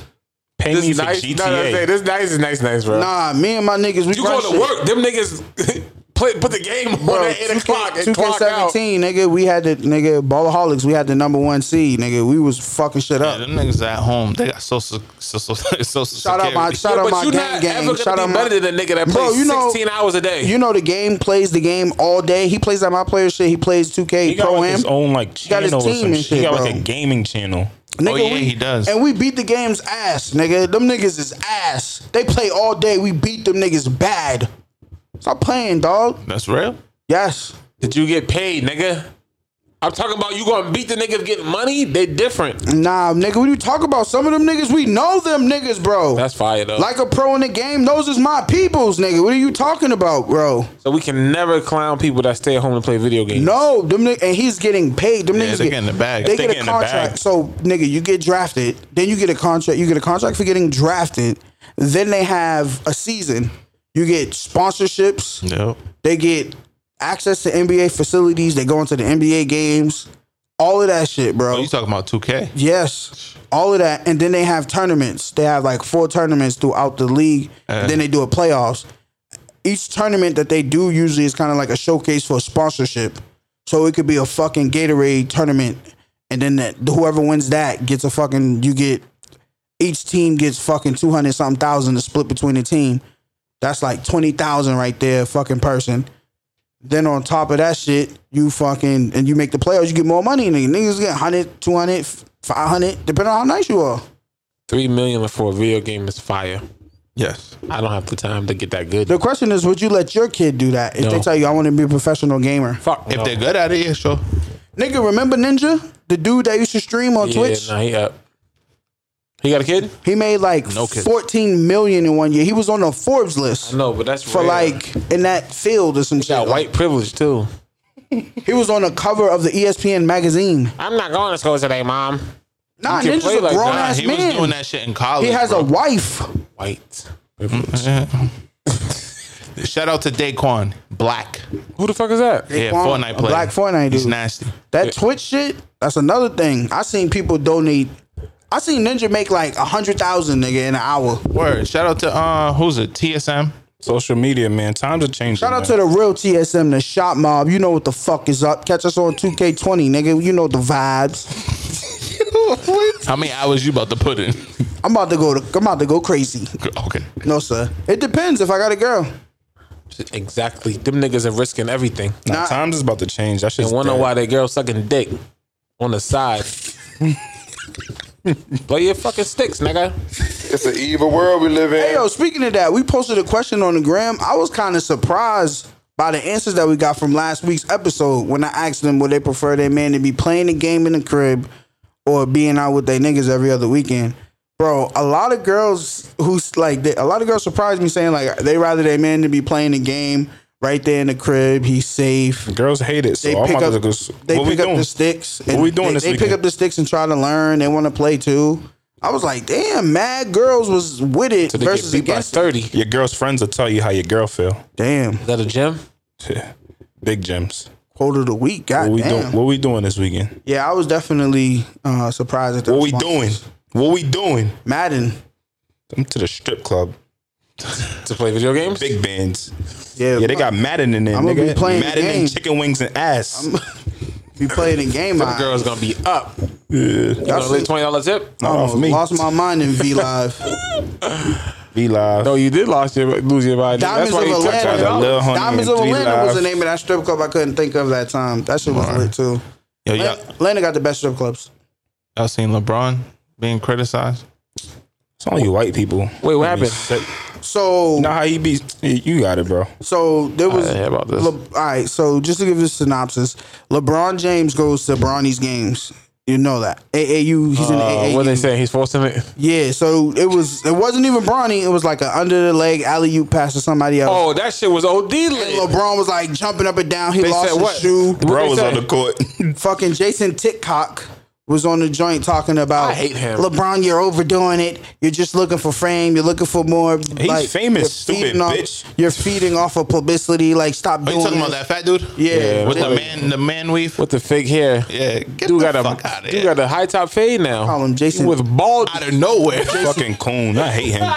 [SPEAKER 4] Pay me
[SPEAKER 5] This
[SPEAKER 4] for
[SPEAKER 5] nice, no, no, I'm saying,
[SPEAKER 4] GTA.
[SPEAKER 5] this nice is nice, nice, bro.
[SPEAKER 1] Nah, me and my niggas, we
[SPEAKER 5] you
[SPEAKER 1] run
[SPEAKER 5] go to
[SPEAKER 1] shit.
[SPEAKER 5] work. Them niggas play, put the game on
[SPEAKER 1] Bro,
[SPEAKER 5] at eight o'clock and
[SPEAKER 1] 2K
[SPEAKER 5] clock out.
[SPEAKER 1] 17, nigga, we had the nigga ballaholics. We had the number one seed, nigga. We was fucking shit
[SPEAKER 6] Yeah,
[SPEAKER 1] up.
[SPEAKER 6] them niggas at home. They got social social social
[SPEAKER 1] shout out
[SPEAKER 6] security.
[SPEAKER 1] my shout
[SPEAKER 5] Yeah,
[SPEAKER 1] out
[SPEAKER 5] but
[SPEAKER 1] my
[SPEAKER 5] you
[SPEAKER 1] game
[SPEAKER 5] not ever
[SPEAKER 1] gang.
[SPEAKER 5] gonna
[SPEAKER 1] Shout
[SPEAKER 5] be
[SPEAKER 1] out my,
[SPEAKER 5] better than the nigga that
[SPEAKER 1] Bro,
[SPEAKER 5] plays
[SPEAKER 1] you know-
[SPEAKER 5] 16 hours a day.
[SPEAKER 1] you know the game plays the game all day. He plays at my player shit. He plays 2K
[SPEAKER 4] He got
[SPEAKER 1] pro
[SPEAKER 4] like
[SPEAKER 1] am.
[SPEAKER 4] his own like
[SPEAKER 1] got his
[SPEAKER 4] channel. or
[SPEAKER 1] team
[SPEAKER 4] some
[SPEAKER 1] and
[SPEAKER 4] shit.
[SPEAKER 1] shit,
[SPEAKER 4] He got like
[SPEAKER 1] bro.
[SPEAKER 4] a gaming channel.
[SPEAKER 1] Nigga,
[SPEAKER 6] Oh, yeah,
[SPEAKER 1] we,
[SPEAKER 6] he does.
[SPEAKER 1] And we beat the game's ass, nigga. Them niggas is ass. They play all day. We beat them niggas bad. Stop playing, dog.
[SPEAKER 6] That's real.
[SPEAKER 1] Yes.
[SPEAKER 5] Did you get paid, nigga? I'm talking about you gonna beat the nigga of getting money. They different.
[SPEAKER 1] Nah, nigga, when you talk about some of them niggas, we know them niggas, bro.
[SPEAKER 5] That's fire though.
[SPEAKER 1] like a pro in the game, those is my peoples, nigga. What are you talking about, bro?
[SPEAKER 5] so we can never clown people that stay at home and play video games.
[SPEAKER 1] No, them nigga, and he's getting paid. Them niggas get,
[SPEAKER 6] they get in the bag.
[SPEAKER 1] They, get
[SPEAKER 6] They get
[SPEAKER 1] a
[SPEAKER 6] in the bag.
[SPEAKER 1] contract. So nigga, you get drafted, then you get a contract. You get a contract for getting drafted. Then they have a season. You get sponsorships.
[SPEAKER 6] Yep.
[SPEAKER 1] They get access to NBA facilities. They go into the NBA games. All of that shit, bro.
[SPEAKER 6] Oh, you talking about 2K?
[SPEAKER 1] Yes, all of that, and then they have tournaments. They have like four tournaments throughout the league. then they do a playoffs. Each tournament that they do usually is kind of like a showcase for a sponsorship. So it could be a fucking Gatorade tournament, and then that, whoever wins that gets a fucking. You get each team gets fucking two hundred something thousand to split between the team. That's like twenty thousand right there, fucking person. Then on top of that shit, you fucking and you make the playoffs, you get more money. Nigga. Niggas get 100, 200, 500, depending on how nice you are.
[SPEAKER 5] Three million for a video game is fire.
[SPEAKER 6] Yes.
[SPEAKER 5] I don't have the time to get that good.
[SPEAKER 1] The question is, would you let your kid do that if they
[SPEAKER 5] No.
[SPEAKER 1] tell you I want to be a professional gamer?
[SPEAKER 5] Fuck.
[SPEAKER 6] If
[SPEAKER 5] no.
[SPEAKER 6] they're good at it, yeah, sure.
[SPEAKER 1] Nigga, remember Ninja, the dude that used to stream on
[SPEAKER 5] yeah,
[SPEAKER 1] Twitch?
[SPEAKER 5] nah, he up. He got a kid?
[SPEAKER 1] He made like
[SPEAKER 5] No kidding.
[SPEAKER 1] 14 million in one year. He was on the Forbes list
[SPEAKER 5] No, but that's
[SPEAKER 1] for
[SPEAKER 5] rare.
[SPEAKER 1] like in that field or some shit.
[SPEAKER 5] got
[SPEAKER 1] Like,
[SPEAKER 5] white privilege too.
[SPEAKER 1] he was on the cover of the E ESPN magazine.
[SPEAKER 5] I'm not going to school today, mom.
[SPEAKER 1] Nah,
[SPEAKER 5] You can
[SPEAKER 1] Ninja's
[SPEAKER 5] play
[SPEAKER 1] a
[SPEAKER 5] like that.
[SPEAKER 1] grown
[SPEAKER 6] Nah,
[SPEAKER 1] ass
[SPEAKER 6] he was doing
[SPEAKER 1] man.
[SPEAKER 6] that shit in college.
[SPEAKER 1] He has
[SPEAKER 6] bro.
[SPEAKER 1] a wife.
[SPEAKER 5] White. Mm-hmm.
[SPEAKER 6] Shout out to Daquan Black.
[SPEAKER 5] Who the fuck is that?
[SPEAKER 1] Daquan,
[SPEAKER 6] Yeah, Fortnite
[SPEAKER 1] a
[SPEAKER 6] player.
[SPEAKER 1] black Fortnite
[SPEAKER 6] He's
[SPEAKER 1] dude.
[SPEAKER 6] nasty.
[SPEAKER 1] That Twitch shit, that's another thing. I seen people donate. I seen Ninja make like a hundred thousand nigga in an hour.
[SPEAKER 6] Word. Shout out to uh, who's it? TSM.
[SPEAKER 4] Social media, man. Times are changing.
[SPEAKER 1] Shout out
[SPEAKER 4] man.
[SPEAKER 1] to the real TSM, the shop mob. You know what the fuck is up. Catch us on 2K20, nigga. You know the vibes.
[SPEAKER 6] How many hours you about to put in?
[SPEAKER 1] I'm about to go. To, I'm about to go crazy.
[SPEAKER 6] okay.
[SPEAKER 1] No sir. It depends if I got a girl.
[SPEAKER 5] Exactly. Them niggas are risking everything.
[SPEAKER 4] Nah,
[SPEAKER 1] Nah.
[SPEAKER 4] times is about to change. That shit's
[SPEAKER 5] And wonder
[SPEAKER 4] dead.
[SPEAKER 5] why that girl sucking dick on the side. Play your fucking sticks, nigga.
[SPEAKER 7] It's an evil world we live in.
[SPEAKER 1] Hey yo, speaking of that, we posted a question on the gram. I was kind of surprised by the answers that we got from last week's episode when I asked them would they prefer their man to be playing the game in the crib or being out with their niggas every other weekend. Bro, a lot of girls who's like they, a lot of girls surprised me saying like they rather their man to be playing the game right there in the crib. He's safe.
[SPEAKER 4] Girls hate it. So
[SPEAKER 1] They
[SPEAKER 4] I'm
[SPEAKER 1] pick
[SPEAKER 4] about
[SPEAKER 1] up
[SPEAKER 4] to go.
[SPEAKER 1] they
[SPEAKER 4] what we
[SPEAKER 1] pick up
[SPEAKER 4] doing?
[SPEAKER 1] the sticks.
[SPEAKER 4] What we doing
[SPEAKER 1] They,
[SPEAKER 4] this
[SPEAKER 1] they pick
[SPEAKER 4] weekend?
[SPEAKER 1] up the sticks and try to learn. They want to play too. I was like, damn, mad girls was with it
[SPEAKER 5] So they
[SPEAKER 1] versus
[SPEAKER 5] get beat by
[SPEAKER 1] against it.
[SPEAKER 5] 30. Is
[SPEAKER 4] Your girl's friends will tell you how your girl feel.
[SPEAKER 1] Damn,
[SPEAKER 5] that a gym?
[SPEAKER 4] Big gems.
[SPEAKER 1] quote of the week. God
[SPEAKER 4] What we
[SPEAKER 1] damn.
[SPEAKER 4] doing? What we doing this weekend?
[SPEAKER 1] yeah, I was definitely uh, surprised at that.
[SPEAKER 4] What we
[SPEAKER 1] response.
[SPEAKER 4] doing? What we doing?
[SPEAKER 1] Madden.
[SPEAKER 4] I'm to the strip club.
[SPEAKER 5] To play video games?
[SPEAKER 4] Big bands.
[SPEAKER 1] Yeah,
[SPEAKER 4] Yeah, they got Madden in there.
[SPEAKER 1] I'ma
[SPEAKER 4] nigga.
[SPEAKER 1] be playing the
[SPEAKER 4] Madden
[SPEAKER 1] game.
[SPEAKER 4] and chicken wings and ass.
[SPEAKER 1] we played a game.
[SPEAKER 5] Them
[SPEAKER 1] I
[SPEAKER 5] girls gonna be up. You
[SPEAKER 4] yeah.
[SPEAKER 5] gonna leave $20 tip?
[SPEAKER 4] Not off
[SPEAKER 1] almost
[SPEAKER 4] me.
[SPEAKER 1] lost my mind in V Live.
[SPEAKER 4] Be live.
[SPEAKER 5] No, you did lost your, lose your body.
[SPEAKER 1] Diamonds
[SPEAKER 5] That's why
[SPEAKER 1] of
[SPEAKER 5] you took
[SPEAKER 1] Atlanta.
[SPEAKER 4] out a
[SPEAKER 5] $20.
[SPEAKER 4] little honey
[SPEAKER 1] Diamonds
[SPEAKER 4] and
[SPEAKER 1] of
[SPEAKER 4] three
[SPEAKER 1] Atlanta was the
[SPEAKER 4] lives.
[SPEAKER 1] name of that strip club I couldn't think of that time. That shit was lit too.
[SPEAKER 6] Yo, y'all,
[SPEAKER 1] Atlanta got the best strip clubs.
[SPEAKER 6] y'all seen LeBron being criticized?
[SPEAKER 4] It's only white people.
[SPEAKER 5] Wait, what happened?
[SPEAKER 1] So
[SPEAKER 4] Nah, how he be? Yeah, You got it, bro.
[SPEAKER 1] So there was
[SPEAKER 5] I didn't hear about this.
[SPEAKER 1] Le- all right. So just to give this synopsis, LeBron James goes to Bronny's games. You know that AAU. He's in the
[SPEAKER 5] Uh,
[SPEAKER 1] AAU.
[SPEAKER 5] what they saying? He's forcing it?
[SPEAKER 1] Yeah. So it was. It wasn't even Bronny. It was like an under the leg alley oop pass to somebody else.
[SPEAKER 5] Oh, that shit was OD
[SPEAKER 1] And
[SPEAKER 5] lit.
[SPEAKER 1] LeBron was like jumping up and down. He
[SPEAKER 5] They
[SPEAKER 1] lost
[SPEAKER 5] said
[SPEAKER 1] his
[SPEAKER 5] what?
[SPEAKER 1] shoe.
[SPEAKER 4] Bro
[SPEAKER 5] they
[SPEAKER 4] was
[SPEAKER 5] say?
[SPEAKER 4] on the court.
[SPEAKER 1] Fucking Jason Titcock was on the joint talking about.
[SPEAKER 5] I hate him.
[SPEAKER 1] LeBron, you're overdoing it. You're just looking for fame. You're looking for more. He's
[SPEAKER 4] famous, stupid
[SPEAKER 1] off,
[SPEAKER 4] bitch.
[SPEAKER 1] You're feeding off of publicity. Like
[SPEAKER 5] Oh,
[SPEAKER 1] stop
[SPEAKER 6] Are
[SPEAKER 1] doing.
[SPEAKER 6] you talking
[SPEAKER 1] this.
[SPEAKER 6] about that fat dude?
[SPEAKER 1] Yeah.
[SPEAKER 5] Yeah,
[SPEAKER 6] With the
[SPEAKER 5] Yeah.
[SPEAKER 6] man, the man weave.
[SPEAKER 5] With the fake hair.
[SPEAKER 6] yeah, get
[SPEAKER 5] Dude
[SPEAKER 6] the
[SPEAKER 5] got a
[SPEAKER 6] fuck out of
[SPEAKER 5] dude
[SPEAKER 6] here.
[SPEAKER 5] got a high top fade now.
[SPEAKER 1] Call him Jason.
[SPEAKER 5] He With bald.
[SPEAKER 6] out of nowhere.
[SPEAKER 4] Fucking coon. I hate him.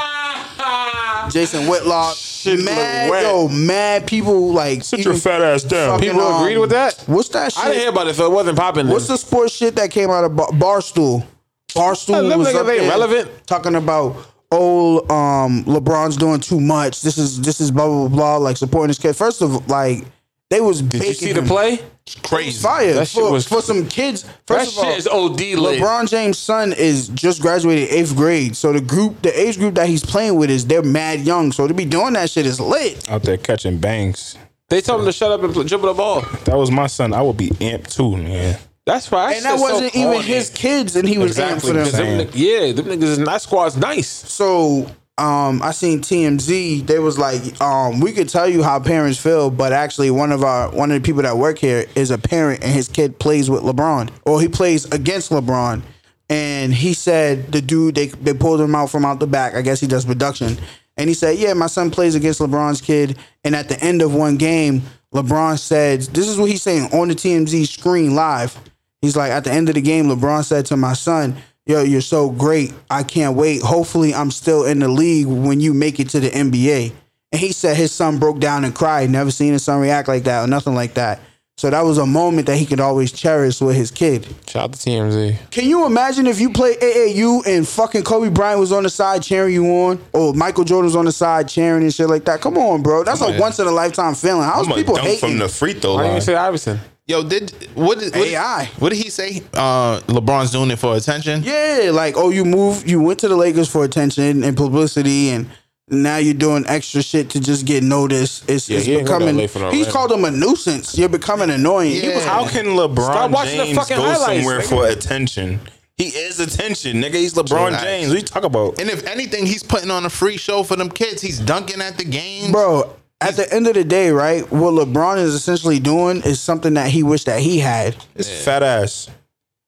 [SPEAKER 1] Jason Whitlock.
[SPEAKER 5] Shit
[SPEAKER 1] mad,
[SPEAKER 5] look wet.
[SPEAKER 1] yo, mad people like
[SPEAKER 4] Sit your
[SPEAKER 1] even
[SPEAKER 4] fat ass down.
[SPEAKER 1] fucking, um,
[SPEAKER 5] People agreed with that?
[SPEAKER 1] What's that shit?
[SPEAKER 5] I didn't hear about it, so it wasn't popping.
[SPEAKER 1] What's the sports shit that came out of Bar- Barstool? Barstool
[SPEAKER 5] Them
[SPEAKER 1] was
[SPEAKER 5] niggas
[SPEAKER 1] up
[SPEAKER 5] ain't
[SPEAKER 1] there
[SPEAKER 5] relevant.
[SPEAKER 1] talking about oh um LeBron's doing too much. This is this is blah blah blah like supporting his kid. First of all, like they was
[SPEAKER 5] Did you see the
[SPEAKER 1] him.
[SPEAKER 5] play?
[SPEAKER 6] Crazy.
[SPEAKER 1] fire
[SPEAKER 5] That shit
[SPEAKER 1] for,
[SPEAKER 5] was-
[SPEAKER 1] for some kids. First
[SPEAKER 5] that
[SPEAKER 1] of all,
[SPEAKER 5] shit is OD lit.
[SPEAKER 1] LeBron James' son is just graduated eighth grade, so the group, the age group that he's playing with is they're mad young. So to be doing that shit is lit.
[SPEAKER 4] Out there catching bangs.
[SPEAKER 5] They tell him to shut up and pl- dribble the ball.
[SPEAKER 4] That was my son. I would be amped too, man.
[SPEAKER 5] That's why.
[SPEAKER 1] And that wasn't even his kids, and he was
[SPEAKER 5] Exactly.
[SPEAKER 1] amped
[SPEAKER 5] 'cause
[SPEAKER 1] for them.
[SPEAKER 5] them
[SPEAKER 4] Same.
[SPEAKER 5] ni- yeah, them niggas is that squad's nice.
[SPEAKER 1] So um, I seen TMZ. They was like, um, we could tell you how parents feel, but actually, one of our one of the people that work here is a parent, and his kid plays with LeBron, or he plays against LeBron. And he said the dude they they pulled him out from out the back. I guess he does production. And he said, "Yeah, my son plays against LeBron's kid." And at the end of one game, LeBron said, "This is what he's saying on the TMZ screen live." He's like, at the end of the game, LeBron said to my son, Yo, you're so great. I can't wait. Hopefully, I'm still in the league when you make it to the NBA. And he said his son broke down and cried. Never seen his son react like that or nothing like that. So that was a moment that he could always cherish with his kid.
[SPEAKER 5] Shout out to TMZ.
[SPEAKER 1] Can you imagine if you play AAU and fucking Kobe Bryant was on the side cheering you on, or Michael Jordan was on the side cheering and shit like that? Come on, bro. That's a once in a lifetime feeling. How's
[SPEAKER 8] I'm a
[SPEAKER 1] people
[SPEAKER 8] dunk
[SPEAKER 1] hating?
[SPEAKER 8] from the free throw
[SPEAKER 5] I didn't even
[SPEAKER 8] line.
[SPEAKER 5] say Iverson.
[SPEAKER 6] Yo, did what? Did, what,
[SPEAKER 1] AI.
[SPEAKER 6] What did he say? Uh, LeBron's doing it for attention.
[SPEAKER 1] Yeah, like oh, you moved, you went to the Lakers for attention and publicity, and now you're doing extra shit to just get noticed. It's, it's
[SPEAKER 5] he ain't go to
[SPEAKER 1] becoming.
[SPEAKER 5] LA for no
[SPEAKER 1] He's
[SPEAKER 5] rent.
[SPEAKER 1] called him a nuisance. You're becoming annoying. He was-
[SPEAKER 4] How can LeBron
[SPEAKER 5] Stop watching the
[SPEAKER 4] James
[SPEAKER 5] fucking
[SPEAKER 4] go
[SPEAKER 5] highlights,
[SPEAKER 4] somewhere
[SPEAKER 5] nigga.
[SPEAKER 4] for attention? He is attention, nigga. He's LeBron
[SPEAKER 6] Relax.
[SPEAKER 4] James. What you talk about?
[SPEAKER 6] And if anything, he's putting on a free show for them kids. He's dunking at the game.
[SPEAKER 1] bro. At the end of the day, right? What LeBron is essentially doing is something that he wished that he had.
[SPEAKER 4] It's fat ass.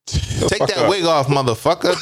[SPEAKER 6] Take that wig off, motherfucker.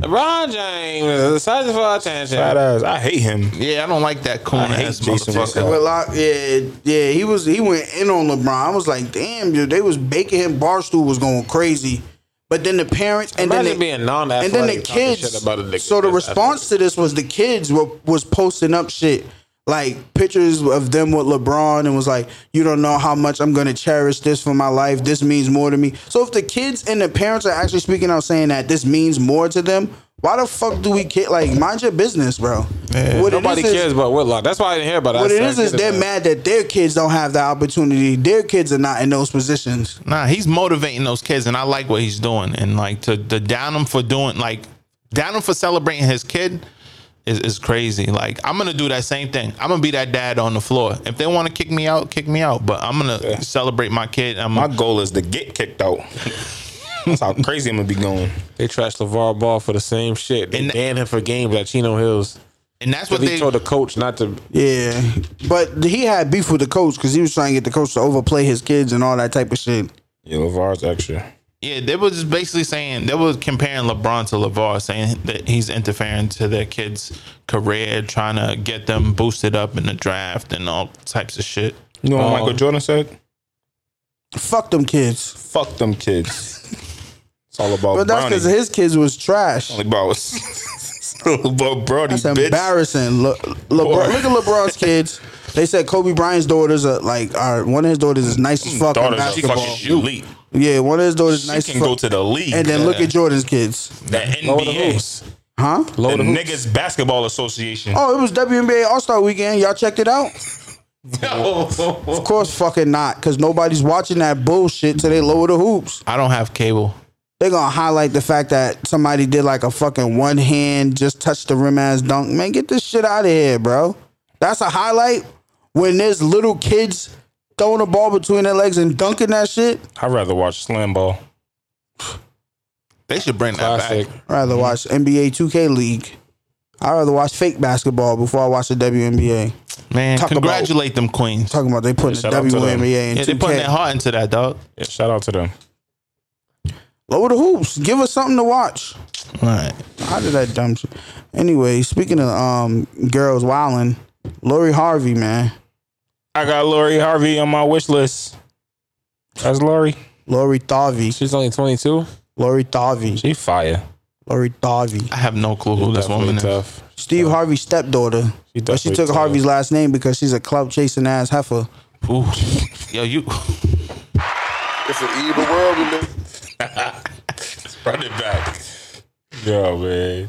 [SPEAKER 5] LeBron James is the size of our attention.
[SPEAKER 4] Fat ass. I hate him.
[SPEAKER 6] yeah, I don't like that coon
[SPEAKER 4] I hate
[SPEAKER 6] ass
[SPEAKER 4] Jason
[SPEAKER 6] motherfucker.
[SPEAKER 4] Tatum.
[SPEAKER 1] But like, yeah, yeah, he was he went in on LeBron. I was like, damn, dude, they was baking him. Barstool was going crazy. But then the parents and
[SPEAKER 5] Imagine
[SPEAKER 1] then they-
[SPEAKER 5] being non-athletic.
[SPEAKER 1] and then the
[SPEAKER 5] talking
[SPEAKER 1] kids.
[SPEAKER 5] shit about a nigga
[SPEAKER 1] so the
[SPEAKER 5] that's
[SPEAKER 1] response to this was the kids were was posting up shit like pictures of them with LeBron and was like, you don't know how much I'm gonna cherish this for my life. This means more to me. So if the kids and the parents are actually speaking out saying that this means more to them, why the fuck do we kid like mind your business, bro? What it
[SPEAKER 5] Nobody
[SPEAKER 1] is is-
[SPEAKER 5] cares about Whitlock. That's why I didn't hear about it. I
[SPEAKER 1] What it
[SPEAKER 5] said,
[SPEAKER 1] is is
[SPEAKER 5] get
[SPEAKER 1] they're
[SPEAKER 5] about it.
[SPEAKER 1] mad that their kids don't have the opportunity. Their kids are not in those positions.
[SPEAKER 6] Nah, he's motivating those kids, and I like what he's doing. And like to, to down him for doing like down him for celebrating his kid is, is crazy. Like I'm gonna do that same thing. I'm gonna be that dad on the floor. If they want to kick me out, kick me out. But I'm gonna celebrate my kid. I'm
[SPEAKER 4] My goal is to get kicked out. That's how crazy I'm gonna be going.
[SPEAKER 5] They trashed LeVar Ball for the same shit. They
[SPEAKER 6] And-
[SPEAKER 5] banned him for games at Chino Hills.
[SPEAKER 6] and that's what
[SPEAKER 5] But he
[SPEAKER 6] they.
[SPEAKER 5] told the coach not to.
[SPEAKER 1] Yeah, but he had beef with the coach because he was trying to get the coach to overplay his kids and all that type of shit.
[SPEAKER 4] Yeah, LeVar's extra.
[SPEAKER 6] Yeah, they were just basically saying they were comparing LeBron to LeVar, saying that he's interfering to their kids' career, trying to get them boosted up in the draft and all types of shit.
[SPEAKER 4] You know what
[SPEAKER 5] Oh.
[SPEAKER 4] Michael Jordan said?
[SPEAKER 1] Fuck them kids.
[SPEAKER 4] Fuck them kids. It's all about
[SPEAKER 1] But that's because
[SPEAKER 4] Bronny.
[SPEAKER 1] his kids was trash.
[SPEAKER 4] It's all about, it's all about Bronny,
[SPEAKER 1] That's
[SPEAKER 4] bitch.
[SPEAKER 1] embarrassing. Le- LeBron, look at LeBron's kids. They said Kobe Bryant's daughters are like are one of his daughters is nice as fuck in
[SPEAKER 4] Mm, Daughter's a
[SPEAKER 1] basketball.
[SPEAKER 4] fucking elite.
[SPEAKER 1] Yeah, one of his daughters is
[SPEAKER 4] She
[SPEAKER 1] nice as
[SPEAKER 4] can go
[SPEAKER 1] fuck.
[SPEAKER 4] to the league.
[SPEAKER 1] And then look at Jordan's kids,
[SPEAKER 4] the
[SPEAKER 5] Lower the
[SPEAKER 4] NBA,
[SPEAKER 5] hoops.
[SPEAKER 1] huh?
[SPEAKER 5] Lower
[SPEAKER 4] the
[SPEAKER 5] the hoops.
[SPEAKER 4] Niggas Basketball Association.
[SPEAKER 1] Oh, it was WNBA All Star Weekend. Y'all checked it out? Of course, fucking not, because nobody's watching that bullshit till they lower the hoops.
[SPEAKER 6] I don't have cable.
[SPEAKER 1] they're gonna highlight the fact that somebody did like a fucking one hand just touch the rim ass dunk. Man, get this shit out of here, bro. That's a highlight when there's little kids throwing a ball between their legs and dunking that shit.
[SPEAKER 4] I'd rather watch Slam Ball.
[SPEAKER 6] They should bring that
[SPEAKER 5] Classic.
[SPEAKER 6] back.
[SPEAKER 1] I'd rather watch NBA 2K League. I'd rather watch fake basketball before I watch the WNBA.
[SPEAKER 6] Man,
[SPEAKER 1] Talk
[SPEAKER 6] congratulate them queens.
[SPEAKER 1] Talking about they putting
[SPEAKER 4] shout
[SPEAKER 1] the
[SPEAKER 4] out to them.
[SPEAKER 1] WNBA in
[SPEAKER 6] Yeah, they're
[SPEAKER 1] 2K.
[SPEAKER 6] putting their heart into that, dog.
[SPEAKER 4] Yeah, shout out to them.
[SPEAKER 1] Lower the hoops. Give us something to watch.
[SPEAKER 6] All right.
[SPEAKER 1] How did that dumb shit? Anyway, speaking of um girls wilding, Lori Harvey, man.
[SPEAKER 4] I got Lori Harvey on my wish list. That's Lori.
[SPEAKER 1] Lori Tharvey.
[SPEAKER 5] She's only 22.
[SPEAKER 1] Lori Tharvey.
[SPEAKER 4] She fire.
[SPEAKER 1] Lori Darby.
[SPEAKER 6] I have no clue who this woman is.
[SPEAKER 5] tough.
[SPEAKER 1] Steve Harvey's stepdaughter. but she
[SPEAKER 4] definitely
[SPEAKER 1] took
[SPEAKER 4] tough.
[SPEAKER 1] Harvey's last name because she's a clout chasing ass heifer.
[SPEAKER 6] Ooh. Yo, you.
[SPEAKER 7] It's an evil world we live.
[SPEAKER 4] Run it back. Yo, man.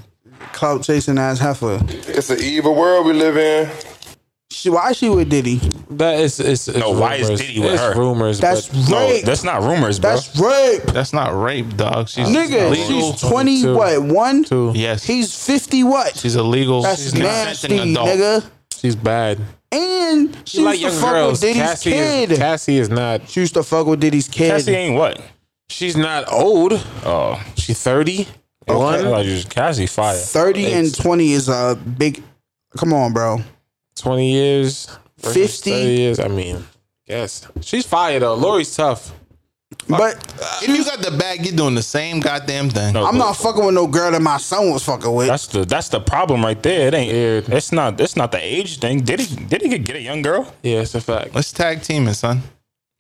[SPEAKER 1] Clout chasing ass heifer.
[SPEAKER 7] It's an evil world we live in.
[SPEAKER 1] She, why is she with Diddy?
[SPEAKER 5] That is, it's, it's
[SPEAKER 4] No, why is
[SPEAKER 5] rumors.
[SPEAKER 4] Diddy with
[SPEAKER 5] it's
[SPEAKER 4] her?
[SPEAKER 5] rumors.
[SPEAKER 1] That's
[SPEAKER 5] but
[SPEAKER 4] No,
[SPEAKER 1] rape.
[SPEAKER 4] that's not rumors, bro.
[SPEAKER 1] that's rape.
[SPEAKER 6] That's not rape, dog. She's
[SPEAKER 1] Nigga,
[SPEAKER 6] illegal.
[SPEAKER 1] she's 20,
[SPEAKER 5] Two.
[SPEAKER 1] what, one?
[SPEAKER 5] Two.
[SPEAKER 6] yes,
[SPEAKER 1] He's 50, what?
[SPEAKER 6] she's illegal.
[SPEAKER 1] That's
[SPEAKER 6] she's
[SPEAKER 1] nasty,
[SPEAKER 6] consenting adult.
[SPEAKER 1] nigga.
[SPEAKER 5] she's bad.
[SPEAKER 1] And she
[SPEAKER 5] like
[SPEAKER 1] used to
[SPEAKER 5] young
[SPEAKER 1] fuck
[SPEAKER 5] girls.
[SPEAKER 1] with Diddy's
[SPEAKER 5] Cassie
[SPEAKER 1] kid.
[SPEAKER 5] is Cassie is not.
[SPEAKER 1] she used to fuck with Diddy's kid.
[SPEAKER 4] Cassie ain't what?
[SPEAKER 5] She's not old.
[SPEAKER 4] Oh,
[SPEAKER 5] She's thirty.
[SPEAKER 4] I
[SPEAKER 5] One.
[SPEAKER 4] thought you was Cassie fire.
[SPEAKER 1] 30 and 20 is a big. Come on, bro.
[SPEAKER 5] 20 years, versus
[SPEAKER 1] 50.
[SPEAKER 5] 30 years. I mean, yes, she's fire though. Lori's tough.
[SPEAKER 1] But
[SPEAKER 6] If you got the bag, you're doing the same goddamn thing.
[SPEAKER 4] No,
[SPEAKER 1] I'm not fucking with no girl that my son was fucking with.
[SPEAKER 4] That's the that's the problem right there. It ain't.
[SPEAKER 5] Weird.
[SPEAKER 4] It's not. It's not the age thing. Did he? Did he get a young girl?
[SPEAKER 5] Yeah, it's a fact.
[SPEAKER 6] Let's tag teaming, son.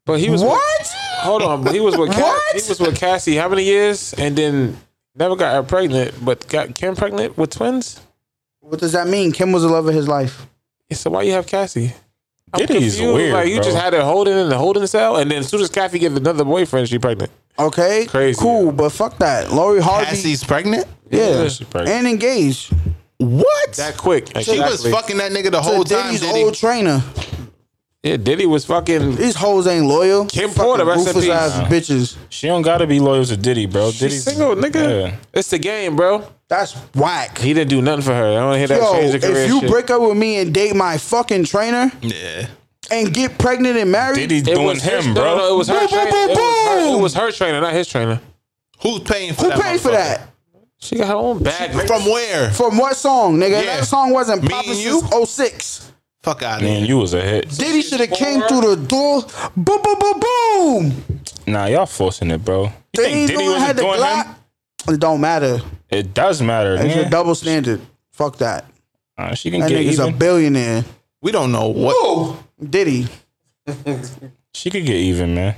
[SPEAKER 5] But he was with-
[SPEAKER 1] what?
[SPEAKER 5] hold on, but he was with Ca-
[SPEAKER 1] What?
[SPEAKER 5] he was with Cassie how many years? And then never got her pregnant, but got Kim pregnant with twins.
[SPEAKER 1] What does that mean? Kim was the love of his life.
[SPEAKER 5] Yeah, So why you have Cassie?
[SPEAKER 4] Diddy's
[SPEAKER 5] confused.
[SPEAKER 4] weird.
[SPEAKER 5] Like you
[SPEAKER 4] bro.
[SPEAKER 5] just had her holding in the holding cell, and then as soon as Kathy gets another boyfriend, she pregnant.
[SPEAKER 1] Okay,
[SPEAKER 5] Crazy,
[SPEAKER 1] cool,
[SPEAKER 5] yeah.
[SPEAKER 1] but fuck that. Lori Harvey,
[SPEAKER 6] Cassie's pregnant.
[SPEAKER 1] yeah,
[SPEAKER 4] she pregnant.
[SPEAKER 1] and engaged.
[SPEAKER 6] What?
[SPEAKER 5] That quick.
[SPEAKER 6] she was
[SPEAKER 5] Exactly.
[SPEAKER 6] fucking that nigga the
[SPEAKER 1] To
[SPEAKER 6] whole time.
[SPEAKER 1] Diddy's
[SPEAKER 6] Diddy.
[SPEAKER 1] old trainer.
[SPEAKER 5] Yeah, Diddy was fucking.
[SPEAKER 1] These hoes ain't loyal.
[SPEAKER 5] Kim
[SPEAKER 1] Fucking
[SPEAKER 5] Porter, rest in
[SPEAKER 1] ruthless
[SPEAKER 5] peace.
[SPEAKER 1] ass bitches.
[SPEAKER 4] She don't gotta be loyal to Diddy, bro.
[SPEAKER 5] She's
[SPEAKER 4] Diddy's
[SPEAKER 5] single, nigga.
[SPEAKER 4] Yeah.
[SPEAKER 5] It's the game, bro.
[SPEAKER 1] That's whack.
[SPEAKER 5] He didn't do nothing for her. I don't hear that
[SPEAKER 1] Yo,
[SPEAKER 5] change of career.
[SPEAKER 1] if you
[SPEAKER 5] shit.
[SPEAKER 1] break up with me and date my fucking trainer
[SPEAKER 6] yeah.
[SPEAKER 1] and get pregnant and married,
[SPEAKER 4] Diddy's
[SPEAKER 5] It
[SPEAKER 4] doing
[SPEAKER 5] was his-
[SPEAKER 4] him,
[SPEAKER 5] no,
[SPEAKER 4] bro.
[SPEAKER 5] No, no, it was her
[SPEAKER 1] Boom, boom, boom,
[SPEAKER 5] trainer. it, was her, it
[SPEAKER 1] boom.
[SPEAKER 5] was her trainer, not his trainer.
[SPEAKER 6] Who's paying for
[SPEAKER 1] who
[SPEAKER 6] that?
[SPEAKER 1] paid for
[SPEAKER 6] motherfucker?
[SPEAKER 1] that?
[SPEAKER 5] She got her own bag. From
[SPEAKER 6] From where?
[SPEAKER 1] From what song, nigga?
[SPEAKER 6] Yeah.
[SPEAKER 1] That song wasn't
[SPEAKER 6] Me
[SPEAKER 1] popping
[SPEAKER 6] and you?
[SPEAKER 1] since 06.
[SPEAKER 6] Fuck out of
[SPEAKER 4] Man,
[SPEAKER 6] here.
[SPEAKER 4] you was a hit.
[SPEAKER 1] Diddy should have came through the door. Boom, boom, boom, boom.
[SPEAKER 4] Nah, y'all forcing it, bro. You
[SPEAKER 1] They ain't no one
[SPEAKER 4] wasn't
[SPEAKER 1] had the Glock. It don't matter.
[SPEAKER 4] It does matter.
[SPEAKER 1] It's a
[SPEAKER 4] Man.
[SPEAKER 1] double standard. Fuck that.
[SPEAKER 4] Uh, she can
[SPEAKER 1] That
[SPEAKER 4] get
[SPEAKER 1] nigga's
[SPEAKER 4] even.
[SPEAKER 1] a billionaire.
[SPEAKER 6] We don't know what.
[SPEAKER 1] Diddy.
[SPEAKER 4] she could get even, man.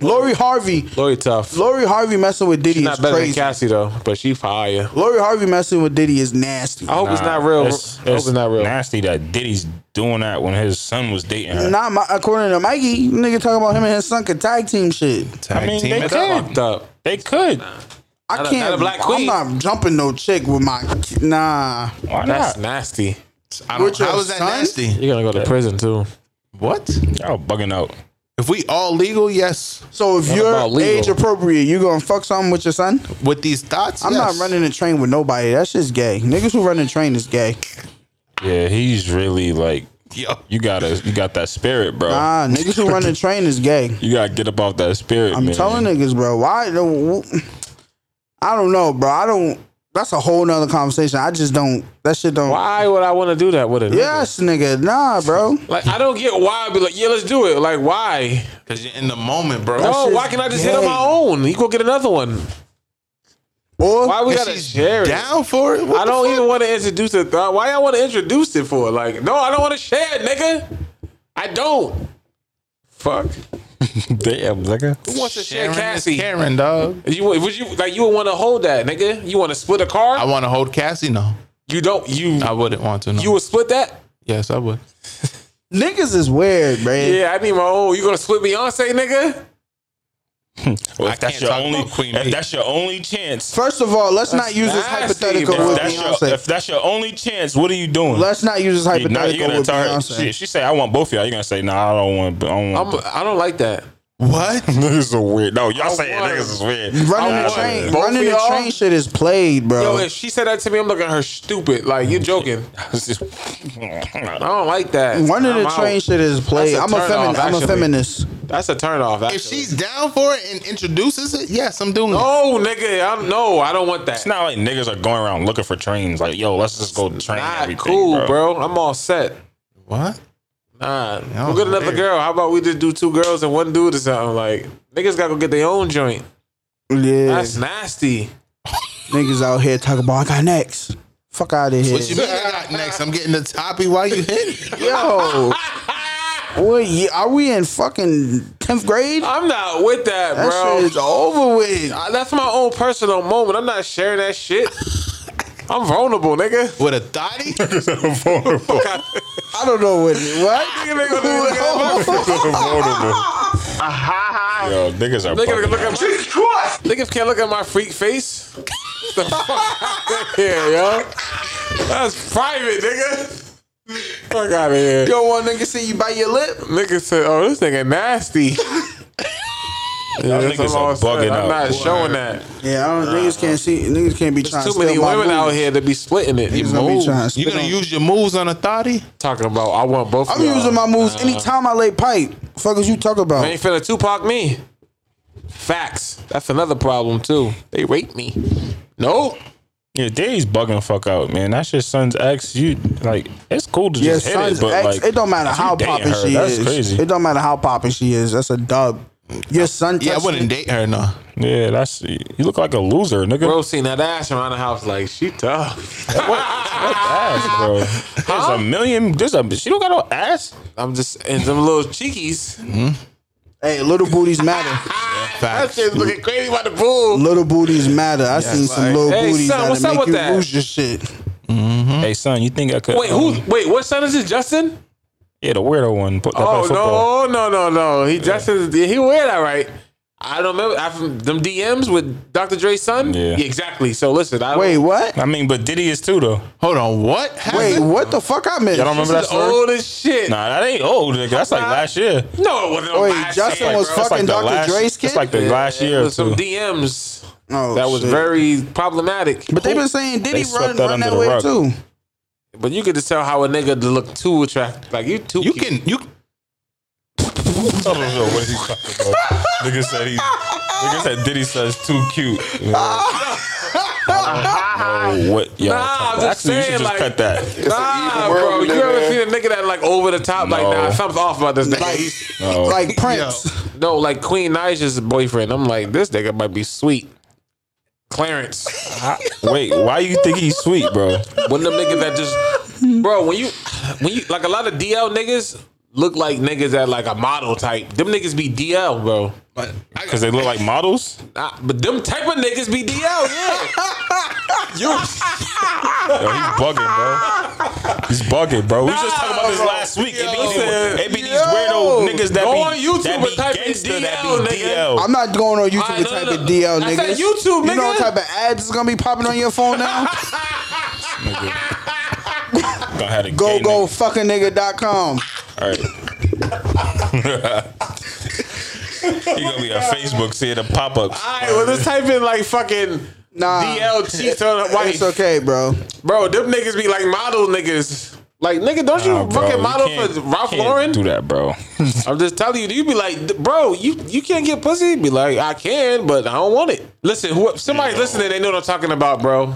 [SPEAKER 1] Lori Harvey.
[SPEAKER 5] Lori tough.
[SPEAKER 1] Lori Harvey messing with Diddy
[SPEAKER 5] not
[SPEAKER 1] is
[SPEAKER 5] better
[SPEAKER 1] crazy.
[SPEAKER 5] than Cassie though, but she fire.
[SPEAKER 1] Lori Harvey messing with Diddy is nasty.
[SPEAKER 5] I hope it's
[SPEAKER 4] Nah,
[SPEAKER 5] not real.
[SPEAKER 4] It's,
[SPEAKER 5] I hope it's not real.
[SPEAKER 4] Nasty that Diddy's doing that when his son was dating her.
[SPEAKER 1] Not my, according to Mikey, nigga talking about him and his son could tag team shit.
[SPEAKER 6] Tag
[SPEAKER 4] I mean,
[SPEAKER 6] team
[SPEAKER 4] they
[SPEAKER 6] it
[SPEAKER 4] can.
[SPEAKER 6] up.
[SPEAKER 5] Fucked up.
[SPEAKER 4] They could.
[SPEAKER 1] I
[SPEAKER 5] Not a-
[SPEAKER 1] can't.
[SPEAKER 5] not a black queen.
[SPEAKER 1] I'm not jumping no chick with my ki- nah.
[SPEAKER 4] Why
[SPEAKER 5] That's
[SPEAKER 4] not?
[SPEAKER 5] nasty.
[SPEAKER 6] I don't,
[SPEAKER 1] With your
[SPEAKER 6] how is that
[SPEAKER 1] son?
[SPEAKER 6] nasty?
[SPEAKER 5] You're gonna go to prison too.
[SPEAKER 6] What?
[SPEAKER 4] Y'all bugging out.
[SPEAKER 6] If we all legal, yes.
[SPEAKER 1] So if
[SPEAKER 5] about
[SPEAKER 1] you're
[SPEAKER 5] legal?
[SPEAKER 1] age appropriate, you gonna fuck something with your son?
[SPEAKER 6] With these thoughts,
[SPEAKER 1] I'm
[SPEAKER 6] yes.
[SPEAKER 1] not running a train with nobody. That shit's gay. Niggas who run a train is gay.
[SPEAKER 4] Yeah, he's really like
[SPEAKER 6] Yo,
[SPEAKER 4] you gotta you got that spirit, bro.
[SPEAKER 1] Nah, niggas who run a train is gay.
[SPEAKER 4] You gotta get up off that spirit.
[SPEAKER 1] I'm
[SPEAKER 4] man.
[SPEAKER 1] telling niggas, bro. Why? the- I don't know, bro. I don't. That's a whole nother conversation. I just don't. That shit don't.
[SPEAKER 5] Why would I want to do that with it?
[SPEAKER 1] Yes, nigga. Nah, bro.
[SPEAKER 5] Like I don't get why. I'd be like, yeah, let's do it. Like why?
[SPEAKER 6] because you're in the moment, bro.
[SPEAKER 5] No,
[SPEAKER 1] shit's
[SPEAKER 5] why can't I just hit on
[SPEAKER 1] gay.
[SPEAKER 5] my own? You go get another one.
[SPEAKER 1] Or
[SPEAKER 5] Why we
[SPEAKER 6] And
[SPEAKER 5] gotta
[SPEAKER 6] she's
[SPEAKER 5] share it?
[SPEAKER 6] down for it. What
[SPEAKER 5] I
[SPEAKER 6] the
[SPEAKER 5] don't
[SPEAKER 6] fuck?
[SPEAKER 5] even want to introduce it. Uh, Why I want to introduce it for? Like, no, I don't want to share it, nigga. I don't. Fuck.
[SPEAKER 4] Damn, nigga.
[SPEAKER 5] Who wants to share
[SPEAKER 6] Karen is
[SPEAKER 5] Cassie?
[SPEAKER 6] Karen, dog.
[SPEAKER 5] You would would you like you would want to hold that, nigga? You want to split a car?
[SPEAKER 6] I want to hold Cassie. No,
[SPEAKER 5] you don't. You
[SPEAKER 6] I wouldn't want to. No.
[SPEAKER 5] you would split that?
[SPEAKER 6] yes, I would.
[SPEAKER 1] niggas is weird, bro.
[SPEAKER 5] Yeah, I need my own. You gonna split Beyonce, nigga?
[SPEAKER 4] Well,
[SPEAKER 6] I
[SPEAKER 4] if that's
[SPEAKER 6] can't
[SPEAKER 4] your
[SPEAKER 6] talk
[SPEAKER 4] only
[SPEAKER 6] about Queen
[SPEAKER 4] if
[SPEAKER 6] B.
[SPEAKER 4] that's your only chance,
[SPEAKER 1] First of all, let's not use this
[SPEAKER 5] nasty,
[SPEAKER 1] hypothetical
[SPEAKER 5] bro.
[SPEAKER 1] with
[SPEAKER 4] if that's
[SPEAKER 1] Beyonce.
[SPEAKER 4] your if that's your only chance, what are you doing?
[SPEAKER 1] let's not use this
[SPEAKER 4] you not,
[SPEAKER 1] hypothetical
[SPEAKER 4] you're gonna
[SPEAKER 1] with
[SPEAKER 4] tell her.
[SPEAKER 1] Beyonce.
[SPEAKER 4] She, she say, "I want both of y'all." You're gonna say, "Nah, I don't want." I don't
[SPEAKER 5] I'm.
[SPEAKER 4] want
[SPEAKER 5] I don't like that.
[SPEAKER 6] What?
[SPEAKER 4] niggas are weird. No, y'all saying
[SPEAKER 5] want-
[SPEAKER 4] niggas is weird.
[SPEAKER 1] Running
[SPEAKER 5] I
[SPEAKER 1] the
[SPEAKER 5] want
[SPEAKER 1] train,
[SPEAKER 5] Oh, both
[SPEAKER 1] running
[SPEAKER 5] of
[SPEAKER 1] the
[SPEAKER 5] y'all.
[SPEAKER 1] train shit is played, bro.
[SPEAKER 5] Yo, if she said that to me, I'm looking at her stupid. Like you're joking. I don't like that.
[SPEAKER 1] running
[SPEAKER 5] I'm
[SPEAKER 1] the train
[SPEAKER 5] out.
[SPEAKER 1] shit is played.
[SPEAKER 5] That's
[SPEAKER 1] I'm
[SPEAKER 5] a
[SPEAKER 1] a
[SPEAKER 5] turn off,
[SPEAKER 1] feminist. I'm a
[SPEAKER 5] actually.
[SPEAKER 1] feminist.
[SPEAKER 5] That's a turnoff. Actually.
[SPEAKER 6] If she's down for it and introduces it, yes, I'm doing it.
[SPEAKER 5] no, nigga, I don't, no, I don't want that.
[SPEAKER 4] It's not like niggas are going around looking for trains. Like, yo, let's just go train
[SPEAKER 5] Nah,
[SPEAKER 4] everything,
[SPEAKER 5] cool,
[SPEAKER 4] bro.
[SPEAKER 5] bro. I'm all set.
[SPEAKER 6] What?
[SPEAKER 5] Nah,
[SPEAKER 6] No,
[SPEAKER 5] we'll get another
[SPEAKER 6] weird.
[SPEAKER 5] girl. How about we just do two girls and one dude or something? Like niggas gotta go get their own joint.
[SPEAKER 1] Yeah,
[SPEAKER 5] That's nasty.
[SPEAKER 1] niggas out here talking about I got next. Fuck out of
[SPEAKER 6] What you
[SPEAKER 1] here,
[SPEAKER 6] mean I got next? I'm getting the toppy while you hit it.
[SPEAKER 1] yo. What ye- are we in fucking tenth grade?
[SPEAKER 5] I'm not with that,
[SPEAKER 1] That
[SPEAKER 5] bro.
[SPEAKER 1] shit is over with.
[SPEAKER 5] I- that's my own personal moment. I'm not sharing that shit. I'm vulnerable, nigga.
[SPEAKER 6] With a thotty?
[SPEAKER 4] vulnerable.
[SPEAKER 1] I don't know what. What?
[SPEAKER 5] Nigga, nigga, nigga, look at my-
[SPEAKER 4] vulnerable. Yo, niggas are
[SPEAKER 5] nigga, nigga,
[SPEAKER 4] fucking
[SPEAKER 5] look at my, niggas can't look at my freak face. the fuck outta here, yo. That's private, nigga. Fuck out of here.
[SPEAKER 1] You don't want nigga see you bite your lip?
[SPEAKER 5] Nigga said, "Oh, this nigga nasty."
[SPEAKER 4] Y'all niggas
[SPEAKER 5] that's all
[SPEAKER 4] are
[SPEAKER 5] I said.
[SPEAKER 4] bugging
[SPEAKER 5] I'm
[SPEAKER 4] out.
[SPEAKER 5] not showing that.
[SPEAKER 1] Yeah, I don't, niggas can't see. Niggas can't be trying to
[SPEAKER 5] Too many
[SPEAKER 1] steal my
[SPEAKER 5] women out
[SPEAKER 1] moves.
[SPEAKER 5] here to be splitting it. You
[SPEAKER 1] Niggas gonna be
[SPEAKER 5] move.
[SPEAKER 1] trying to
[SPEAKER 6] You
[SPEAKER 1] spit
[SPEAKER 6] gonna
[SPEAKER 1] on-
[SPEAKER 6] use your moves on a thotty?
[SPEAKER 5] Talking about, I want both.
[SPEAKER 1] I'm
[SPEAKER 5] of y'all.
[SPEAKER 1] using my moves anytime I lay pipe. Fuck is you talk about?
[SPEAKER 5] I ain't finna Tupac me. Facts. That's another problem too. They rape me. No.
[SPEAKER 4] Yeah, Diddy's bugging fuck out, man. That's your son's ex. You like, it's cool to
[SPEAKER 1] Yeah,
[SPEAKER 4] just hit
[SPEAKER 1] son's
[SPEAKER 4] it, but
[SPEAKER 1] ex.
[SPEAKER 4] like,
[SPEAKER 1] it don't matter
[SPEAKER 4] if you
[SPEAKER 1] how
[SPEAKER 4] dating
[SPEAKER 1] popping
[SPEAKER 4] her,
[SPEAKER 1] she
[SPEAKER 4] that's
[SPEAKER 1] is.
[SPEAKER 4] crazy.
[SPEAKER 1] It don't matter how popping she is. That's a dub. Your son.
[SPEAKER 6] Yeah, I
[SPEAKER 1] touched
[SPEAKER 6] wouldn't
[SPEAKER 1] it.
[SPEAKER 6] date her. No.
[SPEAKER 4] yeah, that's you look like a loser, nigga.
[SPEAKER 5] Bro seen that ass around the house like she tough.
[SPEAKER 4] ass, bro. There's a million. There's a. She don't got no ass.
[SPEAKER 5] I'm just and them little cheekies.
[SPEAKER 1] Hey, little booties matter.
[SPEAKER 5] Ah, That shit's looking crazy about the pool.
[SPEAKER 1] little booties matter. I seen some little
[SPEAKER 5] Hey,
[SPEAKER 1] booties
[SPEAKER 5] son,
[SPEAKER 1] that'll
[SPEAKER 5] what's up
[SPEAKER 1] make
[SPEAKER 5] with
[SPEAKER 1] you
[SPEAKER 5] that?
[SPEAKER 1] lose your shit. Hmm?
[SPEAKER 4] Hey, son, you think I could?
[SPEAKER 5] Wait, who? Wait, what son is this? Justin?
[SPEAKER 4] Yeah, the weirdo one. Put that
[SPEAKER 5] Oh
[SPEAKER 4] oh, football.
[SPEAKER 5] no, no, no, no. He Justin. He wear that right. I don't remember I, from them DMs with Dr. Dre's son.
[SPEAKER 4] Yeah.
[SPEAKER 5] exactly. So listen,
[SPEAKER 4] Oh.
[SPEAKER 5] I
[SPEAKER 1] Wait, what?
[SPEAKER 4] I mean, but Diddy is too though.
[SPEAKER 6] Hold on. What?
[SPEAKER 1] Wait,
[SPEAKER 6] happened?
[SPEAKER 1] what the fuck I missed?
[SPEAKER 4] Y'all don't remember that
[SPEAKER 5] That's
[SPEAKER 4] story?
[SPEAKER 5] old as shit.
[SPEAKER 4] Nah, that ain't old, nigga. That's like
[SPEAKER 5] Nah.
[SPEAKER 4] last year.
[SPEAKER 5] No, it wasn't.
[SPEAKER 1] Wait,
[SPEAKER 5] last
[SPEAKER 1] Justin
[SPEAKER 5] year,
[SPEAKER 1] was
[SPEAKER 5] bro.
[SPEAKER 4] That's like
[SPEAKER 1] fucking
[SPEAKER 4] the
[SPEAKER 1] Dr.
[SPEAKER 4] last.
[SPEAKER 1] Dre's
[SPEAKER 4] It's
[SPEAKER 1] kid?
[SPEAKER 4] like the last
[SPEAKER 5] Yeah,
[SPEAKER 4] year or
[SPEAKER 5] with some
[SPEAKER 4] two.
[SPEAKER 5] DMs
[SPEAKER 1] Oh,
[SPEAKER 5] that was
[SPEAKER 1] shit.
[SPEAKER 5] very problematic.
[SPEAKER 1] But they've been saying
[SPEAKER 4] They
[SPEAKER 1] Diddy
[SPEAKER 4] swept
[SPEAKER 1] run
[SPEAKER 4] that
[SPEAKER 1] run
[SPEAKER 4] under
[SPEAKER 1] that
[SPEAKER 4] the
[SPEAKER 1] way
[SPEAKER 4] rug.
[SPEAKER 1] too.
[SPEAKER 5] But you could just tell how a nigga to look too attractive. Like you too.
[SPEAKER 6] You
[SPEAKER 5] cute.
[SPEAKER 6] can you
[SPEAKER 4] I don't know what he's talking about. nigga said he. Nigga said Diddy says too cute. Yeah. I don't know what y'all
[SPEAKER 5] Nah, I'm
[SPEAKER 4] talking about.
[SPEAKER 5] just
[SPEAKER 4] Actually, you should
[SPEAKER 5] saying,
[SPEAKER 4] just
[SPEAKER 5] like-
[SPEAKER 4] cut that.
[SPEAKER 5] Nah,
[SPEAKER 7] evil world
[SPEAKER 5] bro.
[SPEAKER 7] we
[SPEAKER 5] You
[SPEAKER 7] live
[SPEAKER 5] ever
[SPEAKER 7] in.
[SPEAKER 5] seen a nigga that like over the top? Like,
[SPEAKER 4] No.
[SPEAKER 5] nah, something's off about this nigga. He's-
[SPEAKER 4] No.
[SPEAKER 1] Like Prince.
[SPEAKER 5] no, like Queen Nigel's boyfriend. I'm like, this nigga might be sweet. Clarence,
[SPEAKER 4] wait, why you think he's sweet, bro?
[SPEAKER 5] one of them niggas that just, bro. When you, when you like a lot of DL niggas look like niggas that like a model type. Them niggas be DL, bro.
[SPEAKER 4] Because they look like models.
[SPEAKER 5] Nah, but them type of niggas be DL, yeah.
[SPEAKER 4] Yo, he's bugging, bro. He's bugging, bro. We was just talking about this
[SPEAKER 5] Nah, bro.
[SPEAKER 4] last week.
[SPEAKER 5] Yo,
[SPEAKER 4] It be, these- it be these
[SPEAKER 5] yo.
[SPEAKER 4] weirdo niggas that
[SPEAKER 5] Go
[SPEAKER 4] be
[SPEAKER 5] on YouTube
[SPEAKER 4] that
[SPEAKER 5] and
[SPEAKER 4] be
[SPEAKER 5] type in
[SPEAKER 4] gangster,
[SPEAKER 5] DL,
[SPEAKER 4] that be
[SPEAKER 5] nigga.
[SPEAKER 4] DL.
[SPEAKER 1] I'm not going on YouTube
[SPEAKER 5] All
[SPEAKER 1] and
[SPEAKER 5] right,
[SPEAKER 1] type
[SPEAKER 5] no, no,
[SPEAKER 1] of
[SPEAKER 5] no.
[SPEAKER 1] DL
[SPEAKER 5] I
[SPEAKER 1] niggas.
[SPEAKER 5] said YouTube,
[SPEAKER 1] You know what
[SPEAKER 5] nigga.
[SPEAKER 1] type of ads is gonna be popping on your phone now?
[SPEAKER 4] Gonna have a
[SPEAKER 1] go
[SPEAKER 4] gay
[SPEAKER 1] go fucking nigga.com.
[SPEAKER 4] nigga. All right. you gonna be on Facebook seeing the pop ups.
[SPEAKER 5] All right, well, let's type in like fucking
[SPEAKER 1] Nah.
[SPEAKER 5] DL cheats on a wife.
[SPEAKER 1] It's okay, bro.
[SPEAKER 5] Bro, them niggas be like model niggas. Like, nigga, don't you fucking model for Ralph Lauren?
[SPEAKER 4] Do that, bro.
[SPEAKER 5] I'm just telling you, you be like, bro, you, you can't get pussy. Be like, I can, but I don't want it. Listen, who, somebody's listening, they know what I'm talking about, bro.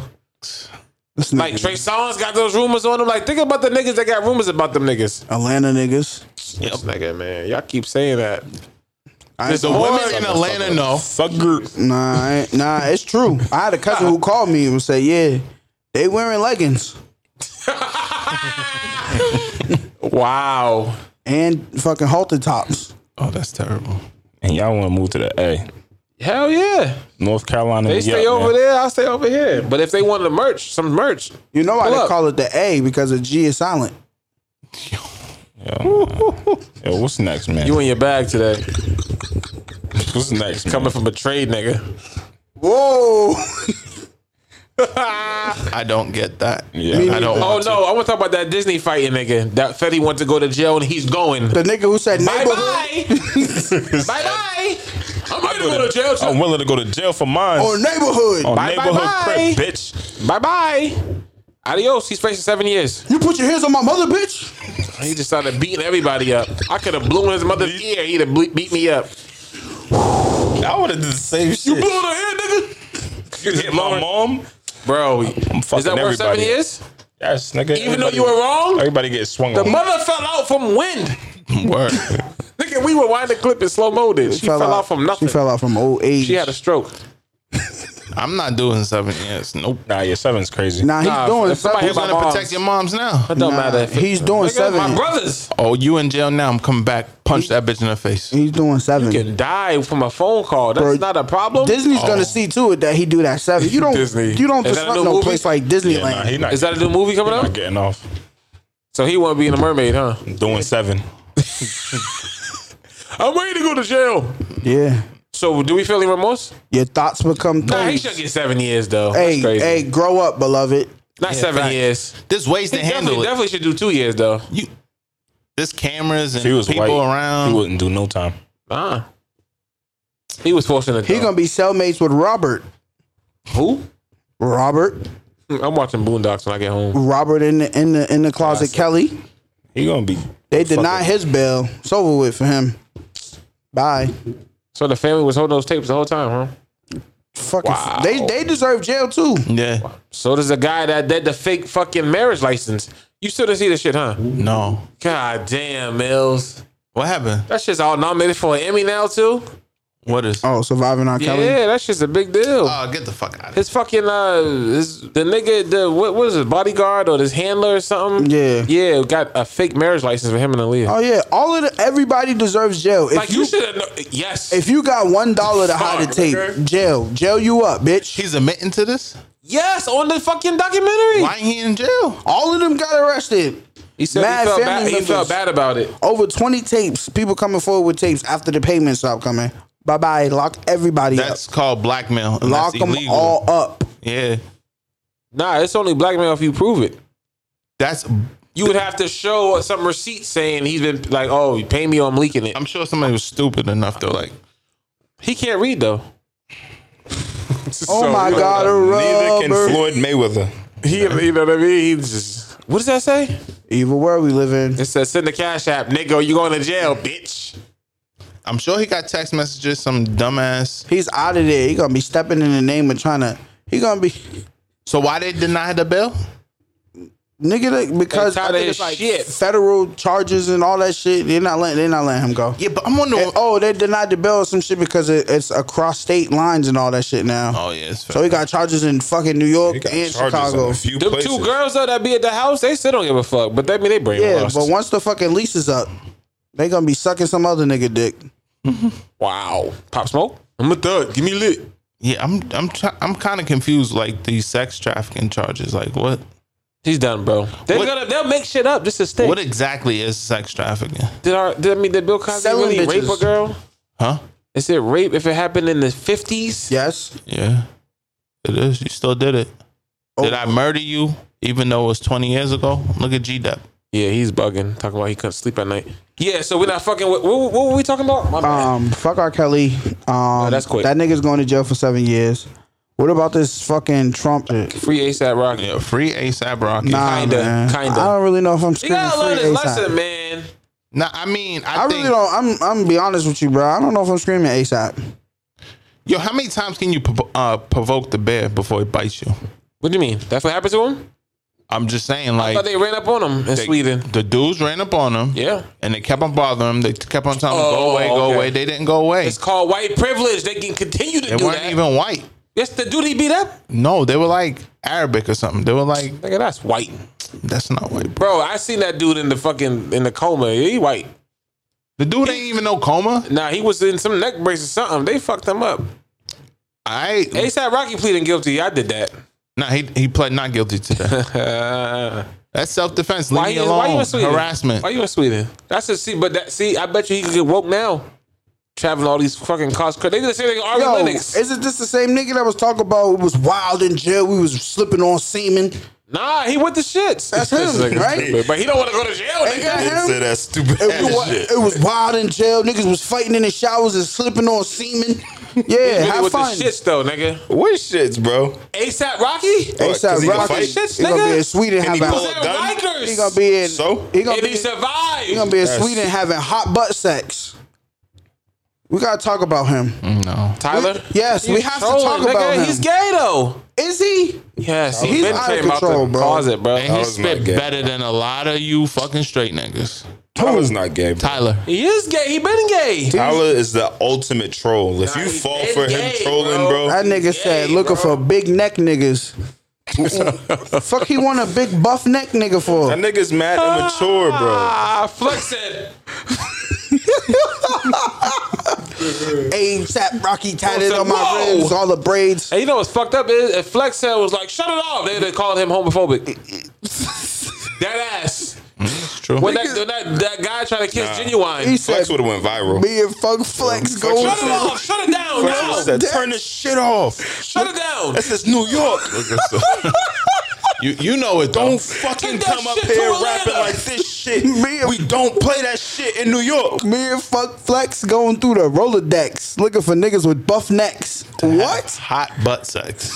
[SPEAKER 1] Listen,
[SPEAKER 5] Like, Trey Songz got those rumors on him. Like, think about the niggas that got rumors about them niggas.
[SPEAKER 1] Atlanta niggas.
[SPEAKER 5] This nigga, man, y'all keep saying that.
[SPEAKER 1] I ain't
[SPEAKER 6] the
[SPEAKER 1] gonna-
[SPEAKER 6] women in Atlanta know.
[SPEAKER 4] Fucker.
[SPEAKER 1] Nah, I ain't- nah, it's true. I had a cousin who called me and said, "Yeah, they wearing leggings
[SPEAKER 5] Wow.
[SPEAKER 1] and fucking halter tops."
[SPEAKER 6] Oh, that's terrible.
[SPEAKER 4] And y'all wanna move to the A.
[SPEAKER 5] Hell yeah.
[SPEAKER 4] North Carolina.
[SPEAKER 5] They
[SPEAKER 4] me
[SPEAKER 5] stay
[SPEAKER 4] up,
[SPEAKER 5] over
[SPEAKER 4] man.
[SPEAKER 5] there, I stay over here. But if they wanted to merch, some merch,
[SPEAKER 1] You know why
[SPEAKER 5] Pull
[SPEAKER 1] they
[SPEAKER 5] up.
[SPEAKER 1] call it the A because the G is silent.
[SPEAKER 4] Yo, what's next, man?
[SPEAKER 5] you in your bag today.
[SPEAKER 4] What's next? man?
[SPEAKER 5] Coming from a trade nigga.
[SPEAKER 1] Whoa!
[SPEAKER 6] I don't get that.
[SPEAKER 4] Yeah.
[SPEAKER 6] I don't.
[SPEAKER 5] Oh
[SPEAKER 6] Want
[SPEAKER 5] no, I want to talk about that Disney fighting nigga. That Fetty went to go to jail and he's going.
[SPEAKER 1] the nigga who said
[SPEAKER 5] Bye
[SPEAKER 1] neighborhood
[SPEAKER 5] bye. bye bye. I'm ready to go to jail.
[SPEAKER 4] I'm willing to go to jail for mine.
[SPEAKER 1] or neighborhood.
[SPEAKER 4] on
[SPEAKER 5] Oh, Bye, bye,
[SPEAKER 4] neighborhood
[SPEAKER 5] bye.
[SPEAKER 4] crib, bitch.
[SPEAKER 5] Bye bye. Adios. He's facing seven years.
[SPEAKER 1] You put your hands on my mother, bitch.
[SPEAKER 5] He just started beating everybody up. I could have blew his mother's ear. He'd have ble- beat me up.
[SPEAKER 4] I would have did the same shit.
[SPEAKER 5] Blew her ear, nigga.
[SPEAKER 4] hit my mom.
[SPEAKER 5] Bro, is
[SPEAKER 4] fucking
[SPEAKER 5] that worth seven
[SPEAKER 4] everybody.
[SPEAKER 5] years?
[SPEAKER 4] Yes, nigga.
[SPEAKER 5] Even though you were wrong,
[SPEAKER 4] Everybody gets swung
[SPEAKER 5] the
[SPEAKER 4] on.
[SPEAKER 5] mother fell out from wind.
[SPEAKER 6] to work.
[SPEAKER 5] Nigga, we rewind the clip in slow mo. Then she fell, out, from nothing.
[SPEAKER 1] She fell out from old age.
[SPEAKER 5] she had a stroke.
[SPEAKER 6] I'm not doing seven years. Nope.
[SPEAKER 4] nah, yeah, seven's crazy.
[SPEAKER 1] Nah, he's
[SPEAKER 5] Nah,
[SPEAKER 1] doing
[SPEAKER 5] if
[SPEAKER 1] something.
[SPEAKER 5] somebody hit
[SPEAKER 6] Who's
[SPEAKER 5] My
[SPEAKER 6] gonna
[SPEAKER 5] moms.
[SPEAKER 6] protect your moms now?
[SPEAKER 5] It don't
[SPEAKER 1] Nah,
[SPEAKER 5] matter. If it-
[SPEAKER 1] he's doing
[SPEAKER 5] Nigga,
[SPEAKER 1] seven.
[SPEAKER 5] My brothers
[SPEAKER 6] Oh, you in jail now? I'm coming back. Punch that bitch in the face.
[SPEAKER 1] He's doing seven.
[SPEAKER 5] can die from a phone call. That's
[SPEAKER 1] Bro,
[SPEAKER 5] not a problem.
[SPEAKER 1] Disney's gonna see to it that he do that seven. You don't.
[SPEAKER 5] Oh. Disney.
[SPEAKER 1] You don't
[SPEAKER 5] Is
[SPEAKER 1] disrupt
[SPEAKER 5] that a
[SPEAKER 1] no
[SPEAKER 5] new movie?
[SPEAKER 1] place like
[SPEAKER 4] yeah, nah,
[SPEAKER 1] Disneyland.
[SPEAKER 4] he not,
[SPEAKER 5] Is that a new movie coming
[SPEAKER 4] not
[SPEAKER 5] out?
[SPEAKER 4] getting off.
[SPEAKER 5] So he want to be in a mermaid, huh?
[SPEAKER 4] Doing seven.
[SPEAKER 5] I'm ready to go to jail.
[SPEAKER 1] yeah.
[SPEAKER 5] So do we feel any remorse?
[SPEAKER 1] Your thoughts become things.
[SPEAKER 5] Nah, he should get seven years though.
[SPEAKER 1] hey,
[SPEAKER 5] That's crazy.
[SPEAKER 1] hey, grow up, beloved.
[SPEAKER 5] not seven
[SPEAKER 6] facts.
[SPEAKER 5] years.
[SPEAKER 6] There's ways to
[SPEAKER 5] He definitely,
[SPEAKER 6] handle it.
[SPEAKER 5] definitely should do two years though.
[SPEAKER 6] You, there's cameras and
[SPEAKER 4] If he was
[SPEAKER 6] people
[SPEAKER 4] white,
[SPEAKER 6] around.
[SPEAKER 4] he wouldn't do no time.
[SPEAKER 5] Uh He was fortunate.
[SPEAKER 1] He gonna be cellmates with Robert.
[SPEAKER 5] who?
[SPEAKER 1] Robert,
[SPEAKER 5] Hmm, I'm watching Boondocks when I get home.
[SPEAKER 1] Robert in the in the in the closet. Kelly.
[SPEAKER 4] He gonna be.
[SPEAKER 1] They denied his bail. It's over with for him. Bye.
[SPEAKER 5] So the family was holding those tapes the whole time, huh?
[SPEAKER 1] Fucking. They they deserve jail too.
[SPEAKER 6] Yeah.
[SPEAKER 5] So there's a guy that did the fake fucking marriage license. You still didn't see this shit, huh?
[SPEAKER 6] No.
[SPEAKER 5] God damn, Mills.
[SPEAKER 6] What happened?
[SPEAKER 5] That shit's all nominated for an Emmy now too.
[SPEAKER 6] What is?
[SPEAKER 4] Um,
[SPEAKER 6] Oh,
[SPEAKER 1] Oh, surviving on Kelly.
[SPEAKER 5] Yeah, that shit's a big deal.
[SPEAKER 1] Uh,
[SPEAKER 6] get the fuck out of here.
[SPEAKER 5] His fucking uh, his, the nigga, the what was his bodyguard or his handler or something?
[SPEAKER 1] Yeah.
[SPEAKER 5] yeah, got a fake marriage license for him and Aaliyah.
[SPEAKER 1] Oh yeah, all of the, everybody deserves jail. If
[SPEAKER 5] like you,
[SPEAKER 1] you
[SPEAKER 5] should have. Yes,
[SPEAKER 1] if you got one dollar to hide a
[SPEAKER 5] Fuck,
[SPEAKER 1] tape,
[SPEAKER 5] nigga.
[SPEAKER 1] jail, jail you up, bitch.
[SPEAKER 6] He's admitting to this?
[SPEAKER 5] yes, on the fucking documentary.
[SPEAKER 6] Why ain't he in jail?
[SPEAKER 1] All of them got arrested.
[SPEAKER 5] He said
[SPEAKER 1] Mad
[SPEAKER 5] he felt
[SPEAKER 1] family
[SPEAKER 5] bad. He
[SPEAKER 1] members.
[SPEAKER 5] felt bad about it.
[SPEAKER 1] Over twenty tapes. People coming forward with tapes after the payments stop coming. Bye bye. Lock everybody
[SPEAKER 6] That's called blackmail.
[SPEAKER 1] up.
[SPEAKER 6] and
[SPEAKER 1] Lock
[SPEAKER 6] that's
[SPEAKER 1] them
[SPEAKER 6] illegal.
[SPEAKER 1] all up.
[SPEAKER 6] Yeah.
[SPEAKER 5] Nah, it's only blackmail if you prove it.
[SPEAKER 6] That's.
[SPEAKER 5] You would have to show some receipt saying he's been like, oh, you pay me or I'm leaking it.
[SPEAKER 6] I'm sure somebody was stupid enough though. Like,
[SPEAKER 5] He can't read though.
[SPEAKER 1] Oh my God, a
[SPEAKER 8] Neither can
[SPEAKER 1] rubber.
[SPEAKER 8] Floyd Mayweather.
[SPEAKER 5] He, you know what I mean? He just, what does that say?
[SPEAKER 1] Evil world we live in.
[SPEAKER 5] It says send the cash app, nigga. You going to jail, bitch?
[SPEAKER 6] I'm sure he got text messages. Some dumbass.
[SPEAKER 1] He's out of there. He gonna be stepping in the name of trying to. He gonna be
[SPEAKER 6] So why they deny the bail?
[SPEAKER 1] nigga like, because
[SPEAKER 5] They
[SPEAKER 1] I
[SPEAKER 5] tired of
[SPEAKER 1] think
[SPEAKER 5] his
[SPEAKER 1] it's like
[SPEAKER 5] shit.
[SPEAKER 1] federal charges and all that shit. They're not letting. They're not letting him go.
[SPEAKER 6] Yeah, but I'm wondering.
[SPEAKER 1] And, oh, they denied the bail or some shit because it, it's across state lines and all that shit now.
[SPEAKER 6] oh yeah, it's fair.
[SPEAKER 1] So he got charges in fucking New
[SPEAKER 8] He
[SPEAKER 1] York
[SPEAKER 8] got
[SPEAKER 1] and
[SPEAKER 8] charges on
[SPEAKER 1] Chicago.
[SPEAKER 8] a few
[SPEAKER 5] Them
[SPEAKER 8] places.
[SPEAKER 5] two girls though that be at the house, they still don't give a fuck. But that mean they brainwashed.
[SPEAKER 1] Yeah, but once the fucking lease is up, they gonna be sucking some other nigga dick.
[SPEAKER 5] wow, pop smoke. I'm a thug. Give me lit.
[SPEAKER 6] yeah, I'm I'm try- I'm kind of confused. Like these sex trafficking charges. Like what
[SPEAKER 5] He's done, bro. They're
[SPEAKER 6] What-
[SPEAKER 5] gonna they'll make shit up just to stay.
[SPEAKER 6] what exactly is sex trafficking?
[SPEAKER 5] did our did I mean did Bill Cosby
[SPEAKER 1] Selling
[SPEAKER 5] really rape a
[SPEAKER 1] bitches.
[SPEAKER 5] girl?
[SPEAKER 6] Huh?
[SPEAKER 5] Is it rape if it happened in the fifties?
[SPEAKER 1] Yes.
[SPEAKER 6] Yeah, it is. You still did it. Did
[SPEAKER 1] Oh.
[SPEAKER 6] I murder you? Even though it was 20 years ago. Look at G Dep.
[SPEAKER 5] Yeah, he's bugging. Talking about he couldn't sleep at night. Yeah, so we're not fucking. What, what, what were we talking about? My bad.
[SPEAKER 1] Um, fuck R. Kelly. Um,
[SPEAKER 5] that's quick.
[SPEAKER 1] That nigga's going to jail for seven years. What about this fucking Trump? Shit?
[SPEAKER 5] Free ASAP Rocky.
[SPEAKER 6] Yeah, free ASAP Rocky.
[SPEAKER 1] Nah,
[SPEAKER 5] Kinda,
[SPEAKER 1] man.
[SPEAKER 5] kinda.
[SPEAKER 1] I don't really know if I'm
[SPEAKER 5] You
[SPEAKER 1] screaming
[SPEAKER 5] gotta learn
[SPEAKER 1] free
[SPEAKER 5] his
[SPEAKER 1] ASAP.
[SPEAKER 5] lesson, man.
[SPEAKER 6] Nah, I mean, I,
[SPEAKER 1] I
[SPEAKER 6] think,
[SPEAKER 1] really don't. I'm. I'm gonna be honest with you, bro. I don't know if I'm screaming ASAP.
[SPEAKER 6] Yo, how many times can you provo- uh, provoke the bear before it bites you?
[SPEAKER 5] What do you mean? That's what happened to him?
[SPEAKER 6] I'm just saying,
[SPEAKER 5] I thought
[SPEAKER 6] like
[SPEAKER 5] they ran up on him in Sweden.
[SPEAKER 6] the dudes ran up on him,
[SPEAKER 5] Yeah.
[SPEAKER 6] and they kept on bothering him. They kept on telling him,
[SPEAKER 5] Oh,
[SPEAKER 6] "Go away, go
[SPEAKER 5] okay.
[SPEAKER 6] away." They didn't go away.
[SPEAKER 5] It's called white privilege. They can continue to
[SPEAKER 6] They
[SPEAKER 5] do
[SPEAKER 6] weren't
[SPEAKER 5] that.
[SPEAKER 6] even white.
[SPEAKER 5] yes, the dude he beat up.
[SPEAKER 6] No, they were like Arabic or something. They were like,
[SPEAKER 5] Nigga, that's white,
[SPEAKER 6] "That's not white." Bro.
[SPEAKER 5] bro. I seen that dude in the fucking in the coma. He white.
[SPEAKER 6] The dude ain't even no coma.
[SPEAKER 5] Nah, he was in some neck brace or something. They fucked him up.
[SPEAKER 6] I
[SPEAKER 5] ASAP Rocky pleading guilty. I did that.
[SPEAKER 6] nah, he he pled not guilty to that. That's self defense. Leave
[SPEAKER 5] why,
[SPEAKER 6] me
[SPEAKER 5] you, why you
[SPEAKER 6] alone.
[SPEAKER 5] in Sweden?
[SPEAKER 6] Harassment.
[SPEAKER 5] Why you in Sweden? That's a see, but that see, I bet you he could get woke now. Traveling all these fucking cars. They did the same thing. Army
[SPEAKER 1] Yo,
[SPEAKER 5] Lennox.
[SPEAKER 1] isn't this the same nigga that was talking about it was wild in jail? We was slipping on semen.
[SPEAKER 5] Nah, he went to shits.
[SPEAKER 1] That's him,
[SPEAKER 5] This nigga's
[SPEAKER 1] right?
[SPEAKER 5] stupid, But he don't want to go to jail.
[SPEAKER 1] Ain't
[SPEAKER 5] Nigga.
[SPEAKER 1] that
[SPEAKER 8] They
[SPEAKER 1] him?
[SPEAKER 8] said that stupid
[SPEAKER 1] It,
[SPEAKER 8] ass
[SPEAKER 1] was, wi-
[SPEAKER 8] shit.
[SPEAKER 1] it was wild in jail. Niggas was fighting in the showers and slipping on semen. Yeah,
[SPEAKER 5] Really
[SPEAKER 1] have
[SPEAKER 5] with
[SPEAKER 1] fun.
[SPEAKER 5] the shits though, nigga.
[SPEAKER 8] What shits, bro?
[SPEAKER 5] ASAP Rocky.
[SPEAKER 8] What, 'cause
[SPEAKER 1] ASAP
[SPEAKER 8] he can
[SPEAKER 1] Rocky.
[SPEAKER 8] fight?
[SPEAKER 1] He gonna be in Sweden
[SPEAKER 8] Can he
[SPEAKER 1] having.
[SPEAKER 8] pull
[SPEAKER 5] They're
[SPEAKER 8] it done?
[SPEAKER 5] Rikers.
[SPEAKER 1] He gonna be in.
[SPEAKER 8] So?
[SPEAKER 1] he gonna
[SPEAKER 5] and
[SPEAKER 1] be.
[SPEAKER 5] he
[SPEAKER 1] in-
[SPEAKER 5] survived.
[SPEAKER 1] He gonna be in
[SPEAKER 8] Yes.
[SPEAKER 1] Sweden having hot butt sex. We gotta talk about him.
[SPEAKER 6] No,
[SPEAKER 5] Tyler.
[SPEAKER 1] Yes, we
[SPEAKER 5] He's
[SPEAKER 1] have to
[SPEAKER 5] trolling,
[SPEAKER 1] talk about him.
[SPEAKER 5] He's gay though.
[SPEAKER 1] Is he?
[SPEAKER 5] Yes, he
[SPEAKER 1] He's
[SPEAKER 5] been
[SPEAKER 1] out of
[SPEAKER 5] came out the
[SPEAKER 1] control, bro.
[SPEAKER 5] closet, bro.
[SPEAKER 6] and he
[SPEAKER 8] was not
[SPEAKER 6] spit
[SPEAKER 8] gay.
[SPEAKER 6] better than a lot of you fucking straight niggas.
[SPEAKER 8] Tyler's not gay, bro.
[SPEAKER 6] Tyler,
[SPEAKER 5] He is gay. He been gay.
[SPEAKER 8] Tyler is the ultimate troll. If you
[SPEAKER 5] he's
[SPEAKER 8] fall
[SPEAKER 5] dead
[SPEAKER 8] for him
[SPEAKER 5] gay,
[SPEAKER 8] trolling,
[SPEAKER 5] bro.
[SPEAKER 8] bro,
[SPEAKER 1] That nigga said looking for big neck niggas. Fuck, he want a big buff neck nigga for.
[SPEAKER 8] that nigga's mad immature, bro.
[SPEAKER 5] Ah, flexing.
[SPEAKER 1] ASAP Rocky tatted
[SPEAKER 5] Whoa.
[SPEAKER 1] on my ribs, all the braids.
[SPEAKER 5] And you know what's fucked up is if Flex said was like, shut it off, they they called him homophobic. that ass.
[SPEAKER 6] it's true.
[SPEAKER 5] When that, when that that guy tried to kiss genuine.
[SPEAKER 1] He
[SPEAKER 8] Flex
[SPEAKER 1] said,
[SPEAKER 8] would have went viral.
[SPEAKER 1] "Me and Funk Flex going."
[SPEAKER 5] Shut it
[SPEAKER 1] for
[SPEAKER 5] off, shut it down,
[SPEAKER 8] Flex would've
[SPEAKER 5] yo.
[SPEAKER 8] said, Turn this shit off.
[SPEAKER 5] Shut it down.
[SPEAKER 8] This is New York.
[SPEAKER 6] you you know it. Don't
[SPEAKER 8] Fucking
[SPEAKER 5] Take that
[SPEAKER 8] come up
[SPEAKER 5] shit to
[SPEAKER 8] here
[SPEAKER 5] Atlanta.
[SPEAKER 8] rapping like this shit.
[SPEAKER 1] Me and-
[SPEAKER 8] We don't play that shit in New York.
[SPEAKER 1] Me and fuck flex going through the Rolodex looking for niggas with buff necks. What?
[SPEAKER 6] Hot butt sex.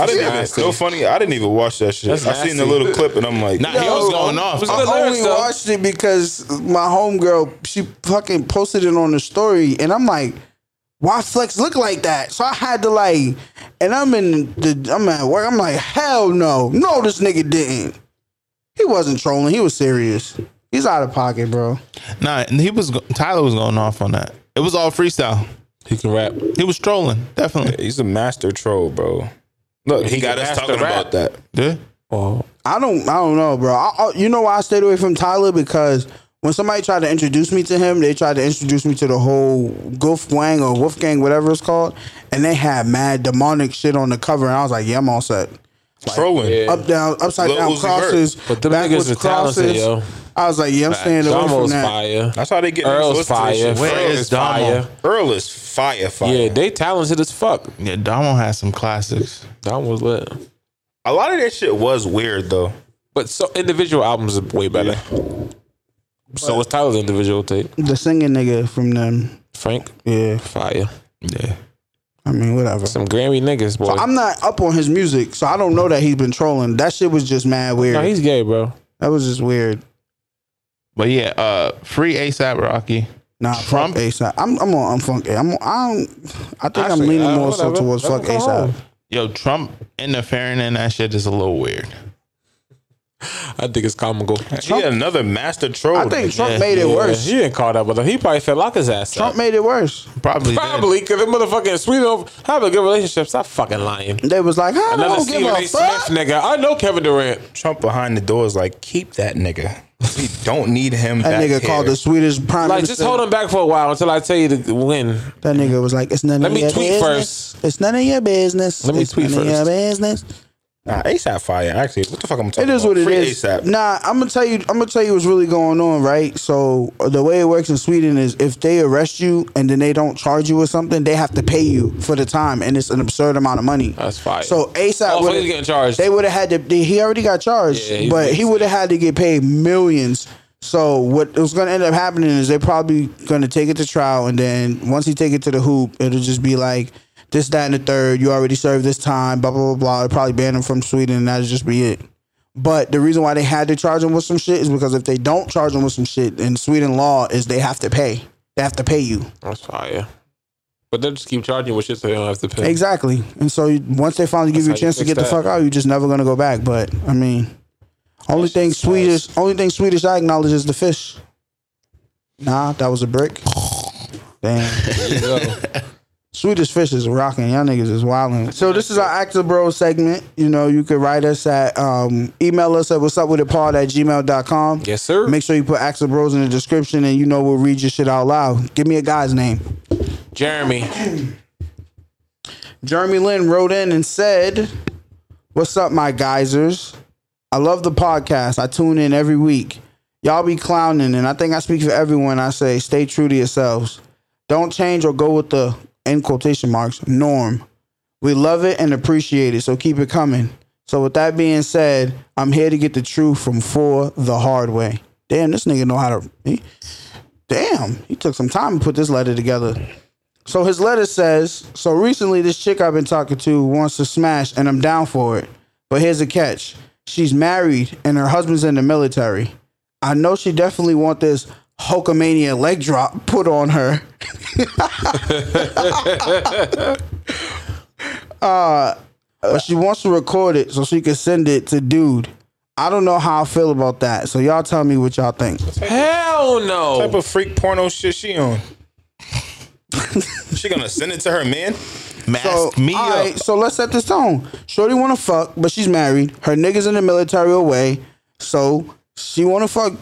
[SPEAKER 8] I didn't even. It's so funny. I didn't even watch that shit.
[SPEAKER 5] That's
[SPEAKER 8] I seen the
[SPEAKER 5] nasty.
[SPEAKER 8] little clip and I'm like,
[SPEAKER 6] Nah, he
[SPEAKER 1] Yo,
[SPEAKER 6] was going off. Uh,
[SPEAKER 5] was
[SPEAKER 1] I
[SPEAKER 5] good lyrics,
[SPEAKER 1] only
[SPEAKER 5] though.
[SPEAKER 1] watched it because my homegirl she fucking posted it on the story, and I'm like, why flex look like that? So I had to like, and I'm in the I'm at work. I'm like, hell no, no, this nigga didn't. He wasn't trolling. He was serious. He's out of pocket, bro.
[SPEAKER 6] Nah, and he was. go- Tyler was going off on that. It was all freestyle.
[SPEAKER 4] He can rap.
[SPEAKER 6] He was trolling, definitely.
[SPEAKER 4] He's a master troll, bro.
[SPEAKER 8] look, he
[SPEAKER 5] He
[SPEAKER 8] got us
[SPEAKER 5] master
[SPEAKER 8] talking
[SPEAKER 5] rap.
[SPEAKER 8] about that.
[SPEAKER 6] Yeah.
[SPEAKER 5] Well,
[SPEAKER 1] I don't I don't know, bro. I, I- you know why I stayed away from Tyler because when somebody tried to introduce me to him, they tried to introduce me to the whole Goof Wang or Wolfgang, whatever it's called, and they had mad demonic shit on the cover, and I was like, yeah, I'm all set.
[SPEAKER 8] Trolling.
[SPEAKER 5] yeah.
[SPEAKER 1] Up down, upside
[SPEAKER 8] Lil
[SPEAKER 1] down
[SPEAKER 8] Uzi Vert.
[SPEAKER 1] crosses,
[SPEAKER 5] But them
[SPEAKER 1] backwards
[SPEAKER 5] niggas are talented, yo.
[SPEAKER 1] I was like, yeah, I'm staying away from
[SPEAKER 5] Damo's
[SPEAKER 1] that.
[SPEAKER 5] fire.
[SPEAKER 8] That's how they get. niggas
[SPEAKER 5] Earl's
[SPEAKER 8] to listen to
[SPEAKER 5] fire.
[SPEAKER 8] this
[SPEAKER 6] Where
[SPEAKER 8] shit.
[SPEAKER 6] is
[SPEAKER 5] Fred's fire.
[SPEAKER 8] Earl, Earl is fire, fire.
[SPEAKER 5] Yeah, they talented as fuck.
[SPEAKER 6] Yeah. Damo has some classics.
[SPEAKER 5] Dom was lit.
[SPEAKER 8] a lot of that shit was weird though.
[SPEAKER 5] But so individual albums are way better. So was Tyler's individual tape.
[SPEAKER 1] The singing nigga from them,
[SPEAKER 5] Frank,
[SPEAKER 1] yeah.
[SPEAKER 5] fire.
[SPEAKER 6] Yeah.
[SPEAKER 1] I mean, whatever.
[SPEAKER 5] Some Grammy niggas, boy.
[SPEAKER 1] I'm not up on his music, so I don't know that he's been trolling. That shit was just mad weird.
[SPEAKER 5] no, he's gay, bro.
[SPEAKER 1] that was just weird.
[SPEAKER 6] But yeah, uh, free ASAP Rocky.
[SPEAKER 1] Nah,
[SPEAKER 6] Trump?
[SPEAKER 1] fuck ASAP. I'm I'm on I'm funk. I'm I don't. I think I'm
[SPEAKER 5] Actually,
[SPEAKER 1] leaning
[SPEAKER 5] uh,
[SPEAKER 1] more so
[SPEAKER 5] whatever.
[SPEAKER 1] towards
[SPEAKER 5] Let
[SPEAKER 1] fuck
[SPEAKER 5] him go
[SPEAKER 1] ASAP.
[SPEAKER 5] home.
[SPEAKER 6] Yo, Trump interfering in that shit is a little weird.
[SPEAKER 5] I think it's comical.
[SPEAKER 8] He had another master troll.
[SPEAKER 1] I think Trump made it
[SPEAKER 5] Yeah,
[SPEAKER 1] worse.
[SPEAKER 5] He didn't call that, but he probably felt like his ass.
[SPEAKER 1] Trump
[SPEAKER 5] up.
[SPEAKER 1] made it worse.
[SPEAKER 6] Probably. did.
[SPEAKER 5] probably because the motherfucking sweet over have a good relationship. Stop fucking lying.
[SPEAKER 1] They was like, I
[SPEAKER 5] Another
[SPEAKER 1] don't give
[SPEAKER 5] Stephen
[SPEAKER 1] a
[SPEAKER 5] A.
[SPEAKER 1] fuck.
[SPEAKER 5] Smith nigga. I know Kevin Durant.
[SPEAKER 8] Trump behind the door is like, keep that nigga. We don't need him.
[SPEAKER 1] That
[SPEAKER 8] back
[SPEAKER 1] nigga
[SPEAKER 8] here.
[SPEAKER 1] called the Swedish prime
[SPEAKER 5] Like,
[SPEAKER 1] minister.
[SPEAKER 5] just hold him back for a while until I tell you to win.
[SPEAKER 1] That nigga was like, it's none
[SPEAKER 5] Let
[SPEAKER 1] of
[SPEAKER 5] me
[SPEAKER 1] your
[SPEAKER 5] tweet
[SPEAKER 1] business.
[SPEAKER 5] first.
[SPEAKER 1] It's none of your business.
[SPEAKER 5] Let me
[SPEAKER 1] it's
[SPEAKER 5] tweet
[SPEAKER 1] none Of
[SPEAKER 5] first.
[SPEAKER 1] your business.
[SPEAKER 8] Nah, ASAP fire. Actually, what the fuck I'm
[SPEAKER 1] It
[SPEAKER 8] talking
[SPEAKER 1] is
[SPEAKER 8] about?
[SPEAKER 1] what it
[SPEAKER 8] Free
[SPEAKER 1] is.
[SPEAKER 8] ASAP.
[SPEAKER 1] Nah, I'm gonna tell you. I'm gonna tell you what's really going on, right? So uh, the way it works in Sweden is if they arrest you and then they don't charge you with something, they have to pay you for the time, and it's an absurd amount of money.
[SPEAKER 5] That's fire.
[SPEAKER 1] So ASAP,
[SPEAKER 5] Oh, so
[SPEAKER 1] would've-
[SPEAKER 5] he's getting charged.
[SPEAKER 1] They would have had to. They, he already got charged,
[SPEAKER 5] Yeah, he's
[SPEAKER 1] but
[SPEAKER 5] getting
[SPEAKER 1] he would have had to get paid millions. So what was going to end up happening is they probably going to take it to trial, and then once he take it to the hoop, it'll just be like this, that, and the third. You already served this time, blah blah blah blah. They'll probably ban him from Sweden, and that'll just be it. But the reason why they had to charge him with some shit is because if they don't charge him with some shit, in Sweden law is they have to pay. They have to pay you.
[SPEAKER 5] That's fire. But they just keep charging with shit so they don't have to pay.
[SPEAKER 1] Exactly. And so you, once they finally give you a
[SPEAKER 5] That's how you
[SPEAKER 1] chance to get
[SPEAKER 5] fix
[SPEAKER 1] the
[SPEAKER 5] that.
[SPEAKER 1] fuck out, you're just never gonna go back. But I mean, only thing Swedish, only thing Swedish I acknowledge is the fish. Nah, that was a brick. Damn, Swedish fish is rocking. Y'all niggas is wilding. So this is our actor bro segment. You know, you can write us at um, email us at what's up with it pod at gmail.com.
[SPEAKER 5] Yes, sir.
[SPEAKER 1] Make sure you put Axel Bros in the description and you know we'll read your shit out loud. Give me a guy's name.
[SPEAKER 5] Jeremy.
[SPEAKER 1] Jeremy Lin wrote in and said, What's up, my geysers? I love the podcast. I tune in every week. Y'all be clowning, and I think I speak for everyone. I say, stay true to yourselves. Don't change or go with the, in quotation marks, norm. We love it and appreciate it, so keep it coming. So, with that being said, I'm here to get the truth from For the Hard Way. Damn, this nigga know how to. He, damn, he took some time to put this letter together. So his letter says, so recently this chick I've been talking to wants to smash and I'm down for it. But here's the catch. She's married and her husband's in the military. I know she definitely want this Hulkamania leg drop put on her. uh, but she wants to record it so she can send it to dude. I don't know how I feel about that. So y'all tell me what y'all think.
[SPEAKER 5] Hell
[SPEAKER 8] What type
[SPEAKER 5] no.
[SPEAKER 8] of freak porno shit she on? she gonna send it to her man?
[SPEAKER 6] Mask
[SPEAKER 1] So,
[SPEAKER 6] me up.
[SPEAKER 1] alright, so let's set this tone. Shorty want to fuck, but she's married. Her niggas in the military away, so she want to fuck,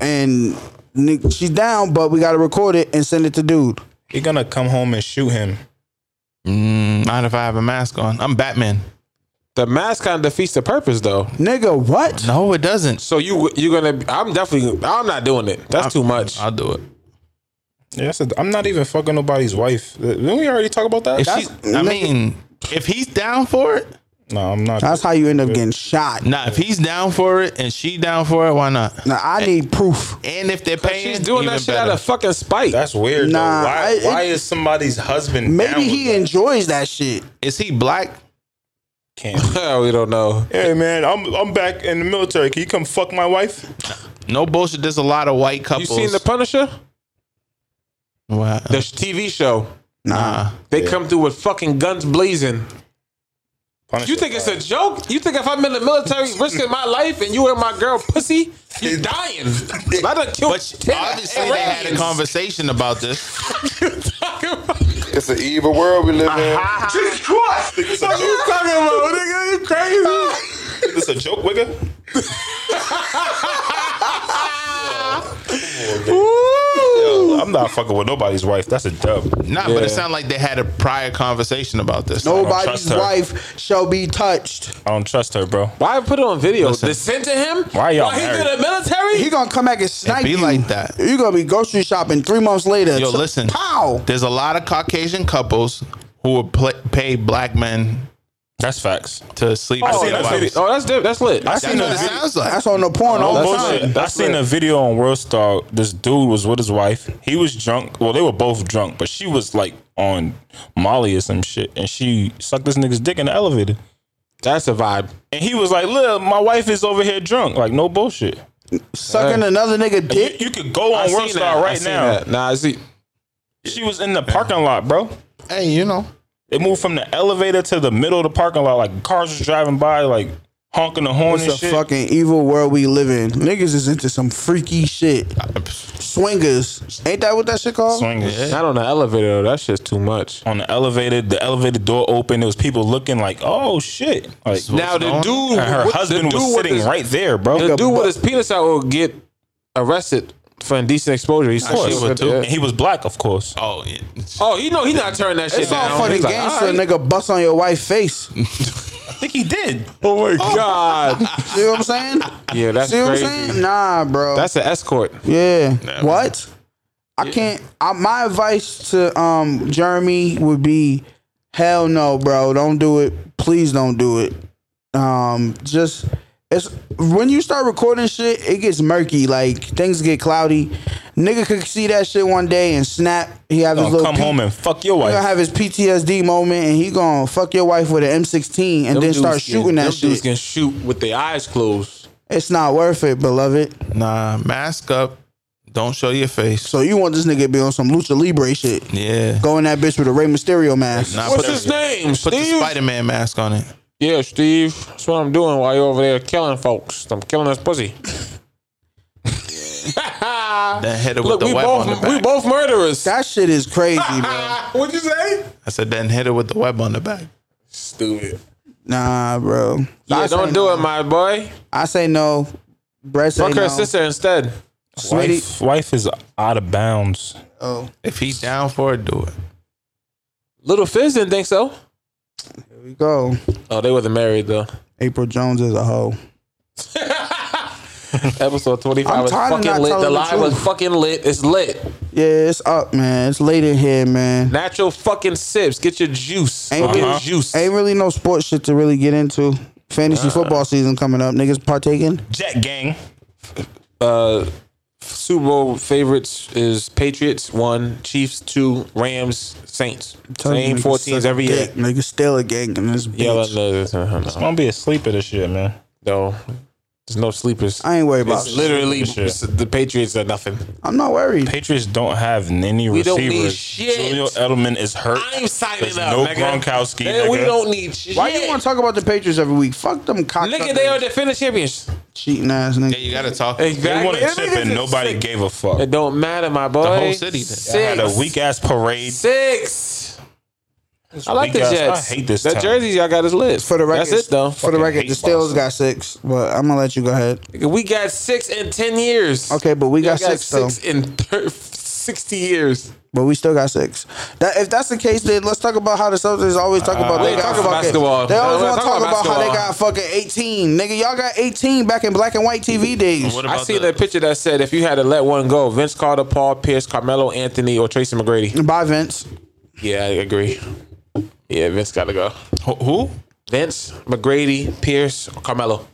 [SPEAKER 1] and ni- she's down. But we gotta record it and send it to dude.
[SPEAKER 8] He gonna come home and shoot him.
[SPEAKER 6] Not if I have a mask on. I'm Batman.
[SPEAKER 5] The mask kind of defeats the purpose, though.
[SPEAKER 1] Nigga, what?
[SPEAKER 6] No, it doesn't.
[SPEAKER 5] So you you're gonna? I'm definitely. I'm not doing it. That's too much.
[SPEAKER 6] I'll do it.
[SPEAKER 8] Yeah, that's a, I'm not even fucking nobody's wife. Didn't we already talk about that?
[SPEAKER 6] If she's, I mean, if he's down for it,
[SPEAKER 4] No, I'm not.
[SPEAKER 1] That's how you end up getting shot.
[SPEAKER 6] Now, if he's down for it and she down for it, why not?
[SPEAKER 1] Now I need proof.
[SPEAKER 6] And if they're paying,
[SPEAKER 5] She's doing
[SPEAKER 6] even
[SPEAKER 5] that shit out
[SPEAKER 6] better.
[SPEAKER 5] of fucking spite.
[SPEAKER 8] That's weird. though.
[SPEAKER 1] Nah,
[SPEAKER 8] why?
[SPEAKER 1] I- it-
[SPEAKER 8] why is somebody's husband? down
[SPEAKER 1] Maybe
[SPEAKER 8] with
[SPEAKER 1] he
[SPEAKER 8] that?
[SPEAKER 1] enjoys that shit.
[SPEAKER 6] Is he black?
[SPEAKER 5] we don't know.
[SPEAKER 8] Hey man, I'm I'm back in the military. Can you come fuck my wife?
[SPEAKER 6] No bullshit. There's a lot of white
[SPEAKER 5] You
[SPEAKER 6] couples.
[SPEAKER 5] seen The Punisher?
[SPEAKER 6] Wow.
[SPEAKER 5] The sh- TV show.
[SPEAKER 1] Nah.
[SPEAKER 5] They come through with fucking guns blazing. You think it's a joke? You think if I'm in the military risking my life and you and my girl pussy, you dying? I done killed
[SPEAKER 6] But
[SPEAKER 5] ten
[SPEAKER 6] obviously they had a
[SPEAKER 5] Iranians.
[SPEAKER 6] conversation about this.
[SPEAKER 7] It's an evil world we live in.
[SPEAKER 8] It's a joke, wigger. Yo, I'm not fucking with nobody's wife. That's a dub.
[SPEAKER 6] Nah, but it sounded like they had a prior conversation about this.
[SPEAKER 1] Nobody's
[SPEAKER 4] trust her.
[SPEAKER 1] wife shall be touched.
[SPEAKER 4] I don't trust her, bro.
[SPEAKER 5] Why put it on video?
[SPEAKER 6] Listen.
[SPEAKER 5] They sent to him?
[SPEAKER 4] Why y'all
[SPEAKER 5] he
[SPEAKER 4] married?
[SPEAKER 5] in the military?
[SPEAKER 1] He gonna come back and snipe
[SPEAKER 6] be
[SPEAKER 1] you.
[SPEAKER 6] like that.
[SPEAKER 1] You gonna be grocery shopping three months later.
[SPEAKER 6] Yo,
[SPEAKER 1] Ch-
[SPEAKER 6] listen.
[SPEAKER 1] Pow.
[SPEAKER 6] There's a lot of Caucasian couples who would pl- pay black men
[SPEAKER 4] That's facts.
[SPEAKER 6] to sleep
[SPEAKER 5] oh,
[SPEAKER 6] with their
[SPEAKER 5] that's
[SPEAKER 6] wives.
[SPEAKER 5] lit. oh, that's lit. That's lit.
[SPEAKER 4] I
[SPEAKER 6] That's
[SPEAKER 4] seen
[SPEAKER 6] what
[SPEAKER 4] a
[SPEAKER 6] it
[SPEAKER 4] video.
[SPEAKER 6] sounds like.
[SPEAKER 1] That's on the porn all
[SPEAKER 4] No
[SPEAKER 1] the
[SPEAKER 4] bullshit.
[SPEAKER 1] time.
[SPEAKER 4] I seen a video on World Star. This dude was with his wife. He was drunk. Well, they were both drunk, but she was like on Molly or some shit, and she sucked this nigga's dick in the elevator.
[SPEAKER 5] That's a vibe.
[SPEAKER 4] And he was like, "Look, my wife is over here drunk. Like, no bullshit.
[SPEAKER 1] Sucking another nigga
[SPEAKER 4] You,
[SPEAKER 1] dick.
[SPEAKER 4] you could go on World Star
[SPEAKER 5] I
[SPEAKER 4] right
[SPEAKER 5] seen
[SPEAKER 4] now.
[SPEAKER 5] that. Nah, I see.
[SPEAKER 4] She was in the parking lot, bro.
[SPEAKER 6] Hey, you know.
[SPEAKER 4] They moved from the elevator to the middle of the parking lot. Like cars was driving by, like honking the horn
[SPEAKER 1] It's
[SPEAKER 4] and
[SPEAKER 1] a
[SPEAKER 4] shit.
[SPEAKER 1] fucking evil world we live in. Niggas is into some freaky shit. Swingers. Ain't that what that shit called?
[SPEAKER 4] Swingers.
[SPEAKER 5] Not on the elevator. though. That shit's too much.
[SPEAKER 4] On the elevator, the elevator door opened. There was people looking like, "Oh shit!" Like
[SPEAKER 5] Now the dude,
[SPEAKER 4] and her
[SPEAKER 5] with- the
[SPEAKER 4] husband
[SPEAKER 5] dude
[SPEAKER 4] was
[SPEAKER 5] with
[SPEAKER 4] sitting
[SPEAKER 5] his-
[SPEAKER 4] right there, bro.
[SPEAKER 5] The dude with his penis out will get arrested for indecent exposure. He's
[SPEAKER 4] of course, and he was black, of course.
[SPEAKER 6] Oh, yeah.
[SPEAKER 5] Oh, he know he not turning that shit
[SPEAKER 1] It's all
[SPEAKER 5] down.
[SPEAKER 1] funny
[SPEAKER 5] He's like,
[SPEAKER 1] games
[SPEAKER 5] all
[SPEAKER 1] for a
[SPEAKER 5] right.
[SPEAKER 1] nigga bust on your wife's face. You
[SPEAKER 4] I think he did.
[SPEAKER 5] Oh my god.
[SPEAKER 1] know what I'm saying?
[SPEAKER 5] Yeah, that's
[SPEAKER 1] See what I'm
[SPEAKER 5] crazy.
[SPEAKER 1] saying? Nah, bro.
[SPEAKER 5] That's an escort.
[SPEAKER 1] yeah. What? I can't. I, my advice to um Jeremy would be, hell no, bro. Don't do it. Please don't do it. Um, just it's when you start recording shit, it gets murky. Like things get cloudy. Nigga could see that shit one day and snap. He have his
[SPEAKER 4] Gonna
[SPEAKER 1] little
[SPEAKER 4] Oh, come
[SPEAKER 1] P-
[SPEAKER 4] home and fuck your
[SPEAKER 1] He gonna
[SPEAKER 4] wife.
[SPEAKER 1] have his PTSD moment and he gonna fuck your wife with an M16 and then
[SPEAKER 5] Them
[SPEAKER 1] start
[SPEAKER 5] dudes can-
[SPEAKER 1] shooting
[SPEAKER 5] them
[SPEAKER 1] that
[SPEAKER 5] Dudes
[SPEAKER 1] shit.
[SPEAKER 5] can shoot with their eyes closed.
[SPEAKER 1] It's not worth it, beloved.
[SPEAKER 6] Nah, mask up. Don't show your face.
[SPEAKER 1] So you want this nigga to be on some lucha libre shit?
[SPEAKER 6] Yeah.
[SPEAKER 1] Go in that bitch with a Rey Mysterio mask.
[SPEAKER 6] Nah,
[SPEAKER 5] What's
[SPEAKER 6] put,
[SPEAKER 5] his name?
[SPEAKER 6] put the
[SPEAKER 5] Steve.
[SPEAKER 6] Spider Man mask on it.
[SPEAKER 5] yeah, Steve. That's what I'm doing while you're over there killing folks. I'm killing this pussy.
[SPEAKER 6] Then hit her
[SPEAKER 5] Uh, Look,
[SPEAKER 6] with
[SPEAKER 5] we
[SPEAKER 6] the web on the
[SPEAKER 5] both
[SPEAKER 6] back.
[SPEAKER 5] we both murderers.
[SPEAKER 1] That shit is crazy, bro.
[SPEAKER 5] What'd you say?
[SPEAKER 6] I said, then hit her with the web on the back.
[SPEAKER 5] Stupid.
[SPEAKER 1] Nah, bro.
[SPEAKER 5] Yeah,
[SPEAKER 1] I say
[SPEAKER 5] don't do
[SPEAKER 1] no.
[SPEAKER 5] it, my boy.
[SPEAKER 1] I say no. Brett say
[SPEAKER 5] Fuck her
[SPEAKER 1] no.
[SPEAKER 5] sister instead.
[SPEAKER 1] Smitty.
[SPEAKER 4] Wife, wife is out of bounds.
[SPEAKER 1] Oh,
[SPEAKER 6] If he's down for it, do it.
[SPEAKER 5] Little Fizz didn't think so.
[SPEAKER 1] here we go.
[SPEAKER 5] Oh, they wasn't married though.
[SPEAKER 1] April Jones is a hoe.
[SPEAKER 5] Episode 25
[SPEAKER 1] I'm
[SPEAKER 5] was
[SPEAKER 1] tired of
[SPEAKER 5] fucking
[SPEAKER 1] not
[SPEAKER 5] lit.
[SPEAKER 1] telling
[SPEAKER 5] The
[SPEAKER 1] the
[SPEAKER 5] lie
[SPEAKER 1] truth.
[SPEAKER 5] was fucking lit. It's lit.
[SPEAKER 1] Yeah, it's up, man. It's late in here, man.
[SPEAKER 5] Natural fucking sips. Get your juice.
[SPEAKER 1] Ain't
[SPEAKER 5] Fucking
[SPEAKER 1] really-
[SPEAKER 5] juice.
[SPEAKER 1] Ain't really no sports shit to really get into. Fantasy football season coming up. Niggas partaking.
[SPEAKER 4] Jet gang.
[SPEAKER 5] uh, Super Bowl favorites is Patriots one, Chiefs two, Rams, Saints. Same
[SPEAKER 1] Niggas
[SPEAKER 5] 14s
[SPEAKER 1] suck
[SPEAKER 5] every year.
[SPEAKER 1] dick. Niggas still a gang in this bitch.
[SPEAKER 5] Yelling the
[SPEAKER 4] Don't be a sleeper this shit, man.
[SPEAKER 5] no, there's no sleepers.
[SPEAKER 1] I ain't worried about
[SPEAKER 5] It's
[SPEAKER 1] it.
[SPEAKER 5] literally
[SPEAKER 4] Shit.
[SPEAKER 5] it's- the Patriots are nothing.
[SPEAKER 1] I'm not worried.
[SPEAKER 4] Patriots don't have any
[SPEAKER 5] We don't
[SPEAKER 4] receivers.
[SPEAKER 5] need shit.
[SPEAKER 4] Julio Edelman is hurt.
[SPEAKER 5] I'm signing
[SPEAKER 4] There's
[SPEAKER 5] up.
[SPEAKER 4] no
[SPEAKER 5] nigga.
[SPEAKER 4] Gronkowski,
[SPEAKER 5] Man, we
[SPEAKER 4] nigga.
[SPEAKER 5] don't need shit.
[SPEAKER 1] Why you want to talk about the Patriots every week? Fuck them
[SPEAKER 5] Nigga, they are
[SPEAKER 1] cocksuckers.
[SPEAKER 5] defending champions.
[SPEAKER 1] Cheating ass niggas.
[SPEAKER 6] Yeah, you gotta talk.
[SPEAKER 4] They won a
[SPEAKER 5] That
[SPEAKER 4] chip
[SPEAKER 5] nigga's
[SPEAKER 4] and
[SPEAKER 5] a
[SPEAKER 4] nobody
[SPEAKER 5] sick.
[SPEAKER 4] gave a fuck.
[SPEAKER 5] It don't matter, my boy.
[SPEAKER 6] whole city did.
[SPEAKER 5] Six.
[SPEAKER 4] I had a weak ass parade.
[SPEAKER 5] Six. I like the
[SPEAKER 4] Weak ass-
[SPEAKER 5] Jets.
[SPEAKER 4] I hate this
[SPEAKER 5] That
[SPEAKER 4] town.
[SPEAKER 5] jersey y'all got is lit.
[SPEAKER 1] For the record,
[SPEAKER 5] That's it though.
[SPEAKER 1] For the
[SPEAKER 4] Fucking
[SPEAKER 1] record,
[SPEAKER 4] hate
[SPEAKER 1] the Steelers got six, but I'm gonna let you go ahead.
[SPEAKER 5] We got six in ten years.
[SPEAKER 1] Okay, but we
[SPEAKER 5] Y'all
[SPEAKER 1] got, six, though.
[SPEAKER 5] in thir- sixty years.
[SPEAKER 1] But we still got six. That if that's the case, then let's talk about how the Celtics always talk about
[SPEAKER 5] we
[SPEAKER 1] they
[SPEAKER 5] ain't
[SPEAKER 1] got
[SPEAKER 5] talking
[SPEAKER 1] fucking-
[SPEAKER 5] basketball.
[SPEAKER 1] They always
[SPEAKER 5] We're
[SPEAKER 1] want
[SPEAKER 5] not
[SPEAKER 1] to talk
[SPEAKER 5] talking
[SPEAKER 1] about how they
[SPEAKER 5] basketball.
[SPEAKER 1] got fucking 18, nigga. Y'all got 18 back in black and white TV days.
[SPEAKER 6] What
[SPEAKER 5] I
[SPEAKER 6] about
[SPEAKER 5] see
[SPEAKER 6] the-
[SPEAKER 5] that picture that said if you had to let one go, Vince Carter, Paul Pierce, Carmelo Anthony, or Tracy McGrady.
[SPEAKER 1] Bye, Vince.
[SPEAKER 5] Yeah, I agree. Yeah, Vince got to go.
[SPEAKER 6] Who?
[SPEAKER 5] Vince, McGrady, Pierce, or Carmelo.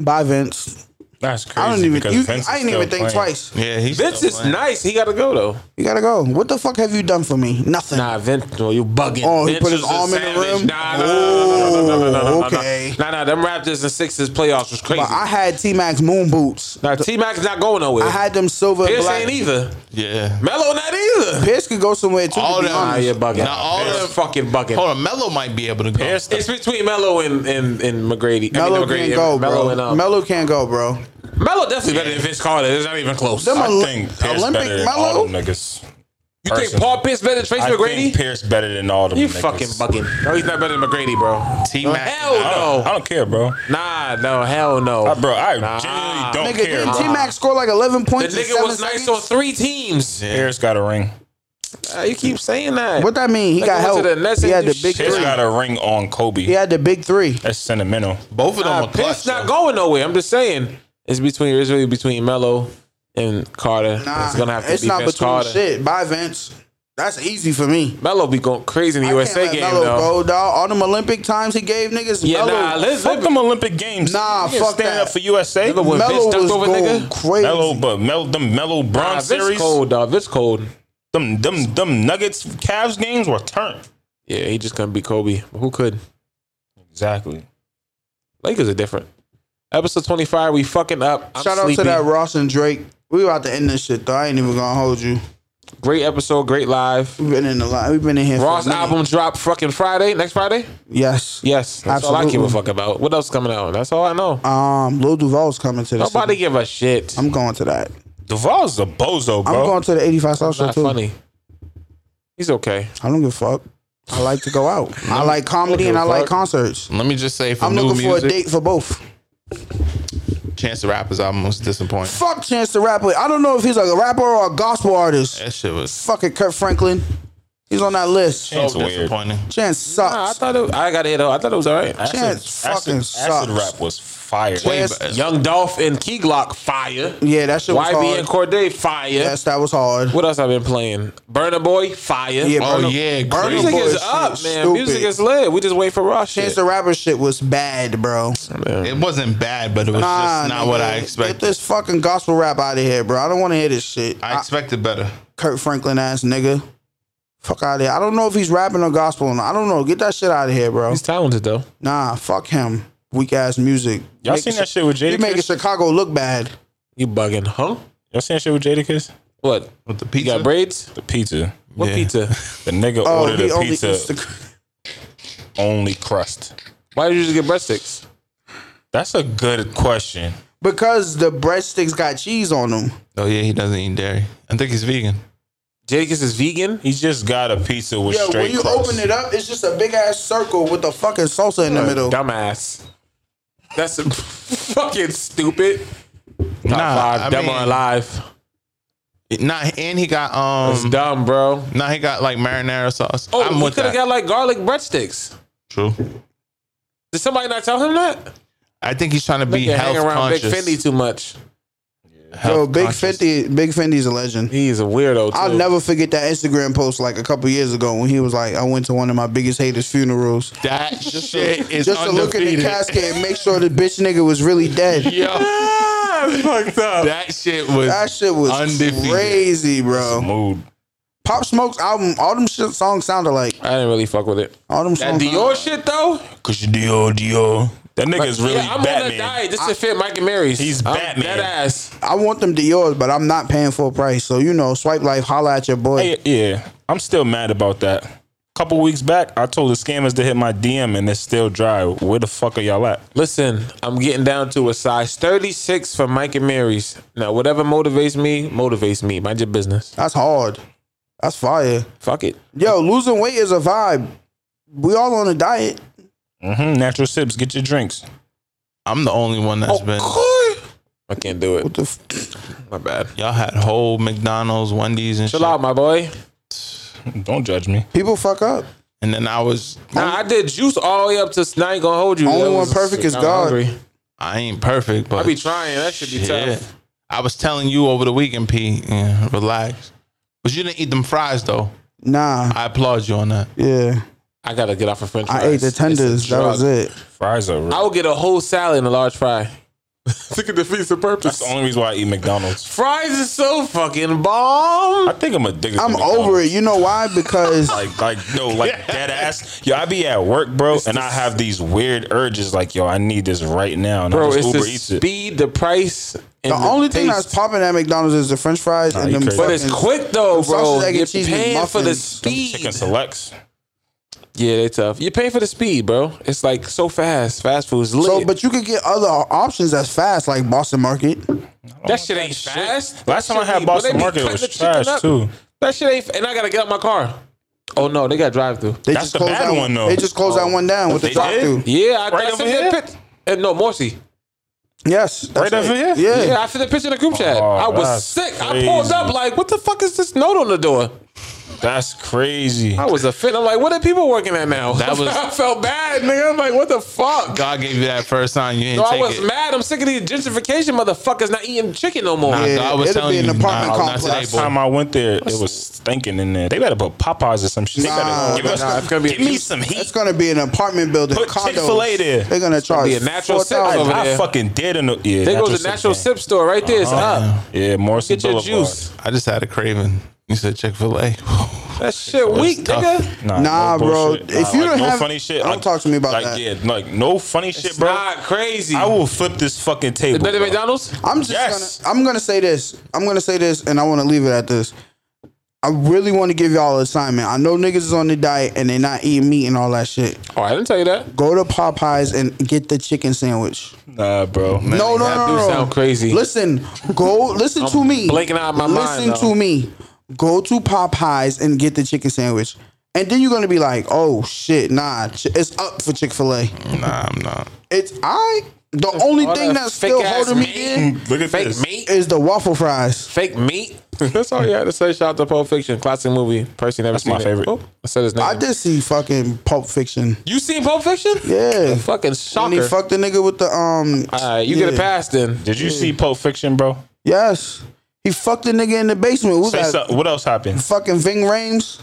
[SPEAKER 1] Bye, Vince.
[SPEAKER 4] That's crazy.
[SPEAKER 1] I don't even.
[SPEAKER 4] because
[SPEAKER 1] You,
[SPEAKER 4] Vince is
[SPEAKER 1] I didn't even
[SPEAKER 4] still
[SPEAKER 1] think
[SPEAKER 4] playing.
[SPEAKER 1] twice.
[SPEAKER 6] Yeah, he's
[SPEAKER 5] Vince
[SPEAKER 6] still
[SPEAKER 5] is
[SPEAKER 6] playing.
[SPEAKER 5] nice. He gotta go though.
[SPEAKER 1] You gotta go. What the fuck have you done for me? Nothing.
[SPEAKER 5] Nah, Vince, no, you bugging.
[SPEAKER 1] Oh, he
[SPEAKER 5] Vince
[SPEAKER 1] put his
[SPEAKER 5] was a
[SPEAKER 1] arm in the
[SPEAKER 5] savage.
[SPEAKER 1] rim?
[SPEAKER 5] Nah, nah, nah, nah, nah, nah, nah, nah, nah,
[SPEAKER 1] Oh,
[SPEAKER 5] nah, nah.
[SPEAKER 1] okay.
[SPEAKER 5] Nah, nah, them Raptors and Sixers playoffs was crazy.
[SPEAKER 1] But I had T Max moon boots.
[SPEAKER 5] Now T Mac is not going nowhere.
[SPEAKER 1] I had them silver. and
[SPEAKER 5] Pierce
[SPEAKER 1] black.
[SPEAKER 5] ain't either.
[SPEAKER 6] Yeah.
[SPEAKER 5] Melo not either.
[SPEAKER 1] Pierce could go somewhere too.
[SPEAKER 6] All
[SPEAKER 1] to be
[SPEAKER 6] them-
[SPEAKER 5] Nah,
[SPEAKER 1] honest.
[SPEAKER 5] you're bugging.
[SPEAKER 6] Nah, all
[SPEAKER 5] Pierce
[SPEAKER 6] them-
[SPEAKER 5] fucking bugging.
[SPEAKER 6] Hold on, Melo might be able to go.
[SPEAKER 5] It's between Melo and and, and McGrady. I mean,
[SPEAKER 1] Melo
[SPEAKER 5] not McGrady,
[SPEAKER 1] can't go,
[SPEAKER 5] Melo
[SPEAKER 1] bro.
[SPEAKER 5] And, um, Melo,
[SPEAKER 1] Melo can't go, bro.
[SPEAKER 5] definitely better than Vince Carter. It's not even close.
[SPEAKER 1] Them
[SPEAKER 4] I
[SPEAKER 1] Oli-
[SPEAKER 4] think Pierce
[SPEAKER 1] Olympic
[SPEAKER 4] better than
[SPEAKER 1] Melo?
[SPEAKER 4] all them niggas.
[SPEAKER 5] you think
[SPEAKER 4] Person.
[SPEAKER 5] Paul Pierce better than Tracy
[SPEAKER 4] I
[SPEAKER 5] McGrady?
[SPEAKER 4] think Pierce better than all them
[SPEAKER 5] you
[SPEAKER 4] niggas.
[SPEAKER 5] fucking bugging. No, he's not better than McGrady, bro.
[SPEAKER 6] T Mac.
[SPEAKER 5] Hell
[SPEAKER 4] I don't, I
[SPEAKER 5] no. Uh,
[SPEAKER 4] don't care, bro.
[SPEAKER 5] Nah, no, hell no.
[SPEAKER 4] I, bro, I
[SPEAKER 5] Nah.
[SPEAKER 4] genuinely don't
[SPEAKER 1] Nigga,
[SPEAKER 4] care.
[SPEAKER 1] didn't
[SPEAKER 4] bro.
[SPEAKER 1] T Mac score like 11
[SPEAKER 5] the
[SPEAKER 1] points in
[SPEAKER 5] nigga
[SPEAKER 1] seven
[SPEAKER 5] was nice
[SPEAKER 1] seconds?
[SPEAKER 5] on three teams.
[SPEAKER 4] Pierce got a ring.
[SPEAKER 5] Uh, you keep saying that.
[SPEAKER 1] What that mean? He
[SPEAKER 5] Nigga
[SPEAKER 1] got
[SPEAKER 5] went
[SPEAKER 1] help.
[SPEAKER 5] to the Nets
[SPEAKER 1] He
[SPEAKER 5] and
[SPEAKER 1] had
[SPEAKER 5] do
[SPEAKER 1] the big
[SPEAKER 5] shit.
[SPEAKER 4] Pierce
[SPEAKER 1] three.
[SPEAKER 4] got a ring on Kobe.
[SPEAKER 1] He had the big three.
[SPEAKER 4] That's sentimental.
[SPEAKER 6] Both of them
[SPEAKER 5] Nah,
[SPEAKER 6] are clutch.
[SPEAKER 5] Pierce not going nowhere. I'm just saying it's between it's really between Melo and Carter.
[SPEAKER 1] Nah,
[SPEAKER 5] it's gonna have to
[SPEAKER 1] it's
[SPEAKER 5] be
[SPEAKER 1] not
[SPEAKER 5] Vince
[SPEAKER 1] between
[SPEAKER 5] Carter.
[SPEAKER 1] shit. Bye, Vince. That's easy for me.
[SPEAKER 5] Melo be going crazy in the
[SPEAKER 1] I can't
[SPEAKER 5] USA
[SPEAKER 1] let
[SPEAKER 5] game
[SPEAKER 1] Melo
[SPEAKER 5] though.
[SPEAKER 1] go, dawg. All them Olympic times he gave niggas.
[SPEAKER 5] Yeah,
[SPEAKER 1] Melo,
[SPEAKER 5] nah, let's
[SPEAKER 4] Fuck them Olympic Games.
[SPEAKER 1] Nah,
[SPEAKER 4] You can't
[SPEAKER 1] fuck
[SPEAKER 4] stand
[SPEAKER 1] that.
[SPEAKER 4] up for USA.
[SPEAKER 5] Remember when
[SPEAKER 1] Melo
[SPEAKER 5] Vince dunked
[SPEAKER 1] was
[SPEAKER 5] over
[SPEAKER 1] going
[SPEAKER 5] nigga?
[SPEAKER 1] crazy.
[SPEAKER 4] Mellow, but Mel, them Mellow
[SPEAKER 5] Nah,
[SPEAKER 4] Bronze
[SPEAKER 5] Vince
[SPEAKER 4] series.
[SPEAKER 5] cold, dog. Vince cold.
[SPEAKER 4] Them them them Nuggets Cavs games were turned.
[SPEAKER 5] Yeah, he just couldn't beat Kobe. Who could?
[SPEAKER 4] Exactly.
[SPEAKER 5] Lakers are different. Episode 25, we fucking up. I'm
[SPEAKER 1] Shout out
[SPEAKER 5] sleepy.
[SPEAKER 1] to that Ross and Drake. We about to end this shit though. I ain't even gonna hold you.
[SPEAKER 5] Great episode, great live.
[SPEAKER 1] We've been in the line. We've been in here.
[SPEAKER 5] Ross
[SPEAKER 1] for a minute.
[SPEAKER 5] album drop fucking Friday, next Friday?
[SPEAKER 1] Yes.
[SPEAKER 5] Yes. That's all I give a
[SPEAKER 1] Absolutely.
[SPEAKER 5] fuck about. What else coming out? That's all I know.
[SPEAKER 1] Um, Lil Duval's coming to the
[SPEAKER 5] Nobody
[SPEAKER 1] city.
[SPEAKER 5] give a shit.
[SPEAKER 1] I'm going to that.
[SPEAKER 4] Duval's a bozo,
[SPEAKER 1] I'm
[SPEAKER 4] bro.
[SPEAKER 1] going to the 85 South Show
[SPEAKER 5] Not
[SPEAKER 1] too.
[SPEAKER 5] funny. He's okay.
[SPEAKER 1] I don't give a fuck. I like to go out. I like comedy and I like concerts.
[SPEAKER 6] Let me just say, for
[SPEAKER 1] I'm
[SPEAKER 6] new
[SPEAKER 1] looking
[SPEAKER 6] music,
[SPEAKER 1] for a date for both.
[SPEAKER 6] Chance the Rapper's album was disappointing.
[SPEAKER 1] Fuck Chance the Rapper. I don't know if he's like a rapper or a gospel artist.
[SPEAKER 6] That shit was
[SPEAKER 1] Fucking Kurt Franklin. He's on that list.
[SPEAKER 4] That's
[SPEAKER 6] so
[SPEAKER 4] weird.
[SPEAKER 6] disappointing.
[SPEAKER 1] Chance
[SPEAKER 5] Nah, Ah, I
[SPEAKER 1] sucks.
[SPEAKER 5] thought it, I got hit though. I thought it was all right.
[SPEAKER 4] Acid,
[SPEAKER 1] Chance
[SPEAKER 4] acid,
[SPEAKER 1] fucking
[SPEAKER 4] acid
[SPEAKER 1] sucks.
[SPEAKER 4] rap was fire.
[SPEAKER 6] Way
[SPEAKER 1] Chance-
[SPEAKER 6] better.
[SPEAKER 5] Young Dolph and Key Glock fire.
[SPEAKER 1] Yeah, that shit was
[SPEAKER 5] YB and
[SPEAKER 1] hard.
[SPEAKER 5] Corday fire.
[SPEAKER 1] Yes, that was hard.
[SPEAKER 5] What else I've been playing? Burner Boy fire.
[SPEAKER 1] Yeah,
[SPEAKER 6] Oh
[SPEAKER 1] Burna-
[SPEAKER 6] yeah,
[SPEAKER 1] Burna
[SPEAKER 6] great.
[SPEAKER 5] Music
[SPEAKER 1] Boy
[SPEAKER 5] is
[SPEAKER 1] shit
[SPEAKER 5] up,
[SPEAKER 1] was
[SPEAKER 5] man.
[SPEAKER 1] stupid.
[SPEAKER 5] Music is lit. We just wait for Ross.
[SPEAKER 1] Chance
[SPEAKER 5] Shit.
[SPEAKER 1] the Rapper shit was bad, bro.
[SPEAKER 6] It wasn't bad, but it was
[SPEAKER 1] Nah,
[SPEAKER 6] just not
[SPEAKER 1] nigga.
[SPEAKER 6] what I
[SPEAKER 1] Get
[SPEAKER 6] expected.
[SPEAKER 1] this fucking gospel rap out of here, bro. I don't want to hear this shit.
[SPEAKER 6] I expected better.
[SPEAKER 1] Kurt Franklin ass nigga. Fuck out of here. I don't know if he's rapping or gospel or not. I don't know. Get that shit out of here, bro.
[SPEAKER 5] He's talented though.
[SPEAKER 1] Nah, fuck him. Weak ass music.
[SPEAKER 4] Y'all seen that shit with
[SPEAKER 1] You making
[SPEAKER 4] Jadakiss?
[SPEAKER 1] Chicago look bad.
[SPEAKER 5] You bugging, huh?
[SPEAKER 4] Y'all seen that shit with Jadakiss?
[SPEAKER 5] What?
[SPEAKER 6] With the
[SPEAKER 5] You
[SPEAKER 6] pizza,
[SPEAKER 5] got braids?
[SPEAKER 4] The pizza.
[SPEAKER 5] What
[SPEAKER 6] Yeah.
[SPEAKER 5] pizza?
[SPEAKER 4] The nigga
[SPEAKER 1] Oh,
[SPEAKER 4] ordered
[SPEAKER 1] he
[SPEAKER 4] a
[SPEAKER 1] only
[SPEAKER 4] pizza
[SPEAKER 1] eats the-
[SPEAKER 4] only crust.
[SPEAKER 5] Why did you just get breadsticks?
[SPEAKER 4] That's a good question.
[SPEAKER 1] because the breadsticks got cheese on them.
[SPEAKER 6] oh yeah, he doesn't eat dairy. I think he's vegan.
[SPEAKER 5] Jadakiss is vegan.
[SPEAKER 4] He just got a pizza with
[SPEAKER 1] Yeah,
[SPEAKER 4] straight
[SPEAKER 1] when you
[SPEAKER 4] crust.
[SPEAKER 1] open it up, it's just a big ass circle with the fucking salsa in the middle.
[SPEAKER 5] Dumbass. That's fucking stupid. Top
[SPEAKER 6] Nah,
[SPEAKER 5] five,
[SPEAKER 6] I
[SPEAKER 5] dumb or
[SPEAKER 6] mean-
[SPEAKER 5] alive.
[SPEAKER 6] Nah, and he got
[SPEAKER 5] It's
[SPEAKER 6] um.
[SPEAKER 5] dumb, bro.
[SPEAKER 6] Nah, he got like marinara sauce.
[SPEAKER 5] Oh,
[SPEAKER 6] I'm
[SPEAKER 5] he
[SPEAKER 6] with
[SPEAKER 5] could have
[SPEAKER 6] that.
[SPEAKER 5] got like garlic breadsticks.
[SPEAKER 6] True.
[SPEAKER 5] Did somebody not tell him that?
[SPEAKER 6] I think he's trying to be
[SPEAKER 5] Nigga hang
[SPEAKER 6] health
[SPEAKER 5] around
[SPEAKER 6] conscious.
[SPEAKER 5] Big Fendi too much.
[SPEAKER 1] Yo,
[SPEAKER 6] Health
[SPEAKER 1] Big
[SPEAKER 6] conscious.
[SPEAKER 1] Fifty, Big Fendi's a legend.
[SPEAKER 5] He's a weirdo. Too.
[SPEAKER 1] I'll never forget that Instagram post like a couple years ago when he was like, "I went to one of my biggest haters' funerals
[SPEAKER 6] That shit is
[SPEAKER 1] just to look in the
[SPEAKER 6] undefeated.
[SPEAKER 1] casket and make sure the bitch nigga was really dead."
[SPEAKER 6] Yo,
[SPEAKER 5] Ah, fucked up.
[SPEAKER 6] that shit was.
[SPEAKER 1] That shit was
[SPEAKER 6] Undefeated.
[SPEAKER 1] crazy, bro.
[SPEAKER 4] Mood.
[SPEAKER 1] Pop Smoke's album, all them shit songs sounded like
[SPEAKER 5] I didn't really fuck with it.
[SPEAKER 1] all them
[SPEAKER 5] That
[SPEAKER 6] Uh-huh.
[SPEAKER 1] songs.
[SPEAKER 5] Dior shit though.
[SPEAKER 4] Cause you Dio Dio. That nigga's really
[SPEAKER 5] yeah, I'm on that
[SPEAKER 4] Batman.
[SPEAKER 5] diet just to fit Mike and Mary's.
[SPEAKER 4] He's
[SPEAKER 5] I'm
[SPEAKER 4] Batman.
[SPEAKER 5] That ass.
[SPEAKER 1] I want them Dior's, but I'm not paying full price. So you know, swipe life, holla at your boy.
[SPEAKER 4] Hey, yeah, I'm still mad about that. Couple weeks back, I told the scammers to hit my DM and it's still dry. Where the fuck are y'all at?
[SPEAKER 5] Listen, I'm getting down to a size 36 for Mike and Mary's. Now, whatever motivates me, motivates me. Mind your business.
[SPEAKER 1] That's hard. That's fire.
[SPEAKER 5] Fuck it.
[SPEAKER 1] Yo, losing weight is a vibe. We all on a diet.
[SPEAKER 4] hmm Natural sips. Get your drinks.
[SPEAKER 6] I'm the only one
[SPEAKER 5] Oh,
[SPEAKER 6] that's been.
[SPEAKER 5] I can't do it.
[SPEAKER 1] What the f-
[SPEAKER 5] My bad.
[SPEAKER 6] Y'all had whole McDonald's, Wendy's, and
[SPEAKER 5] Chill
[SPEAKER 6] shit.
[SPEAKER 5] out, my boy.
[SPEAKER 4] Don't judge me.
[SPEAKER 1] people fuck up.
[SPEAKER 6] And then I was,
[SPEAKER 5] Nah, I did juice all the way up to now. I Ain't gonna hold you.
[SPEAKER 1] Only
[SPEAKER 5] That
[SPEAKER 1] one
[SPEAKER 5] was-
[SPEAKER 1] perfect is
[SPEAKER 5] I'm
[SPEAKER 1] God.
[SPEAKER 5] hungry.
[SPEAKER 6] I ain't perfect, but
[SPEAKER 5] I be trying. That should be
[SPEAKER 6] Yeah.
[SPEAKER 5] tough.
[SPEAKER 6] I was telling you over the weekend, P. Yeah, relax. But you didn't eat them fries though.
[SPEAKER 1] Nah.
[SPEAKER 6] I applaud you on that.
[SPEAKER 1] Yeah.
[SPEAKER 5] I gotta get off of French fries.
[SPEAKER 1] I ate the
[SPEAKER 5] It's a
[SPEAKER 1] tenders. That
[SPEAKER 5] drug.
[SPEAKER 1] was it.
[SPEAKER 4] Fries are.
[SPEAKER 5] I
[SPEAKER 4] Real.
[SPEAKER 5] would get a whole salad and a large fry. Think it defeats the
[SPEAKER 4] That's
[SPEAKER 5] purpose.
[SPEAKER 4] the only reason why I eat McDonald's.
[SPEAKER 5] Fries is so fucking bomb.
[SPEAKER 4] I think I'm addicted.
[SPEAKER 1] I'm
[SPEAKER 4] to
[SPEAKER 1] over
[SPEAKER 4] McDonald's.
[SPEAKER 1] it. You know why? Because
[SPEAKER 4] Like, like, no, like dead ass. Yo, I be at work, bro, and I have these weird urges. Like, yo, I need this right now, and
[SPEAKER 5] Bro,
[SPEAKER 4] I just
[SPEAKER 5] it's the
[SPEAKER 4] Uber eats it.
[SPEAKER 5] speed, the price, and
[SPEAKER 1] the only thing
[SPEAKER 5] taste.
[SPEAKER 1] that's popping at McDonald's is the French fries
[SPEAKER 4] you
[SPEAKER 1] and them.
[SPEAKER 4] crazy.
[SPEAKER 5] But it's
[SPEAKER 1] fucking-
[SPEAKER 5] quick though,
[SPEAKER 1] Sausage,
[SPEAKER 5] bro.
[SPEAKER 1] egg, and
[SPEAKER 5] You're
[SPEAKER 1] cheese and
[SPEAKER 5] paying for the
[SPEAKER 1] muffins. Some
[SPEAKER 5] speed.
[SPEAKER 4] Chicken selects.
[SPEAKER 5] Yeah, they tough. You're paying for the speed, bro. It's like so fast. Fast food's lit.
[SPEAKER 1] So, but you could get other options that's fast, like Boston Market.
[SPEAKER 5] that shit ain't fast.
[SPEAKER 4] Last
[SPEAKER 5] That
[SPEAKER 4] time I
[SPEAKER 5] shit
[SPEAKER 4] had
[SPEAKER 5] ain't- but they
[SPEAKER 4] Boston
[SPEAKER 5] be
[SPEAKER 4] Market, it
[SPEAKER 5] cutting
[SPEAKER 4] was
[SPEAKER 5] the chicken
[SPEAKER 4] trash
[SPEAKER 5] up.
[SPEAKER 4] too.
[SPEAKER 5] That shit ain't. And I gotta get out my car. Oh no, they got drive through.
[SPEAKER 1] They
[SPEAKER 4] That's
[SPEAKER 1] just
[SPEAKER 4] the
[SPEAKER 1] closed
[SPEAKER 4] bad
[SPEAKER 1] that
[SPEAKER 4] one, though.
[SPEAKER 1] They just closed that one down with the
[SPEAKER 4] They
[SPEAKER 1] drive through.
[SPEAKER 4] did?
[SPEAKER 5] Yeah, I,
[SPEAKER 4] Right
[SPEAKER 5] I
[SPEAKER 4] over
[SPEAKER 5] sent
[SPEAKER 4] here?
[SPEAKER 5] that pit. And no, Morsi.
[SPEAKER 1] Yes, that's
[SPEAKER 4] Right over
[SPEAKER 1] it.
[SPEAKER 4] here?
[SPEAKER 1] Yeah.
[SPEAKER 5] Yeah, I sent the picture in the group chat.
[SPEAKER 4] Oh,
[SPEAKER 5] I was
[SPEAKER 4] that's
[SPEAKER 5] sick. I
[SPEAKER 4] crazy.
[SPEAKER 5] pulled up like, what the fuck is this note on the door?
[SPEAKER 4] That's crazy.
[SPEAKER 5] I was offended. I'm like, what are people working at now?
[SPEAKER 6] That was-
[SPEAKER 5] I felt bad, nigga. I'm like, what the fuck?
[SPEAKER 6] God gave you that first sign. You didn't
[SPEAKER 5] No, I
[SPEAKER 6] take
[SPEAKER 5] was
[SPEAKER 6] it.
[SPEAKER 5] mad. I'm sick of these gentrification motherfuckers not eating chicken no more.
[SPEAKER 6] Nah,
[SPEAKER 1] Yeah,
[SPEAKER 6] God was
[SPEAKER 1] it'll
[SPEAKER 6] telling
[SPEAKER 1] be an
[SPEAKER 6] you,
[SPEAKER 1] apartment
[SPEAKER 6] nah, not
[SPEAKER 1] complex.
[SPEAKER 6] today,
[SPEAKER 4] Last
[SPEAKER 6] boy.
[SPEAKER 4] time I went there, it was stinking in there. They better put Popeyes or some shit. They
[SPEAKER 1] Nah,
[SPEAKER 4] better give,
[SPEAKER 1] nah,
[SPEAKER 4] us,
[SPEAKER 1] nah,
[SPEAKER 5] it's gonna be-
[SPEAKER 4] give me some
[SPEAKER 1] It's
[SPEAKER 4] heat.
[SPEAKER 1] gonna be an apartment building.
[SPEAKER 4] Put
[SPEAKER 1] condos.
[SPEAKER 4] Chick-fil-A there.
[SPEAKER 1] They're gonna charge
[SPEAKER 5] be a natural sip
[SPEAKER 1] $4,000.
[SPEAKER 5] over
[SPEAKER 4] I
[SPEAKER 5] there.
[SPEAKER 4] fucking did in the yeah.
[SPEAKER 5] They go to
[SPEAKER 4] Natural
[SPEAKER 5] the Natural Sip
[SPEAKER 4] Sip
[SPEAKER 5] store right there. It's up.
[SPEAKER 4] Gang. Oh, Yeah, Morrison
[SPEAKER 5] Get your
[SPEAKER 4] Boulevard.
[SPEAKER 5] juice.
[SPEAKER 6] I just had a craving. You said Chick Fil A.
[SPEAKER 5] That shit weak,
[SPEAKER 6] tough.
[SPEAKER 5] nigga.
[SPEAKER 4] Nah,
[SPEAKER 1] Nah, bro.
[SPEAKER 4] bullshit.
[SPEAKER 1] If you don't
[SPEAKER 4] no
[SPEAKER 1] have-
[SPEAKER 4] funny shit,
[SPEAKER 1] don't
[SPEAKER 4] like-
[SPEAKER 1] talk to me about
[SPEAKER 4] like,
[SPEAKER 1] that.
[SPEAKER 4] Yeah, like no funny shit,
[SPEAKER 5] It's
[SPEAKER 4] bro.
[SPEAKER 5] not crazy.
[SPEAKER 4] I will flip this fucking table.
[SPEAKER 5] Another
[SPEAKER 4] bro.
[SPEAKER 5] McDonald's?
[SPEAKER 1] I'm just
[SPEAKER 4] Yes.
[SPEAKER 1] gonna I'm gonna say this. I'm gonna say this and I wanna leave it at this. I really wanna give y'all an assignment. I know niggas is on the diet and they not eating meat and all that shit.
[SPEAKER 5] Oh, I didn't tell you that.
[SPEAKER 1] Go to Popeyes and get the chicken sandwich.
[SPEAKER 4] Nah, bro.
[SPEAKER 1] No, no, no, no,
[SPEAKER 5] do
[SPEAKER 1] no.
[SPEAKER 5] sound crazy.
[SPEAKER 1] Listen, go listen to me.
[SPEAKER 5] blanking out my mind,
[SPEAKER 1] listen
[SPEAKER 5] though.
[SPEAKER 1] to me. Go to Popeyes and get the chicken sandwich. And then you're gonna be like, oh shit, nah, Ch- it's up for Chick Fil A.
[SPEAKER 6] Nah, I'm not.
[SPEAKER 1] It's I. The only
[SPEAKER 5] all
[SPEAKER 1] thing
[SPEAKER 5] that
[SPEAKER 1] that's still
[SPEAKER 5] fake-ass
[SPEAKER 1] holding me
[SPEAKER 5] meat.
[SPEAKER 1] in
[SPEAKER 4] Look at
[SPEAKER 5] Fake
[SPEAKER 4] this.
[SPEAKER 5] meat?
[SPEAKER 1] is the waffle fries.
[SPEAKER 5] Fake meat? That's all you had to say. Shout out to Pulp Fiction. Classic movie. Person never seen
[SPEAKER 4] my
[SPEAKER 5] it.
[SPEAKER 4] favorite.
[SPEAKER 5] Oh, I said his name.
[SPEAKER 1] I did see fucking Pulp Fiction.
[SPEAKER 5] You seen Pulp Fiction?
[SPEAKER 1] Yeah.
[SPEAKER 5] Fucking
[SPEAKER 1] When he
[SPEAKER 5] shocker.
[SPEAKER 1] fucked the nigga with the um.
[SPEAKER 5] all right, you get a
[SPEAKER 1] yeah.
[SPEAKER 5] pass then.
[SPEAKER 4] Did you see Pulp Fiction, bro?
[SPEAKER 1] Yes, he fucked the nigga in the basement. Who's
[SPEAKER 4] Say
[SPEAKER 1] that?
[SPEAKER 4] something. What else happened?
[SPEAKER 1] Fucking Ving Rhames.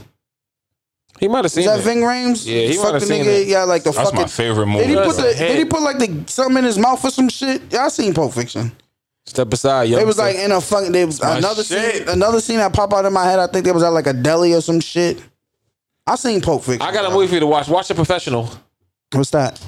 [SPEAKER 5] He might have
[SPEAKER 1] Is
[SPEAKER 5] seen
[SPEAKER 1] that
[SPEAKER 5] it.
[SPEAKER 1] Ving Rhames?
[SPEAKER 5] Yeah, he might
[SPEAKER 1] fucked
[SPEAKER 5] have
[SPEAKER 1] the
[SPEAKER 5] seen
[SPEAKER 1] nigga.
[SPEAKER 5] it.
[SPEAKER 1] Yeah, like the
[SPEAKER 4] That's
[SPEAKER 1] fucking.
[SPEAKER 4] my favorite movie.
[SPEAKER 1] Did he put the?
[SPEAKER 5] That's a
[SPEAKER 1] Did he
[SPEAKER 5] hit.
[SPEAKER 1] put like the something in his mouth or some shit? Yeah, I seen Pulp Fiction.
[SPEAKER 5] Step aside, young.
[SPEAKER 1] It was like in a fucking. There was
[SPEAKER 5] my
[SPEAKER 1] another
[SPEAKER 5] shit.
[SPEAKER 1] scene. Another scene that pop out in my head. I think there was at like a deli or some shit. I seen Pulp Fiction.
[SPEAKER 5] I got a movie for you to watch. Watch The Professional.
[SPEAKER 1] What's that?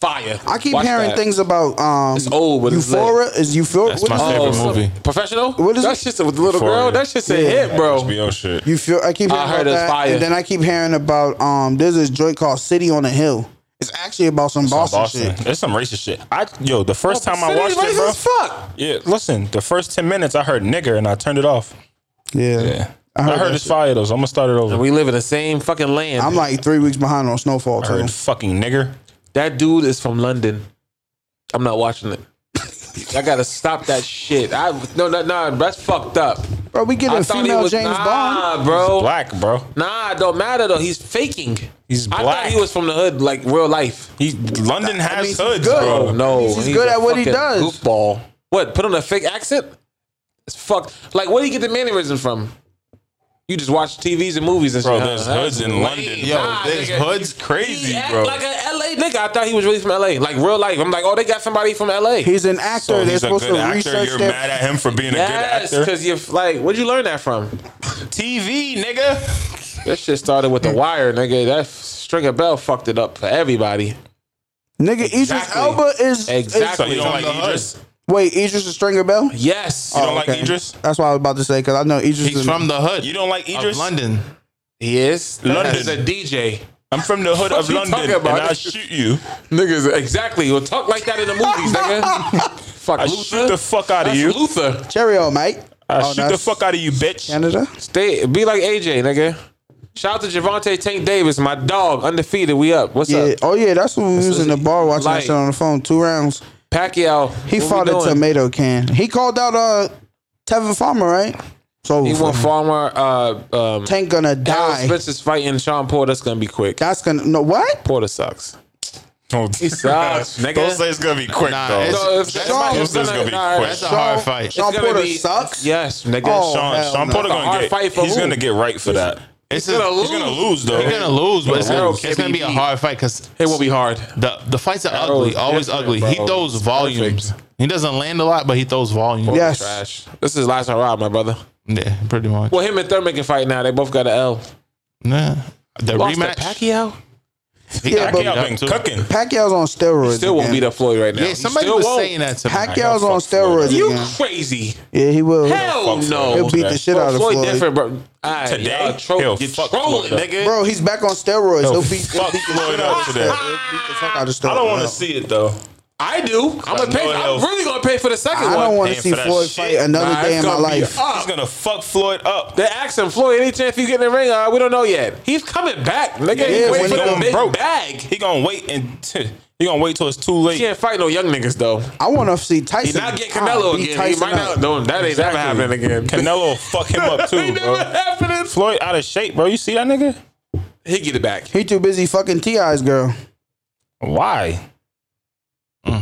[SPEAKER 5] Fire.
[SPEAKER 1] I keep
[SPEAKER 5] Watch
[SPEAKER 1] hearing
[SPEAKER 5] that.
[SPEAKER 1] things about um.
[SPEAKER 5] It's old, but it's lit. Oh,
[SPEAKER 1] Euphoria is uh, Euphoria.
[SPEAKER 6] That's my
[SPEAKER 1] what is it?
[SPEAKER 6] favorite
[SPEAKER 5] so-
[SPEAKER 6] movie.
[SPEAKER 5] Professional?
[SPEAKER 1] What is
[SPEAKER 5] that
[SPEAKER 1] it?
[SPEAKER 5] shit's with the little girl?
[SPEAKER 4] Euphoria.
[SPEAKER 5] That shit's a
[SPEAKER 1] Yeah.
[SPEAKER 5] hit, bro.
[SPEAKER 4] HBO shit.
[SPEAKER 1] You feel? I keep. Hearing
[SPEAKER 5] I heard
[SPEAKER 1] about
[SPEAKER 5] it's
[SPEAKER 1] that,
[SPEAKER 5] fire.
[SPEAKER 1] And then I keep hearing about um. There's this joint called City on a Hill. It's actually about some Boston, shit.
[SPEAKER 4] Boston. There's some racist shit. I yo, the first time I
[SPEAKER 5] City
[SPEAKER 4] watched
[SPEAKER 5] racist
[SPEAKER 4] it, bro.
[SPEAKER 5] as fuck.
[SPEAKER 4] Yeah, listen. The first ten minutes, I heard nigger and I turned it off.
[SPEAKER 1] Yeah.
[SPEAKER 4] I heard,
[SPEAKER 1] that
[SPEAKER 4] it's fire though. So I'm gonna start it over.
[SPEAKER 5] We live in the same fucking land.
[SPEAKER 1] I'm like three weeks behind on Snowfall
[SPEAKER 4] I
[SPEAKER 1] too.
[SPEAKER 4] heard fucking nigger.
[SPEAKER 5] That dude is from London. I'm not watching it. I gotta stop that shit. I no no no. That's fucked up.
[SPEAKER 1] Bro, we
[SPEAKER 5] I
[SPEAKER 1] getting
[SPEAKER 5] thought he
[SPEAKER 1] female
[SPEAKER 5] was
[SPEAKER 1] James Bond.
[SPEAKER 5] nah, bro.
[SPEAKER 4] Black, bro.
[SPEAKER 5] Nah, it don't matter though. He's faking.
[SPEAKER 4] He's
[SPEAKER 5] I thought
[SPEAKER 4] black.
[SPEAKER 5] he was from the hood, like real life.
[SPEAKER 4] He London
[SPEAKER 1] mean,
[SPEAKER 4] has
[SPEAKER 1] he's
[SPEAKER 4] hoods,
[SPEAKER 1] good.
[SPEAKER 5] Oh
[SPEAKER 4] bro.
[SPEAKER 5] no,
[SPEAKER 1] He's good
[SPEAKER 5] a
[SPEAKER 1] at what he
[SPEAKER 5] fucking
[SPEAKER 1] does.
[SPEAKER 5] Goofball. What? Put on a fake accent? It's fucked. Like, where do you get the mannerism from? You just watch TVs and movies and
[SPEAKER 4] Bro,
[SPEAKER 5] shit.
[SPEAKER 4] there's
[SPEAKER 5] Huh?
[SPEAKER 4] hoods in
[SPEAKER 5] Lame.
[SPEAKER 4] London.
[SPEAKER 6] Yo,
[SPEAKER 5] Nah,
[SPEAKER 6] this
[SPEAKER 5] nigga.
[SPEAKER 6] hood's
[SPEAKER 5] He
[SPEAKER 6] crazy,
[SPEAKER 5] act
[SPEAKER 6] bro.
[SPEAKER 5] like a LA nigga. I thought he was really from LA, like real life. I'm like, oh, they got somebody from LA.
[SPEAKER 1] He's an actor.
[SPEAKER 4] So
[SPEAKER 1] They're
[SPEAKER 4] he's a
[SPEAKER 1] supposed
[SPEAKER 4] good
[SPEAKER 1] to
[SPEAKER 4] actor.
[SPEAKER 1] research
[SPEAKER 4] You're
[SPEAKER 1] their.
[SPEAKER 4] mad at him for being
[SPEAKER 5] yes,
[SPEAKER 4] a good actor.
[SPEAKER 5] because you're like, where'd you learn that from?
[SPEAKER 4] TV, nigga.
[SPEAKER 5] That shit started with
[SPEAKER 4] Hmm.
[SPEAKER 5] the wire, nigga. That Stringer Bell fucked it up for everybody.
[SPEAKER 1] Nigga, Idris
[SPEAKER 5] Exactly.
[SPEAKER 1] Elba is.
[SPEAKER 5] Exactly.
[SPEAKER 4] So you
[SPEAKER 5] He's
[SPEAKER 4] don't
[SPEAKER 5] from
[SPEAKER 4] like Oh.
[SPEAKER 5] the hood.
[SPEAKER 4] Idris? You
[SPEAKER 1] is- wait, Idris is Stringer Bell. You
[SPEAKER 5] Yes.
[SPEAKER 1] Oh,
[SPEAKER 4] don't like Idris?
[SPEAKER 1] That's what I was about to say because I know Idris
[SPEAKER 6] He's
[SPEAKER 1] is
[SPEAKER 6] from the hood.
[SPEAKER 4] You don't like
[SPEAKER 6] of
[SPEAKER 4] Idris?
[SPEAKER 6] London.
[SPEAKER 5] He is.
[SPEAKER 4] London.
[SPEAKER 5] He's a DJ.
[SPEAKER 4] I'm from the hood of
[SPEAKER 5] you
[SPEAKER 4] London,
[SPEAKER 5] talking
[SPEAKER 4] and
[SPEAKER 5] about?
[SPEAKER 4] I shoot you.
[SPEAKER 5] Niggas, exactly. You'll talk like that in the movies, nigga. Fuck
[SPEAKER 4] eh. I
[SPEAKER 5] Luther.
[SPEAKER 4] shoot the fuck out of
[SPEAKER 5] That's
[SPEAKER 4] you.
[SPEAKER 5] Luther.
[SPEAKER 1] Cheerio, mate.
[SPEAKER 4] I
[SPEAKER 1] Oh,
[SPEAKER 4] Ah, shoot the
[SPEAKER 1] that's
[SPEAKER 4] fuck out of you, bitch.
[SPEAKER 1] Canada.
[SPEAKER 5] Stay, be like AJ, nigga. Shout out to Javante Tank Davis, my dog, undefeated. We up. What's
[SPEAKER 1] Yeah.
[SPEAKER 5] up?
[SPEAKER 1] Oh yeah, that's when we was in the bar watching that
[SPEAKER 5] Like-
[SPEAKER 1] shit on the phone. Two rounds.
[SPEAKER 5] Pacquiao.
[SPEAKER 1] He
[SPEAKER 5] what we
[SPEAKER 1] fought a
[SPEAKER 5] doing?
[SPEAKER 1] tomato can. He called out uh Tevin Farmer, right? So
[SPEAKER 5] He won Farmer. Uh, um,
[SPEAKER 1] Tank gonna
[SPEAKER 5] Errol
[SPEAKER 1] die.
[SPEAKER 5] Spence is fighting Sean Porter. That's gonna be quick.
[SPEAKER 1] That's gonna no what?
[SPEAKER 5] Porter sucks.
[SPEAKER 4] Oh,
[SPEAKER 5] He sucks, nigga.
[SPEAKER 4] Don't say it's gonna be quick
[SPEAKER 6] Nah,
[SPEAKER 4] though.
[SPEAKER 6] it's-
[SPEAKER 5] No, it's,
[SPEAKER 6] That's
[SPEAKER 5] it's-
[SPEAKER 4] This is gonna be quick.
[SPEAKER 6] That's a
[SPEAKER 1] Sean-
[SPEAKER 6] hard fight.
[SPEAKER 1] Sean
[SPEAKER 5] gonna
[SPEAKER 1] Porter
[SPEAKER 5] be-
[SPEAKER 1] sucks.
[SPEAKER 5] Yes, nigga.
[SPEAKER 1] Oh,
[SPEAKER 5] Sean-
[SPEAKER 4] Sean,
[SPEAKER 1] hell
[SPEAKER 4] Sean
[SPEAKER 1] no.
[SPEAKER 4] Porter
[SPEAKER 5] That's a
[SPEAKER 4] gonna
[SPEAKER 5] hard
[SPEAKER 4] get.
[SPEAKER 5] fight for
[SPEAKER 4] he's
[SPEAKER 5] who?
[SPEAKER 4] gonna get right for that.
[SPEAKER 6] It's
[SPEAKER 5] gonna
[SPEAKER 6] a-
[SPEAKER 5] lose.
[SPEAKER 4] He's gonna lose though.
[SPEAKER 6] You're gonna lose, but it's,
[SPEAKER 5] Arrow
[SPEAKER 6] gonna,
[SPEAKER 5] can't
[SPEAKER 6] it's gonna
[SPEAKER 5] be
[SPEAKER 6] be a
[SPEAKER 5] beat.
[SPEAKER 6] hard fight because
[SPEAKER 5] It won't be hard.
[SPEAKER 6] the the fights are
[SPEAKER 5] Arrow
[SPEAKER 6] ugly,
[SPEAKER 5] is
[SPEAKER 6] always
[SPEAKER 5] different,
[SPEAKER 6] ugly. He
[SPEAKER 5] bro.
[SPEAKER 6] throws
[SPEAKER 5] It's
[SPEAKER 6] volumes. He doesn't land a lot, but he throws volume.
[SPEAKER 1] Yes.
[SPEAKER 5] Trash. This is last round, my brother.
[SPEAKER 6] yeah, pretty much.
[SPEAKER 5] Well, him and Thurman can fight now. They both got an L.
[SPEAKER 6] Nah, the
[SPEAKER 5] Lost to
[SPEAKER 6] rematch.
[SPEAKER 5] Pacquiao.
[SPEAKER 6] he got beat
[SPEAKER 4] Pacquiao
[SPEAKER 6] up,
[SPEAKER 4] been
[SPEAKER 6] too.
[SPEAKER 4] cooking.
[SPEAKER 1] Pacquiao's on steroids.
[SPEAKER 5] Still won't
[SPEAKER 1] again.
[SPEAKER 5] beat up Floyd right now.
[SPEAKER 6] Yeah,
[SPEAKER 5] He
[SPEAKER 6] somebody
[SPEAKER 5] still
[SPEAKER 6] was
[SPEAKER 5] won't.
[SPEAKER 6] saying that to me.
[SPEAKER 1] Pacquiao's on
[SPEAKER 4] fuck Floyd.
[SPEAKER 1] steroids.
[SPEAKER 5] You
[SPEAKER 1] again.
[SPEAKER 5] crazy?
[SPEAKER 1] Yeah, he will.
[SPEAKER 5] Hell
[SPEAKER 4] Floyd.
[SPEAKER 5] no.
[SPEAKER 1] He'll beat the shit
[SPEAKER 5] Bro,
[SPEAKER 1] out of
[SPEAKER 5] Floyd,
[SPEAKER 1] Floyd.
[SPEAKER 5] different, bro. Aight,
[SPEAKER 4] Today,
[SPEAKER 5] y'all tro-
[SPEAKER 4] he'll
[SPEAKER 5] you
[SPEAKER 4] fuck
[SPEAKER 5] trolling,
[SPEAKER 4] Floyd up.
[SPEAKER 5] nigga.
[SPEAKER 1] Bro, he's back on steroids. He'll, beat, he'll
[SPEAKER 4] fuck
[SPEAKER 1] beat the
[SPEAKER 4] Floyd
[SPEAKER 1] shit
[SPEAKER 4] up
[SPEAKER 1] out of
[SPEAKER 4] today.
[SPEAKER 1] steroids. He'll beat the fuck out of steroids.
[SPEAKER 4] I don't want
[SPEAKER 1] Hell.
[SPEAKER 4] to see it though.
[SPEAKER 5] I do. I'm gonna
[SPEAKER 4] I
[SPEAKER 5] pay.
[SPEAKER 4] know
[SPEAKER 5] I'm
[SPEAKER 4] he'll-
[SPEAKER 5] really gonna pay for the second
[SPEAKER 1] I
[SPEAKER 5] one.
[SPEAKER 1] don't want
[SPEAKER 4] paying
[SPEAKER 1] to see
[SPEAKER 4] for that
[SPEAKER 1] Floyd
[SPEAKER 4] shit.
[SPEAKER 1] fight another
[SPEAKER 5] Nah,
[SPEAKER 1] day
[SPEAKER 5] it's
[SPEAKER 1] in my
[SPEAKER 5] gonna be
[SPEAKER 1] life.
[SPEAKER 5] up.
[SPEAKER 4] He's gonna fuck Floyd up.
[SPEAKER 5] They asked him, Floyd, any chance you get in the ring? Uh, we don't know yet. He's coming back. Nigga,
[SPEAKER 1] Yeah, when
[SPEAKER 5] yeah, wait
[SPEAKER 1] he
[SPEAKER 5] for the
[SPEAKER 4] going
[SPEAKER 5] big
[SPEAKER 4] broke.
[SPEAKER 5] bag.
[SPEAKER 4] He gonna wait and he gonna wait till it's too
[SPEAKER 5] He
[SPEAKER 4] late.
[SPEAKER 5] can't fight no young niggas though.
[SPEAKER 1] I want to see Tyson.
[SPEAKER 5] He not get
[SPEAKER 1] I'll
[SPEAKER 5] Canelo
[SPEAKER 1] beat
[SPEAKER 5] again. He
[SPEAKER 1] Tyson
[SPEAKER 5] might
[SPEAKER 1] up.
[SPEAKER 5] not. No, that ain't never
[SPEAKER 4] Exactly.
[SPEAKER 5] happening again.
[SPEAKER 4] Canelo will fuck him up too,
[SPEAKER 5] Ain't never
[SPEAKER 4] bro.
[SPEAKER 5] happening.
[SPEAKER 4] Floyd out of shape, bro. You see that nigga?
[SPEAKER 5] He get it back.
[SPEAKER 1] He too busy fucking Ti's girl.
[SPEAKER 4] Why?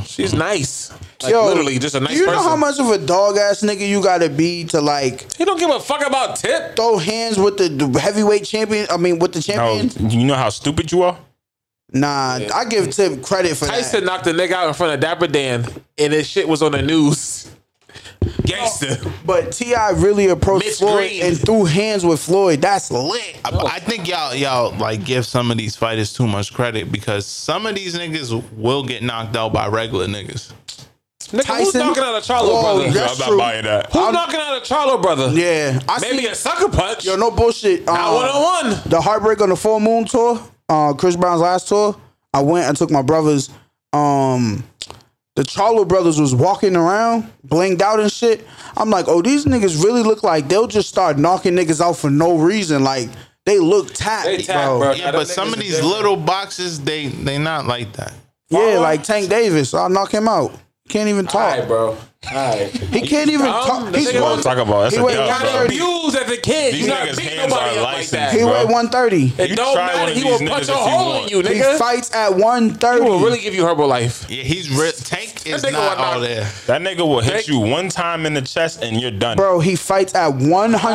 [SPEAKER 5] She's nice. Like,
[SPEAKER 1] Yo,
[SPEAKER 5] literally, just a nice
[SPEAKER 1] Do you
[SPEAKER 5] person.
[SPEAKER 1] know how much of a dog ass nigga you gotta be to like
[SPEAKER 5] he don't give a fuck about tip.
[SPEAKER 1] throw hands with the, the heavyweight champion? I mean, with the
[SPEAKER 4] No,
[SPEAKER 1] champion?
[SPEAKER 4] you know how stupid you are.
[SPEAKER 1] Nah, I give Tip credit for
[SPEAKER 5] Tyson
[SPEAKER 1] that.
[SPEAKER 5] knocked the nigga out in front of Dapper Dan, and his shit was on the news. Gangster.
[SPEAKER 1] But Ti really approached
[SPEAKER 5] Mitch
[SPEAKER 1] Floyd
[SPEAKER 5] Green.
[SPEAKER 1] and threw hands with Floyd. That's lit.
[SPEAKER 6] I think y'all y'all like give some of these fighters too much credit because some of these niggas will get knocked out by regular niggas.
[SPEAKER 5] Nigga, who's
[SPEAKER 1] Tyson?
[SPEAKER 5] knocking out a Charlo
[SPEAKER 1] Whoa,
[SPEAKER 5] brother?
[SPEAKER 1] that's
[SPEAKER 4] I'm not
[SPEAKER 1] true.
[SPEAKER 4] buying that.
[SPEAKER 5] Who's knocking out a Charlo brother?
[SPEAKER 1] Yeah, I
[SPEAKER 5] Maybe
[SPEAKER 1] see.
[SPEAKER 5] a sucker punch.
[SPEAKER 1] Yo, no bullshit.
[SPEAKER 5] Not
[SPEAKER 1] uh,
[SPEAKER 5] one on one.
[SPEAKER 1] the heartbreak on the full moon tour, uh, Chris Brown's last tour. I went. I took my brothers. Um, the Charlo brothers was walking around, blinged out and shit. I'm like, oh, these niggas really look like they'll just start knocking niggas out for no reason. Like they look tapped,
[SPEAKER 5] They tapped,
[SPEAKER 1] bro.
[SPEAKER 5] bro.
[SPEAKER 6] Yeah,
[SPEAKER 5] Nah, them
[SPEAKER 6] but some
[SPEAKER 5] niggas
[SPEAKER 6] of
[SPEAKER 5] is
[SPEAKER 6] these
[SPEAKER 5] different.
[SPEAKER 6] little boxes, they they not like that.
[SPEAKER 1] Yeah, like Tank Davis. I'll knock him out. Can't even talk.
[SPEAKER 5] Alright, bro. Alright.
[SPEAKER 1] He can't even
[SPEAKER 5] dumb.
[SPEAKER 1] talk.
[SPEAKER 5] The
[SPEAKER 1] He's
[SPEAKER 5] nigga
[SPEAKER 1] one,
[SPEAKER 5] was-
[SPEAKER 4] Talk about that's
[SPEAKER 1] Oh, He
[SPEAKER 4] a
[SPEAKER 1] went
[SPEAKER 4] dub,
[SPEAKER 1] down
[SPEAKER 4] bro.
[SPEAKER 1] there.
[SPEAKER 5] got abused as a kid.
[SPEAKER 4] These
[SPEAKER 5] you not
[SPEAKER 4] niggas'
[SPEAKER 5] beat
[SPEAKER 4] hands
[SPEAKER 5] nobody
[SPEAKER 4] are
[SPEAKER 5] up like that.
[SPEAKER 1] he
[SPEAKER 4] licensed,
[SPEAKER 1] weigh
[SPEAKER 4] bro.
[SPEAKER 1] 130.
[SPEAKER 5] It
[SPEAKER 4] You
[SPEAKER 5] don't
[SPEAKER 4] try one
[SPEAKER 5] matter.
[SPEAKER 4] of
[SPEAKER 5] He
[SPEAKER 4] these
[SPEAKER 5] will
[SPEAKER 4] niggas
[SPEAKER 5] punch
[SPEAKER 4] if
[SPEAKER 5] a
[SPEAKER 4] you
[SPEAKER 5] hole in
[SPEAKER 4] want.
[SPEAKER 5] you,
[SPEAKER 1] He
[SPEAKER 5] nigga.
[SPEAKER 1] fights at
[SPEAKER 5] He
[SPEAKER 1] 130.
[SPEAKER 5] will really give you herbal life.
[SPEAKER 6] Yeah, he's re- Tank is
[SPEAKER 5] nigga
[SPEAKER 6] not
[SPEAKER 5] will
[SPEAKER 6] all
[SPEAKER 5] knock-
[SPEAKER 6] there.
[SPEAKER 4] That nigga will hit you one time in the chest and you're done.
[SPEAKER 1] Bro, he fights at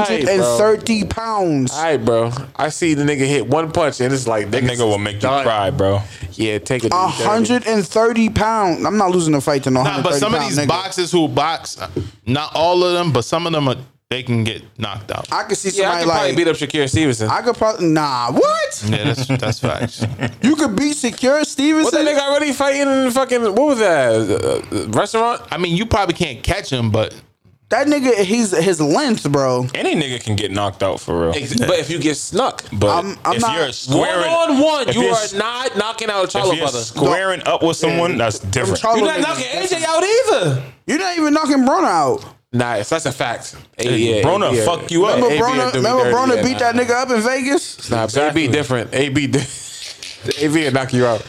[SPEAKER 1] 130 pounds.
[SPEAKER 5] All right, bro. I see the nigga hit one punch and it's like
[SPEAKER 4] that nigga will make you
[SPEAKER 5] done.
[SPEAKER 4] cry, bro.
[SPEAKER 5] Yeah, take a
[SPEAKER 1] A hundred and thirty pound. I'm not losing a fight to no
[SPEAKER 6] Nah,
[SPEAKER 1] hundred
[SPEAKER 6] but
[SPEAKER 1] thirty
[SPEAKER 6] some of
[SPEAKER 1] pound
[SPEAKER 6] these
[SPEAKER 1] nigga.
[SPEAKER 6] boxers who box, uh, not all of them, but some of them are they can get knocked out.
[SPEAKER 1] I could see
[SPEAKER 5] Yeah, I
[SPEAKER 1] somebody
[SPEAKER 5] could probably
[SPEAKER 1] like
[SPEAKER 5] beat up Shakir Stevenson.
[SPEAKER 1] I could probably nah. What
[SPEAKER 6] Yeah, that's that's facts.
[SPEAKER 1] you could beat Secure
[SPEAKER 5] what that
[SPEAKER 1] Stevenson?
[SPEAKER 5] nigga already fighting in fucking what was that uh, uh, restaurant?
[SPEAKER 6] I mean, you probably can't catch him, but
[SPEAKER 1] That nigga, he's his length, bro.
[SPEAKER 4] Any nigga can get knocked out for real.
[SPEAKER 5] But if you get snuck,
[SPEAKER 4] But
[SPEAKER 1] I'm- I'm
[SPEAKER 4] if
[SPEAKER 1] not-
[SPEAKER 4] you're
[SPEAKER 5] one
[SPEAKER 4] squaring
[SPEAKER 5] on one,
[SPEAKER 4] if
[SPEAKER 5] you
[SPEAKER 4] you're
[SPEAKER 5] are
[SPEAKER 4] s-
[SPEAKER 5] not knocking out a
[SPEAKER 4] if
[SPEAKER 5] Charlo
[SPEAKER 4] you're
[SPEAKER 5] brother.
[SPEAKER 4] squaring up with someone, that's different.
[SPEAKER 1] Charlo
[SPEAKER 5] You're not
[SPEAKER 1] niggas,
[SPEAKER 5] knocking
[SPEAKER 1] that's-
[SPEAKER 5] AJ out either.
[SPEAKER 1] You're not even knocking Broner out.
[SPEAKER 5] Nah, if that's a fact. Hey,
[SPEAKER 4] Hey,
[SPEAKER 5] yeah,
[SPEAKER 4] Broner
[SPEAKER 5] yeah.
[SPEAKER 4] fuck you up.
[SPEAKER 1] Remember
[SPEAKER 5] AB will
[SPEAKER 1] Broner?
[SPEAKER 5] do me
[SPEAKER 1] Remember
[SPEAKER 5] dirty,
[SPEAKER 1] Broner
[SPEAKER 5] yeah,
[SPEAKER 1] beat
[SPEAKER 5] nah.
[SPEAKER 1] that nigga up in Vegas?
[SPEAKER 5] Nah,
[SPEAKER 4] Exactly.
[SPEAKER 5] AB different. AB, di- AB will knock you out.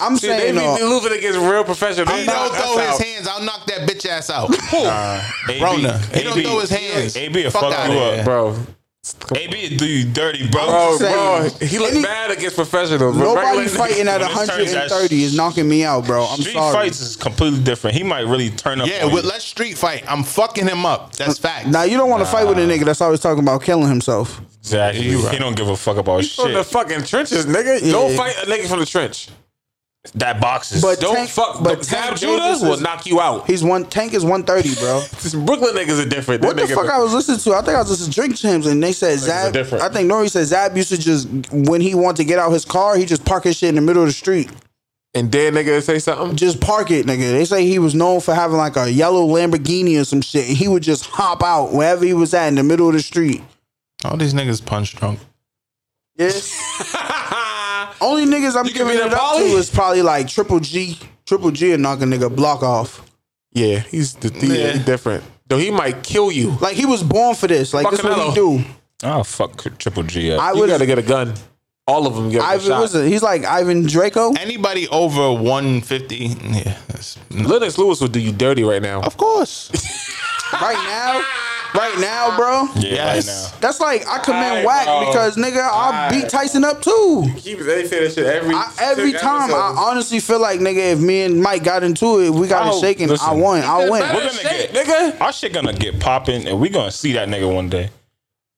[SPEAKER 1] I'm
[SPEAKER 5] See, they
[SPEAKER 1] saying uh,
[SPEAKER 5] be
[SPEAKER 1] though.
[SPEAKER 5] losing against real professionals.
[SPEAKER 6] he don't throw his hands. I'll knock that bitch ass out.
[SPEAKER 4] AB,
[SPEAKER 6] Broner. He don't
[SPEAKER 4] AB
[SPEAKER 6] throw his hands.
[SPEAKER 4] AB will
[SPEAKER 6] Fuck
[SPEAKER 4] fuck,
[SPEAKER 6] outta
[SPEAKER 4] you
[SPEAKER 6] here.
[SPEAKER 4] up.
[SPEAKER 5] bro.
[SPEAKER 4] AB will do you dirty, bro.
[SPEAKER 5] Bro,
[SPEAKER 1] saying.
[SPEAKER 5] bro, he looked
[SPEAKER 1] Any-
[SPEAKER 5] bad against professionals. bro.
[SPEAKER 1] Nobody
[SPEAKER 5] Regular niggas-
[SPEAKER 1] fighting at
[SPEAKER 4] When it turns out
[SPEAKER 1] 130 is knocking me out, bro. I'm
[SPEAKER 4] Street
[SPEAKER 1] sorry.
[SPEAKER 4] fights is completely different. He might really turn up.
[SPEAKER 6] Yeah,
[SPEAKER 4] on
[SPEAKER 6] with
[SPEAKER 4] you.
[SPEAKER 6] let's street fight. I'm fucking him up. That's facts.
[SPEAKER 1] Now you don't want to fight with a nigga that's always talking about killing himself.
[SPEAKER 4] exactly.
[SPEAKER 6] You right.
[SPEAKER 4] He don't give a fuck about
[SPEAKER 5] from the
[SPEAKER 4] shit.
[SPEAKER 5] fucking trenches, nigga. Don't
[SPEAKER 1] Yeah.
[SPEAKER 5] fight a nigga from the trench.
[SPEAKER 4] That box is
[SPEAKER 1] But
[SPEAKER 5] Don't
[SPEAKER 1] Tank-
[SPEAKER 5] fuck.
[SPEAKER 1] but
[SPEAKER 5] But Tab
[SPEAKER 1] Tank
[SPEAKER 5] Judas
[SPEAKER 1] Davis
[SPEAKER 5] will
[SPEAKER 1] is-
[SPEAKER 5] knock you out.
[SPEAKER 1] He's one tank is 130, bro.
[SPEAKER 5] These Brooklyn niggas are different.
[SPEAKER 1] What the
[SPEAKER 5] That nigga-
[SPEAKER 1] fuck I was listening to? I think I was listening to Drink Champs, and they said Zab.
[SPEAKER 4] different.
[SPEAKER 1] I think Nori said Zab used to just when he wanted to get out his car, he just park his shit in the middle of the street.
[SPEAKER 5] And dead nigga that say something.
[SPEAKER 1] Just park it, nigga. They say he was known for having like a yellow Lamborghini or some shit, and he would just hop out wherever he was at in the middle of the street.
[SPEAKER 6] All these niggas punch drunk.
[SPEAKER 1] Yeah. Only niggas I'm
[SPEAKER 5] You can
[SPEAKER 1] giving
[SPEAKER 5] be the
[SPEAKER 1] it up to
[SPEAKER 5] Polly?
[SPEAKER 1] is probably like Triple G. Triple G and knock a nigga block off.
[SPEAKER 5] Yeah, he's the yeah. he different. Though he might kill you.
[SPEAKER 1] Like he was born for this. Like this is what he do.
[SPEAKER 4] oh fuck Triple G up.
[SPEAKER 1] I
[SPEAKER 5] You
[SPEAKER 1] would.
[SPEAKER 5] gotta get a gun. All of them get a
[SPEAKER 1] Ivan
[SPEAKER 5] shot.
[SPEAKER 1] was it? He's like Ivan Draco.
[SPEAKER 6] Anybody over 150? Yeah, that's,
[SPEAKER 5] Lennox Lewis would do you dirty right now.
[SPEAKER 6] of course.
[SPEAKER 1] right now, right now, bro.
[SPEAKER 4] yeah,
[SPEAKER 6] yes.
[SPEAKER 4] right now.
[SPEAKER 1] That's like I commend
[SPEAKER 5] Aight,
[SPEAKER 1] whack
[SPEAKER 5] bro.
[SPEAKER 1] because nigga, I'll
[SPEAKER 5] Aight.
[SPEAKER 1] beat Tyson up too.
[SPEAKER 5] Keep they say that shit every
[SPEAKER 1] I, every time, I honestly feel like nigga, if me and Mike got into it, we got
[SPEAKER 4] Oh,
[SPEAKER 1] it shaken. I
[SPEAKER 4] listen.
[SPEAKER 1] won. I
[SPEAKER 5] It
[SPEAKER 1] win.
[SPEAKER 5] matter.
[SPEAKER 4] We're gonna
[SPEAKER 5] Shit,
[SPEAKER 4] get
[SPEAKER 5] nigga.
[SPEAKER 4] Our shit gonna get popping, and we gonna see that nigga one day.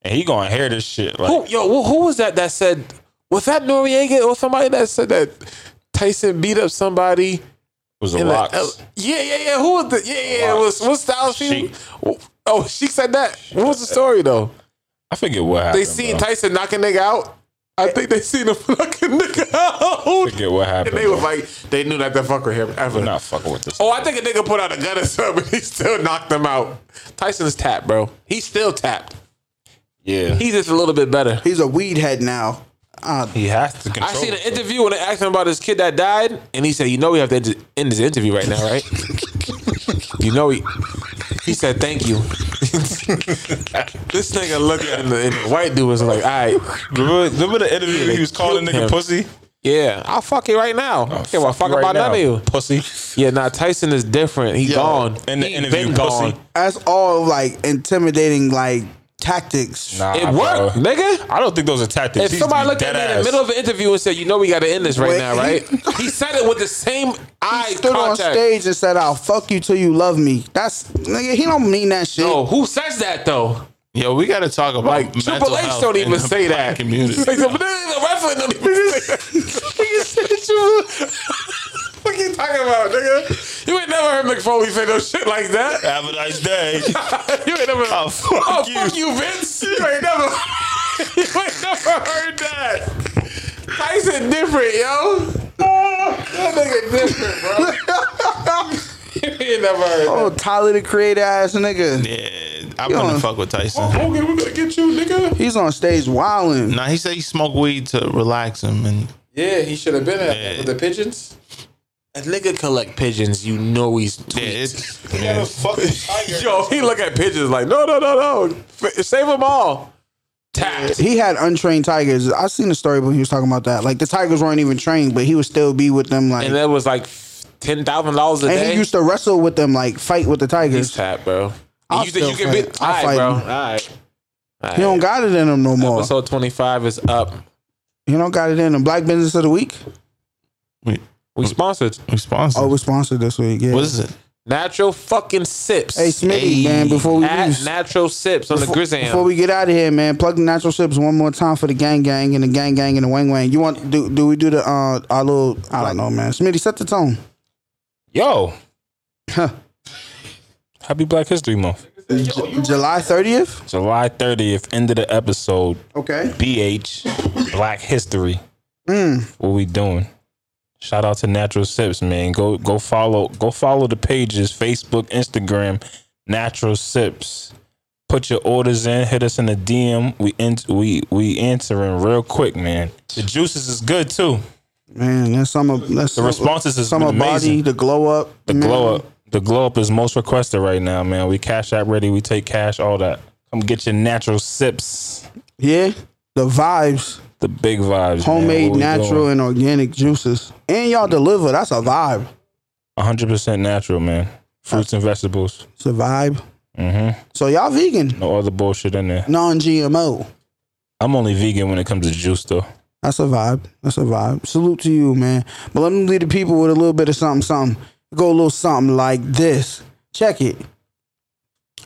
[SPEAKER 4] and he gonna hear this shit. Like,
[SPEAKER 5] Who, yo, who, who was that that said, was that Noriega or somebody that said that Tyson beat up somebody?
[SPEAKER 4] was a
[SPEAKER 5] in the
[SPEAKER 4] rock.
[SPEAKER 5] L- yeah, yeah, yeah. Who was the, yeah, yeah, it was, what Styles Sheik.
[SPEAKER 4] Sheik.
[SPEAKER 5] Oh, she said that. What was the story though?
[SPEAKER 4] I forget what happened.
[SPEAKER 5] They seen
[SPEAKER 4] bro.
[SPEAKER 5] Tyson knock a nigga out. I think they seen him knock a nigga
[SPEAKER 4] I
[SPEAKER 5] out.
[SPEAKER 4] forget what happened.
[SPEAKER 5] And they were
[SPEAKER 4] bro.
[SPEAKER 5] like, they knew not to fuck with him ever.
[SPEAKER 4] I'm not fucking with this.
[SPEAKER 5] Oh, I think a nigga put out a gun or something. He still knocked him out. Tyson's tapped, bro. He's still tapped.
[SPEAKER 4] yeah.
[SPEAKER 5] He's just a little bit better.
[SPEAKER 1] He's a weed head now. Uh,
[SPEAKER 4] He has to control.
[SPEAKER 5] I seen an
[SPEAKER 4] himself.
[SPEAKER 5] interview when they asked him about his kid that died, and he said, "You know, we have to end- end this interview right now, right?" you know, he he said, "Thank you." this nigga looked at the, and the white dude was like, "All right,
[SPEAKER 4] Remember, remember the interview
[SPEAKER 5] they
[SPEAKER 4] he was calling
[SPEAKER 5] killed
[SPEAKER 4] nigga
[SPEAKER 5] him.
[SPEAKER 4] pussy?
[SPEAKER 5] yeah, I'll fuck you right now. I don't give a
[SPEAKER 4] fuck
[SPEAKER 5] fuck
[SPEAKER 4] you right
[SPEAKER 5] about none
[SPEAKER 4] now,
[SPEAKER 5] of you."
[SPEAKER 4] Pussy.
[SPEAKER 5] Yeah, nah, Tyson is different. He gone.
[SPEAKER 4] in the
[SPEAKER 5] He
[SPEAKER 4] interview,
[SPEAKER 5] been
[SPEAKER 4] pussy.
[SPEAKER 5] gone.
[SPEAKER 1] that's all like intimidating like tactics.
[SPEAKER 4] Nah,
[SPEAKER 5] It
[SPEAKER 4] Ah, bro.
[SPEAKER 5] worked, nigga.
[SPEAKER 4] I don't think those are tactics.
[SPEAKER 5] If
[SPEAKER 4] He used to
[SPEAKER 5] somebody
[SPEAKER 4] be
[SPEAKER 5] looked at
[SPEAKER 4] dead
[SPEAKER 5] me in the
[SPEAKER 4] ass.
[SPEAKER 5] middle of an interview and said, "You know, we got to end this right
[SPEAKER 1] Wait,
[SPEAKER 5] now,"
[SPEAKER 1] he-
[SPEAKER 5] right? He said it with the same eye
[SPEAKER 1] Stood on
[SPEAKER 5] contact.
[SPEAKER 1] stage and said, "I'll fuck you till you love me." That's nigga. He don't mean that shit.
[SPEAKER 5] Oh, who says that though?
[SPEAKER 6] Yo, we gotta talk about
[SPEAKER 5] Like Triple H don't even say that.
[SPEAKER 6] Community.
[SPEAKER 5] Like the, the wrestling don't even say that. Nigga said you- what you talking about, nigga? You ain't never heard McFoley say no shit like that.
[SPEAKER 4] Have a nice day.
[SPEAKER 5] you ain't never.
[SPEAKER 4] Oh, fuck
[SPEAKER 5] oh,
[SPEAKER 4] you.
[SPEAKER 5] fuck you, Vince. You ain't never. you ain't never heard that. Tyson different, yo. That nigga different, bro. you ain't never heard.
[SPEAKER 1] Oh, Tyler the Creator ass nigga.
[SPEAKER 6] Yeah, I
[SPEAKER 1] Yo.
[SPEAKER 6] wouldn't fuck with Tyson.
[SPEAKER 5] that. Hogan, we're gonna get you, nigga.
[SPEAKER 1] He's on stage wilding.
[SPEAKER 6] Nah, he said he smoked weed to relax him, and
[SPEAKER 5] Yeah, he should have been at
[SPEAKER 6] Yeah.
[SPEAKER 5] with the pigeons. That nigga collect pigeons. You know he's
[SPEAKER 6] yeah, it's, yeah.
[SPEAKER 5] Yo, he look at pigeons like, no, no, no, no. F- Save them all. Tapped.
[SPEAKER 1] He had untrained tigers. I seen the story when he was talking about that. Like the tigers weren't even trained, but he would still be with them. Like
[SPEAKER 5] And
[SPEAKER 1] and,
[SPEAKER 5] that was like $10,000 a day.
[SPEAKER 1] he used to wrestle with them, like fight with the
[SPEAKER 5] He's
[SPEAKER 1] tigers.
[SPEAKER 5] tapped, bro.
[SPEAKER 1] I'll
[SPEAKER 5] you think you
[SPEAKER 1] still
[SPEAKER 5] can be.
[SPEAKER 1] fight.
[SPEAKER 5] All
[SPEAKER 1] I'll
[SPEAKER 5] right,
[SPEAKER 1] fight
[SPEAKER 5] bro. All
[SPEAKER 1] him.
[SPEAKER 5] right.
[SPEAKER 1] He don't got it in him no more.
[SPEAKER 5] Episode 25 is up.
[SPEAKER 1] He don't got it in him. Black business of the week.
[SPEAKER 6] We,
[SPEAKER 1] Mm.
[SPEAKER 5] We sponsored
[SPEAKER 6] we sponsored.
[SPEAKER 1] Oh, we're sponsored this week. Yeah.
[SPEAKER 6] what is it?
[SPEAKER 5] Natural fucking Sips.
[SPEAKER 1] Hey Smitty,
[SPEAKER 6] Hey.
[SPEAKER 1] man. Before we
[SPEAKER 5] at
[SPEAKER 1] leave,
[SPEAKER 5] Natural Sips on the
[SPEAKER 1] before,
[SPEAKER 5] Grizzam.
[SPEAKER 1] before we get out of here, man, plug the natural ships one more time for the gang gang and the gang gang and the wang wang. You want do do we do the uh our little I don't know, man. Smitty, set the tone.
[SPEAKER 4] Yo,
[SPEAKER 1] Huh.
[SPEAKER 4] happy Black History Month.
[SPEAKER 1] J- July thirtieth.
[SPEAKER 4] July 30th, end of the episode.
[SPEAKER 1] Okay.
[SPEAKER 4] BH, Black History.
[SPEAKER 1] Hmm.
[SPEAKER 4] What we doing? Shout out to Natural Sips, man. Go go follow go follow the pages Facebook, Instagram, Natural Sips. Put your orders in. Hit us in the DM. We in, we we answering real quick, man. The juices is good too.
[SPEAKER 1] Man, that's some of that's
[SPEAKER 4] The responses has
[SPEAKER 1] some
[SPEAKER 4] been
[SPEAKER 1] of body,
[SPEAKER 4] amazing.
[SPEAKER 1] the glow up.
[SPEAKER 4] The glow up, the glow up is most requested right now, man. We cash app ready. We take cash, all that. Come get your natural sips.
[SPEAKER 1] Yeah. The vibes.
[SPEAKER 4] The big vibes, man.
[SPEAKER 1] Homemade,
[SPEAKER 4] What we
[SPEAKER 1] natural,
[SPEAKER 4] doing?
[SPEAKER 1] and organic juices. And y'all deliver. That's a vibe.
[SPEAKER 4] 100% natural, man. Fruits and vegetables.
[SPEAKER 1] It's a vibe.
[SPEAKER 4] Mhm.
[SPEAKER 1] So y'all vegan.
[SPEAKER 4] No other bullshit in there.
[SPEAKER 1] Non GMO.
[SPEAKER 4] I'm only vegan when it comes to juice, though.
[SPEAKER 1] That's a vibe. That's a vibe. Salute to you, man. But let me leave the people with a little bit of something, something. Go a little something like this. Check it.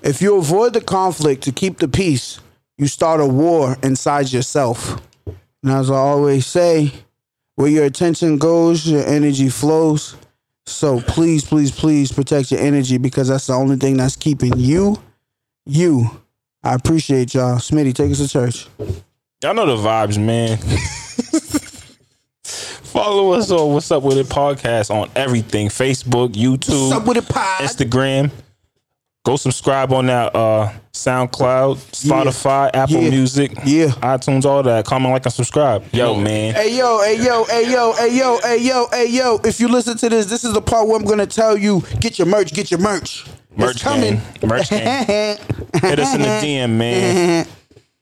[SPEAKER 1] If you avoid the conflict to keep the peace, you start a war inside yourself. And as I always say, where your attention goes, your energy flows. So please, please, please protect your energy because that's the only thing that's keeping you, you. I appreciate y'all. Smitty, take us to church.
[SPEAKER 4] Y'all know the vibes, man. Follow us on What's Up With It podcast on everything Facebook, YouTube,
[SPEAKER 1] What's up with it, pod?
[SPEAKER 4] Instagram. Go subscribe on that uh, SoundCloud, Spotify, Apple
[SPEAKER 1] Yeah.
[SPEAKER 4] Music,
[SPEAKER 1] Yeah.
[SPEAKER 4] iTunes, all that. Comment, like, and subscribe. Yo, man.
[SPEAKER 1] Hey yo, hey yo, hey yo, hey yo, hey yo, hey yo. If you listen to this, this is the part where I'm gonna tell you: get your merch, get your merch.
[SPEAKER 4] Merch
[SPEAKER 1] it's coming.
[SPEAKER 4] game. Merch game. Hit us in the DM, man.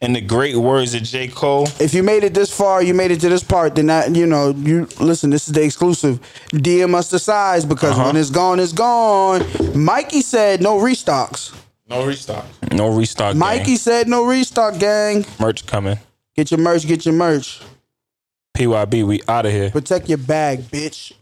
[SPEAKER 4] And the great words of J. Cole.
[SPEAKER 1] if you made it this far, you made it to this part. Then that you know, you listen. This is the exclusive. DM us the size because
[SPEAKER 4] Uh-huh.
[SPEAKER 1] when it's gone, it's gone. Mikey said no restocks.
[SPEAKER 6] No restock.
[SPEAKER 4] No restock.
[SPEAKER 1] Mikey
[SPEAKER 4] Mikey's
[SPEAKER 1] said no restock, gang.
[SPEAKER 4] merch coming.
[SPEAKER 1] Get your merch, get your merch.
[SPEAKER 4] PYB, we out of here.
[SPEAKER 1] Protect your bag, bitch.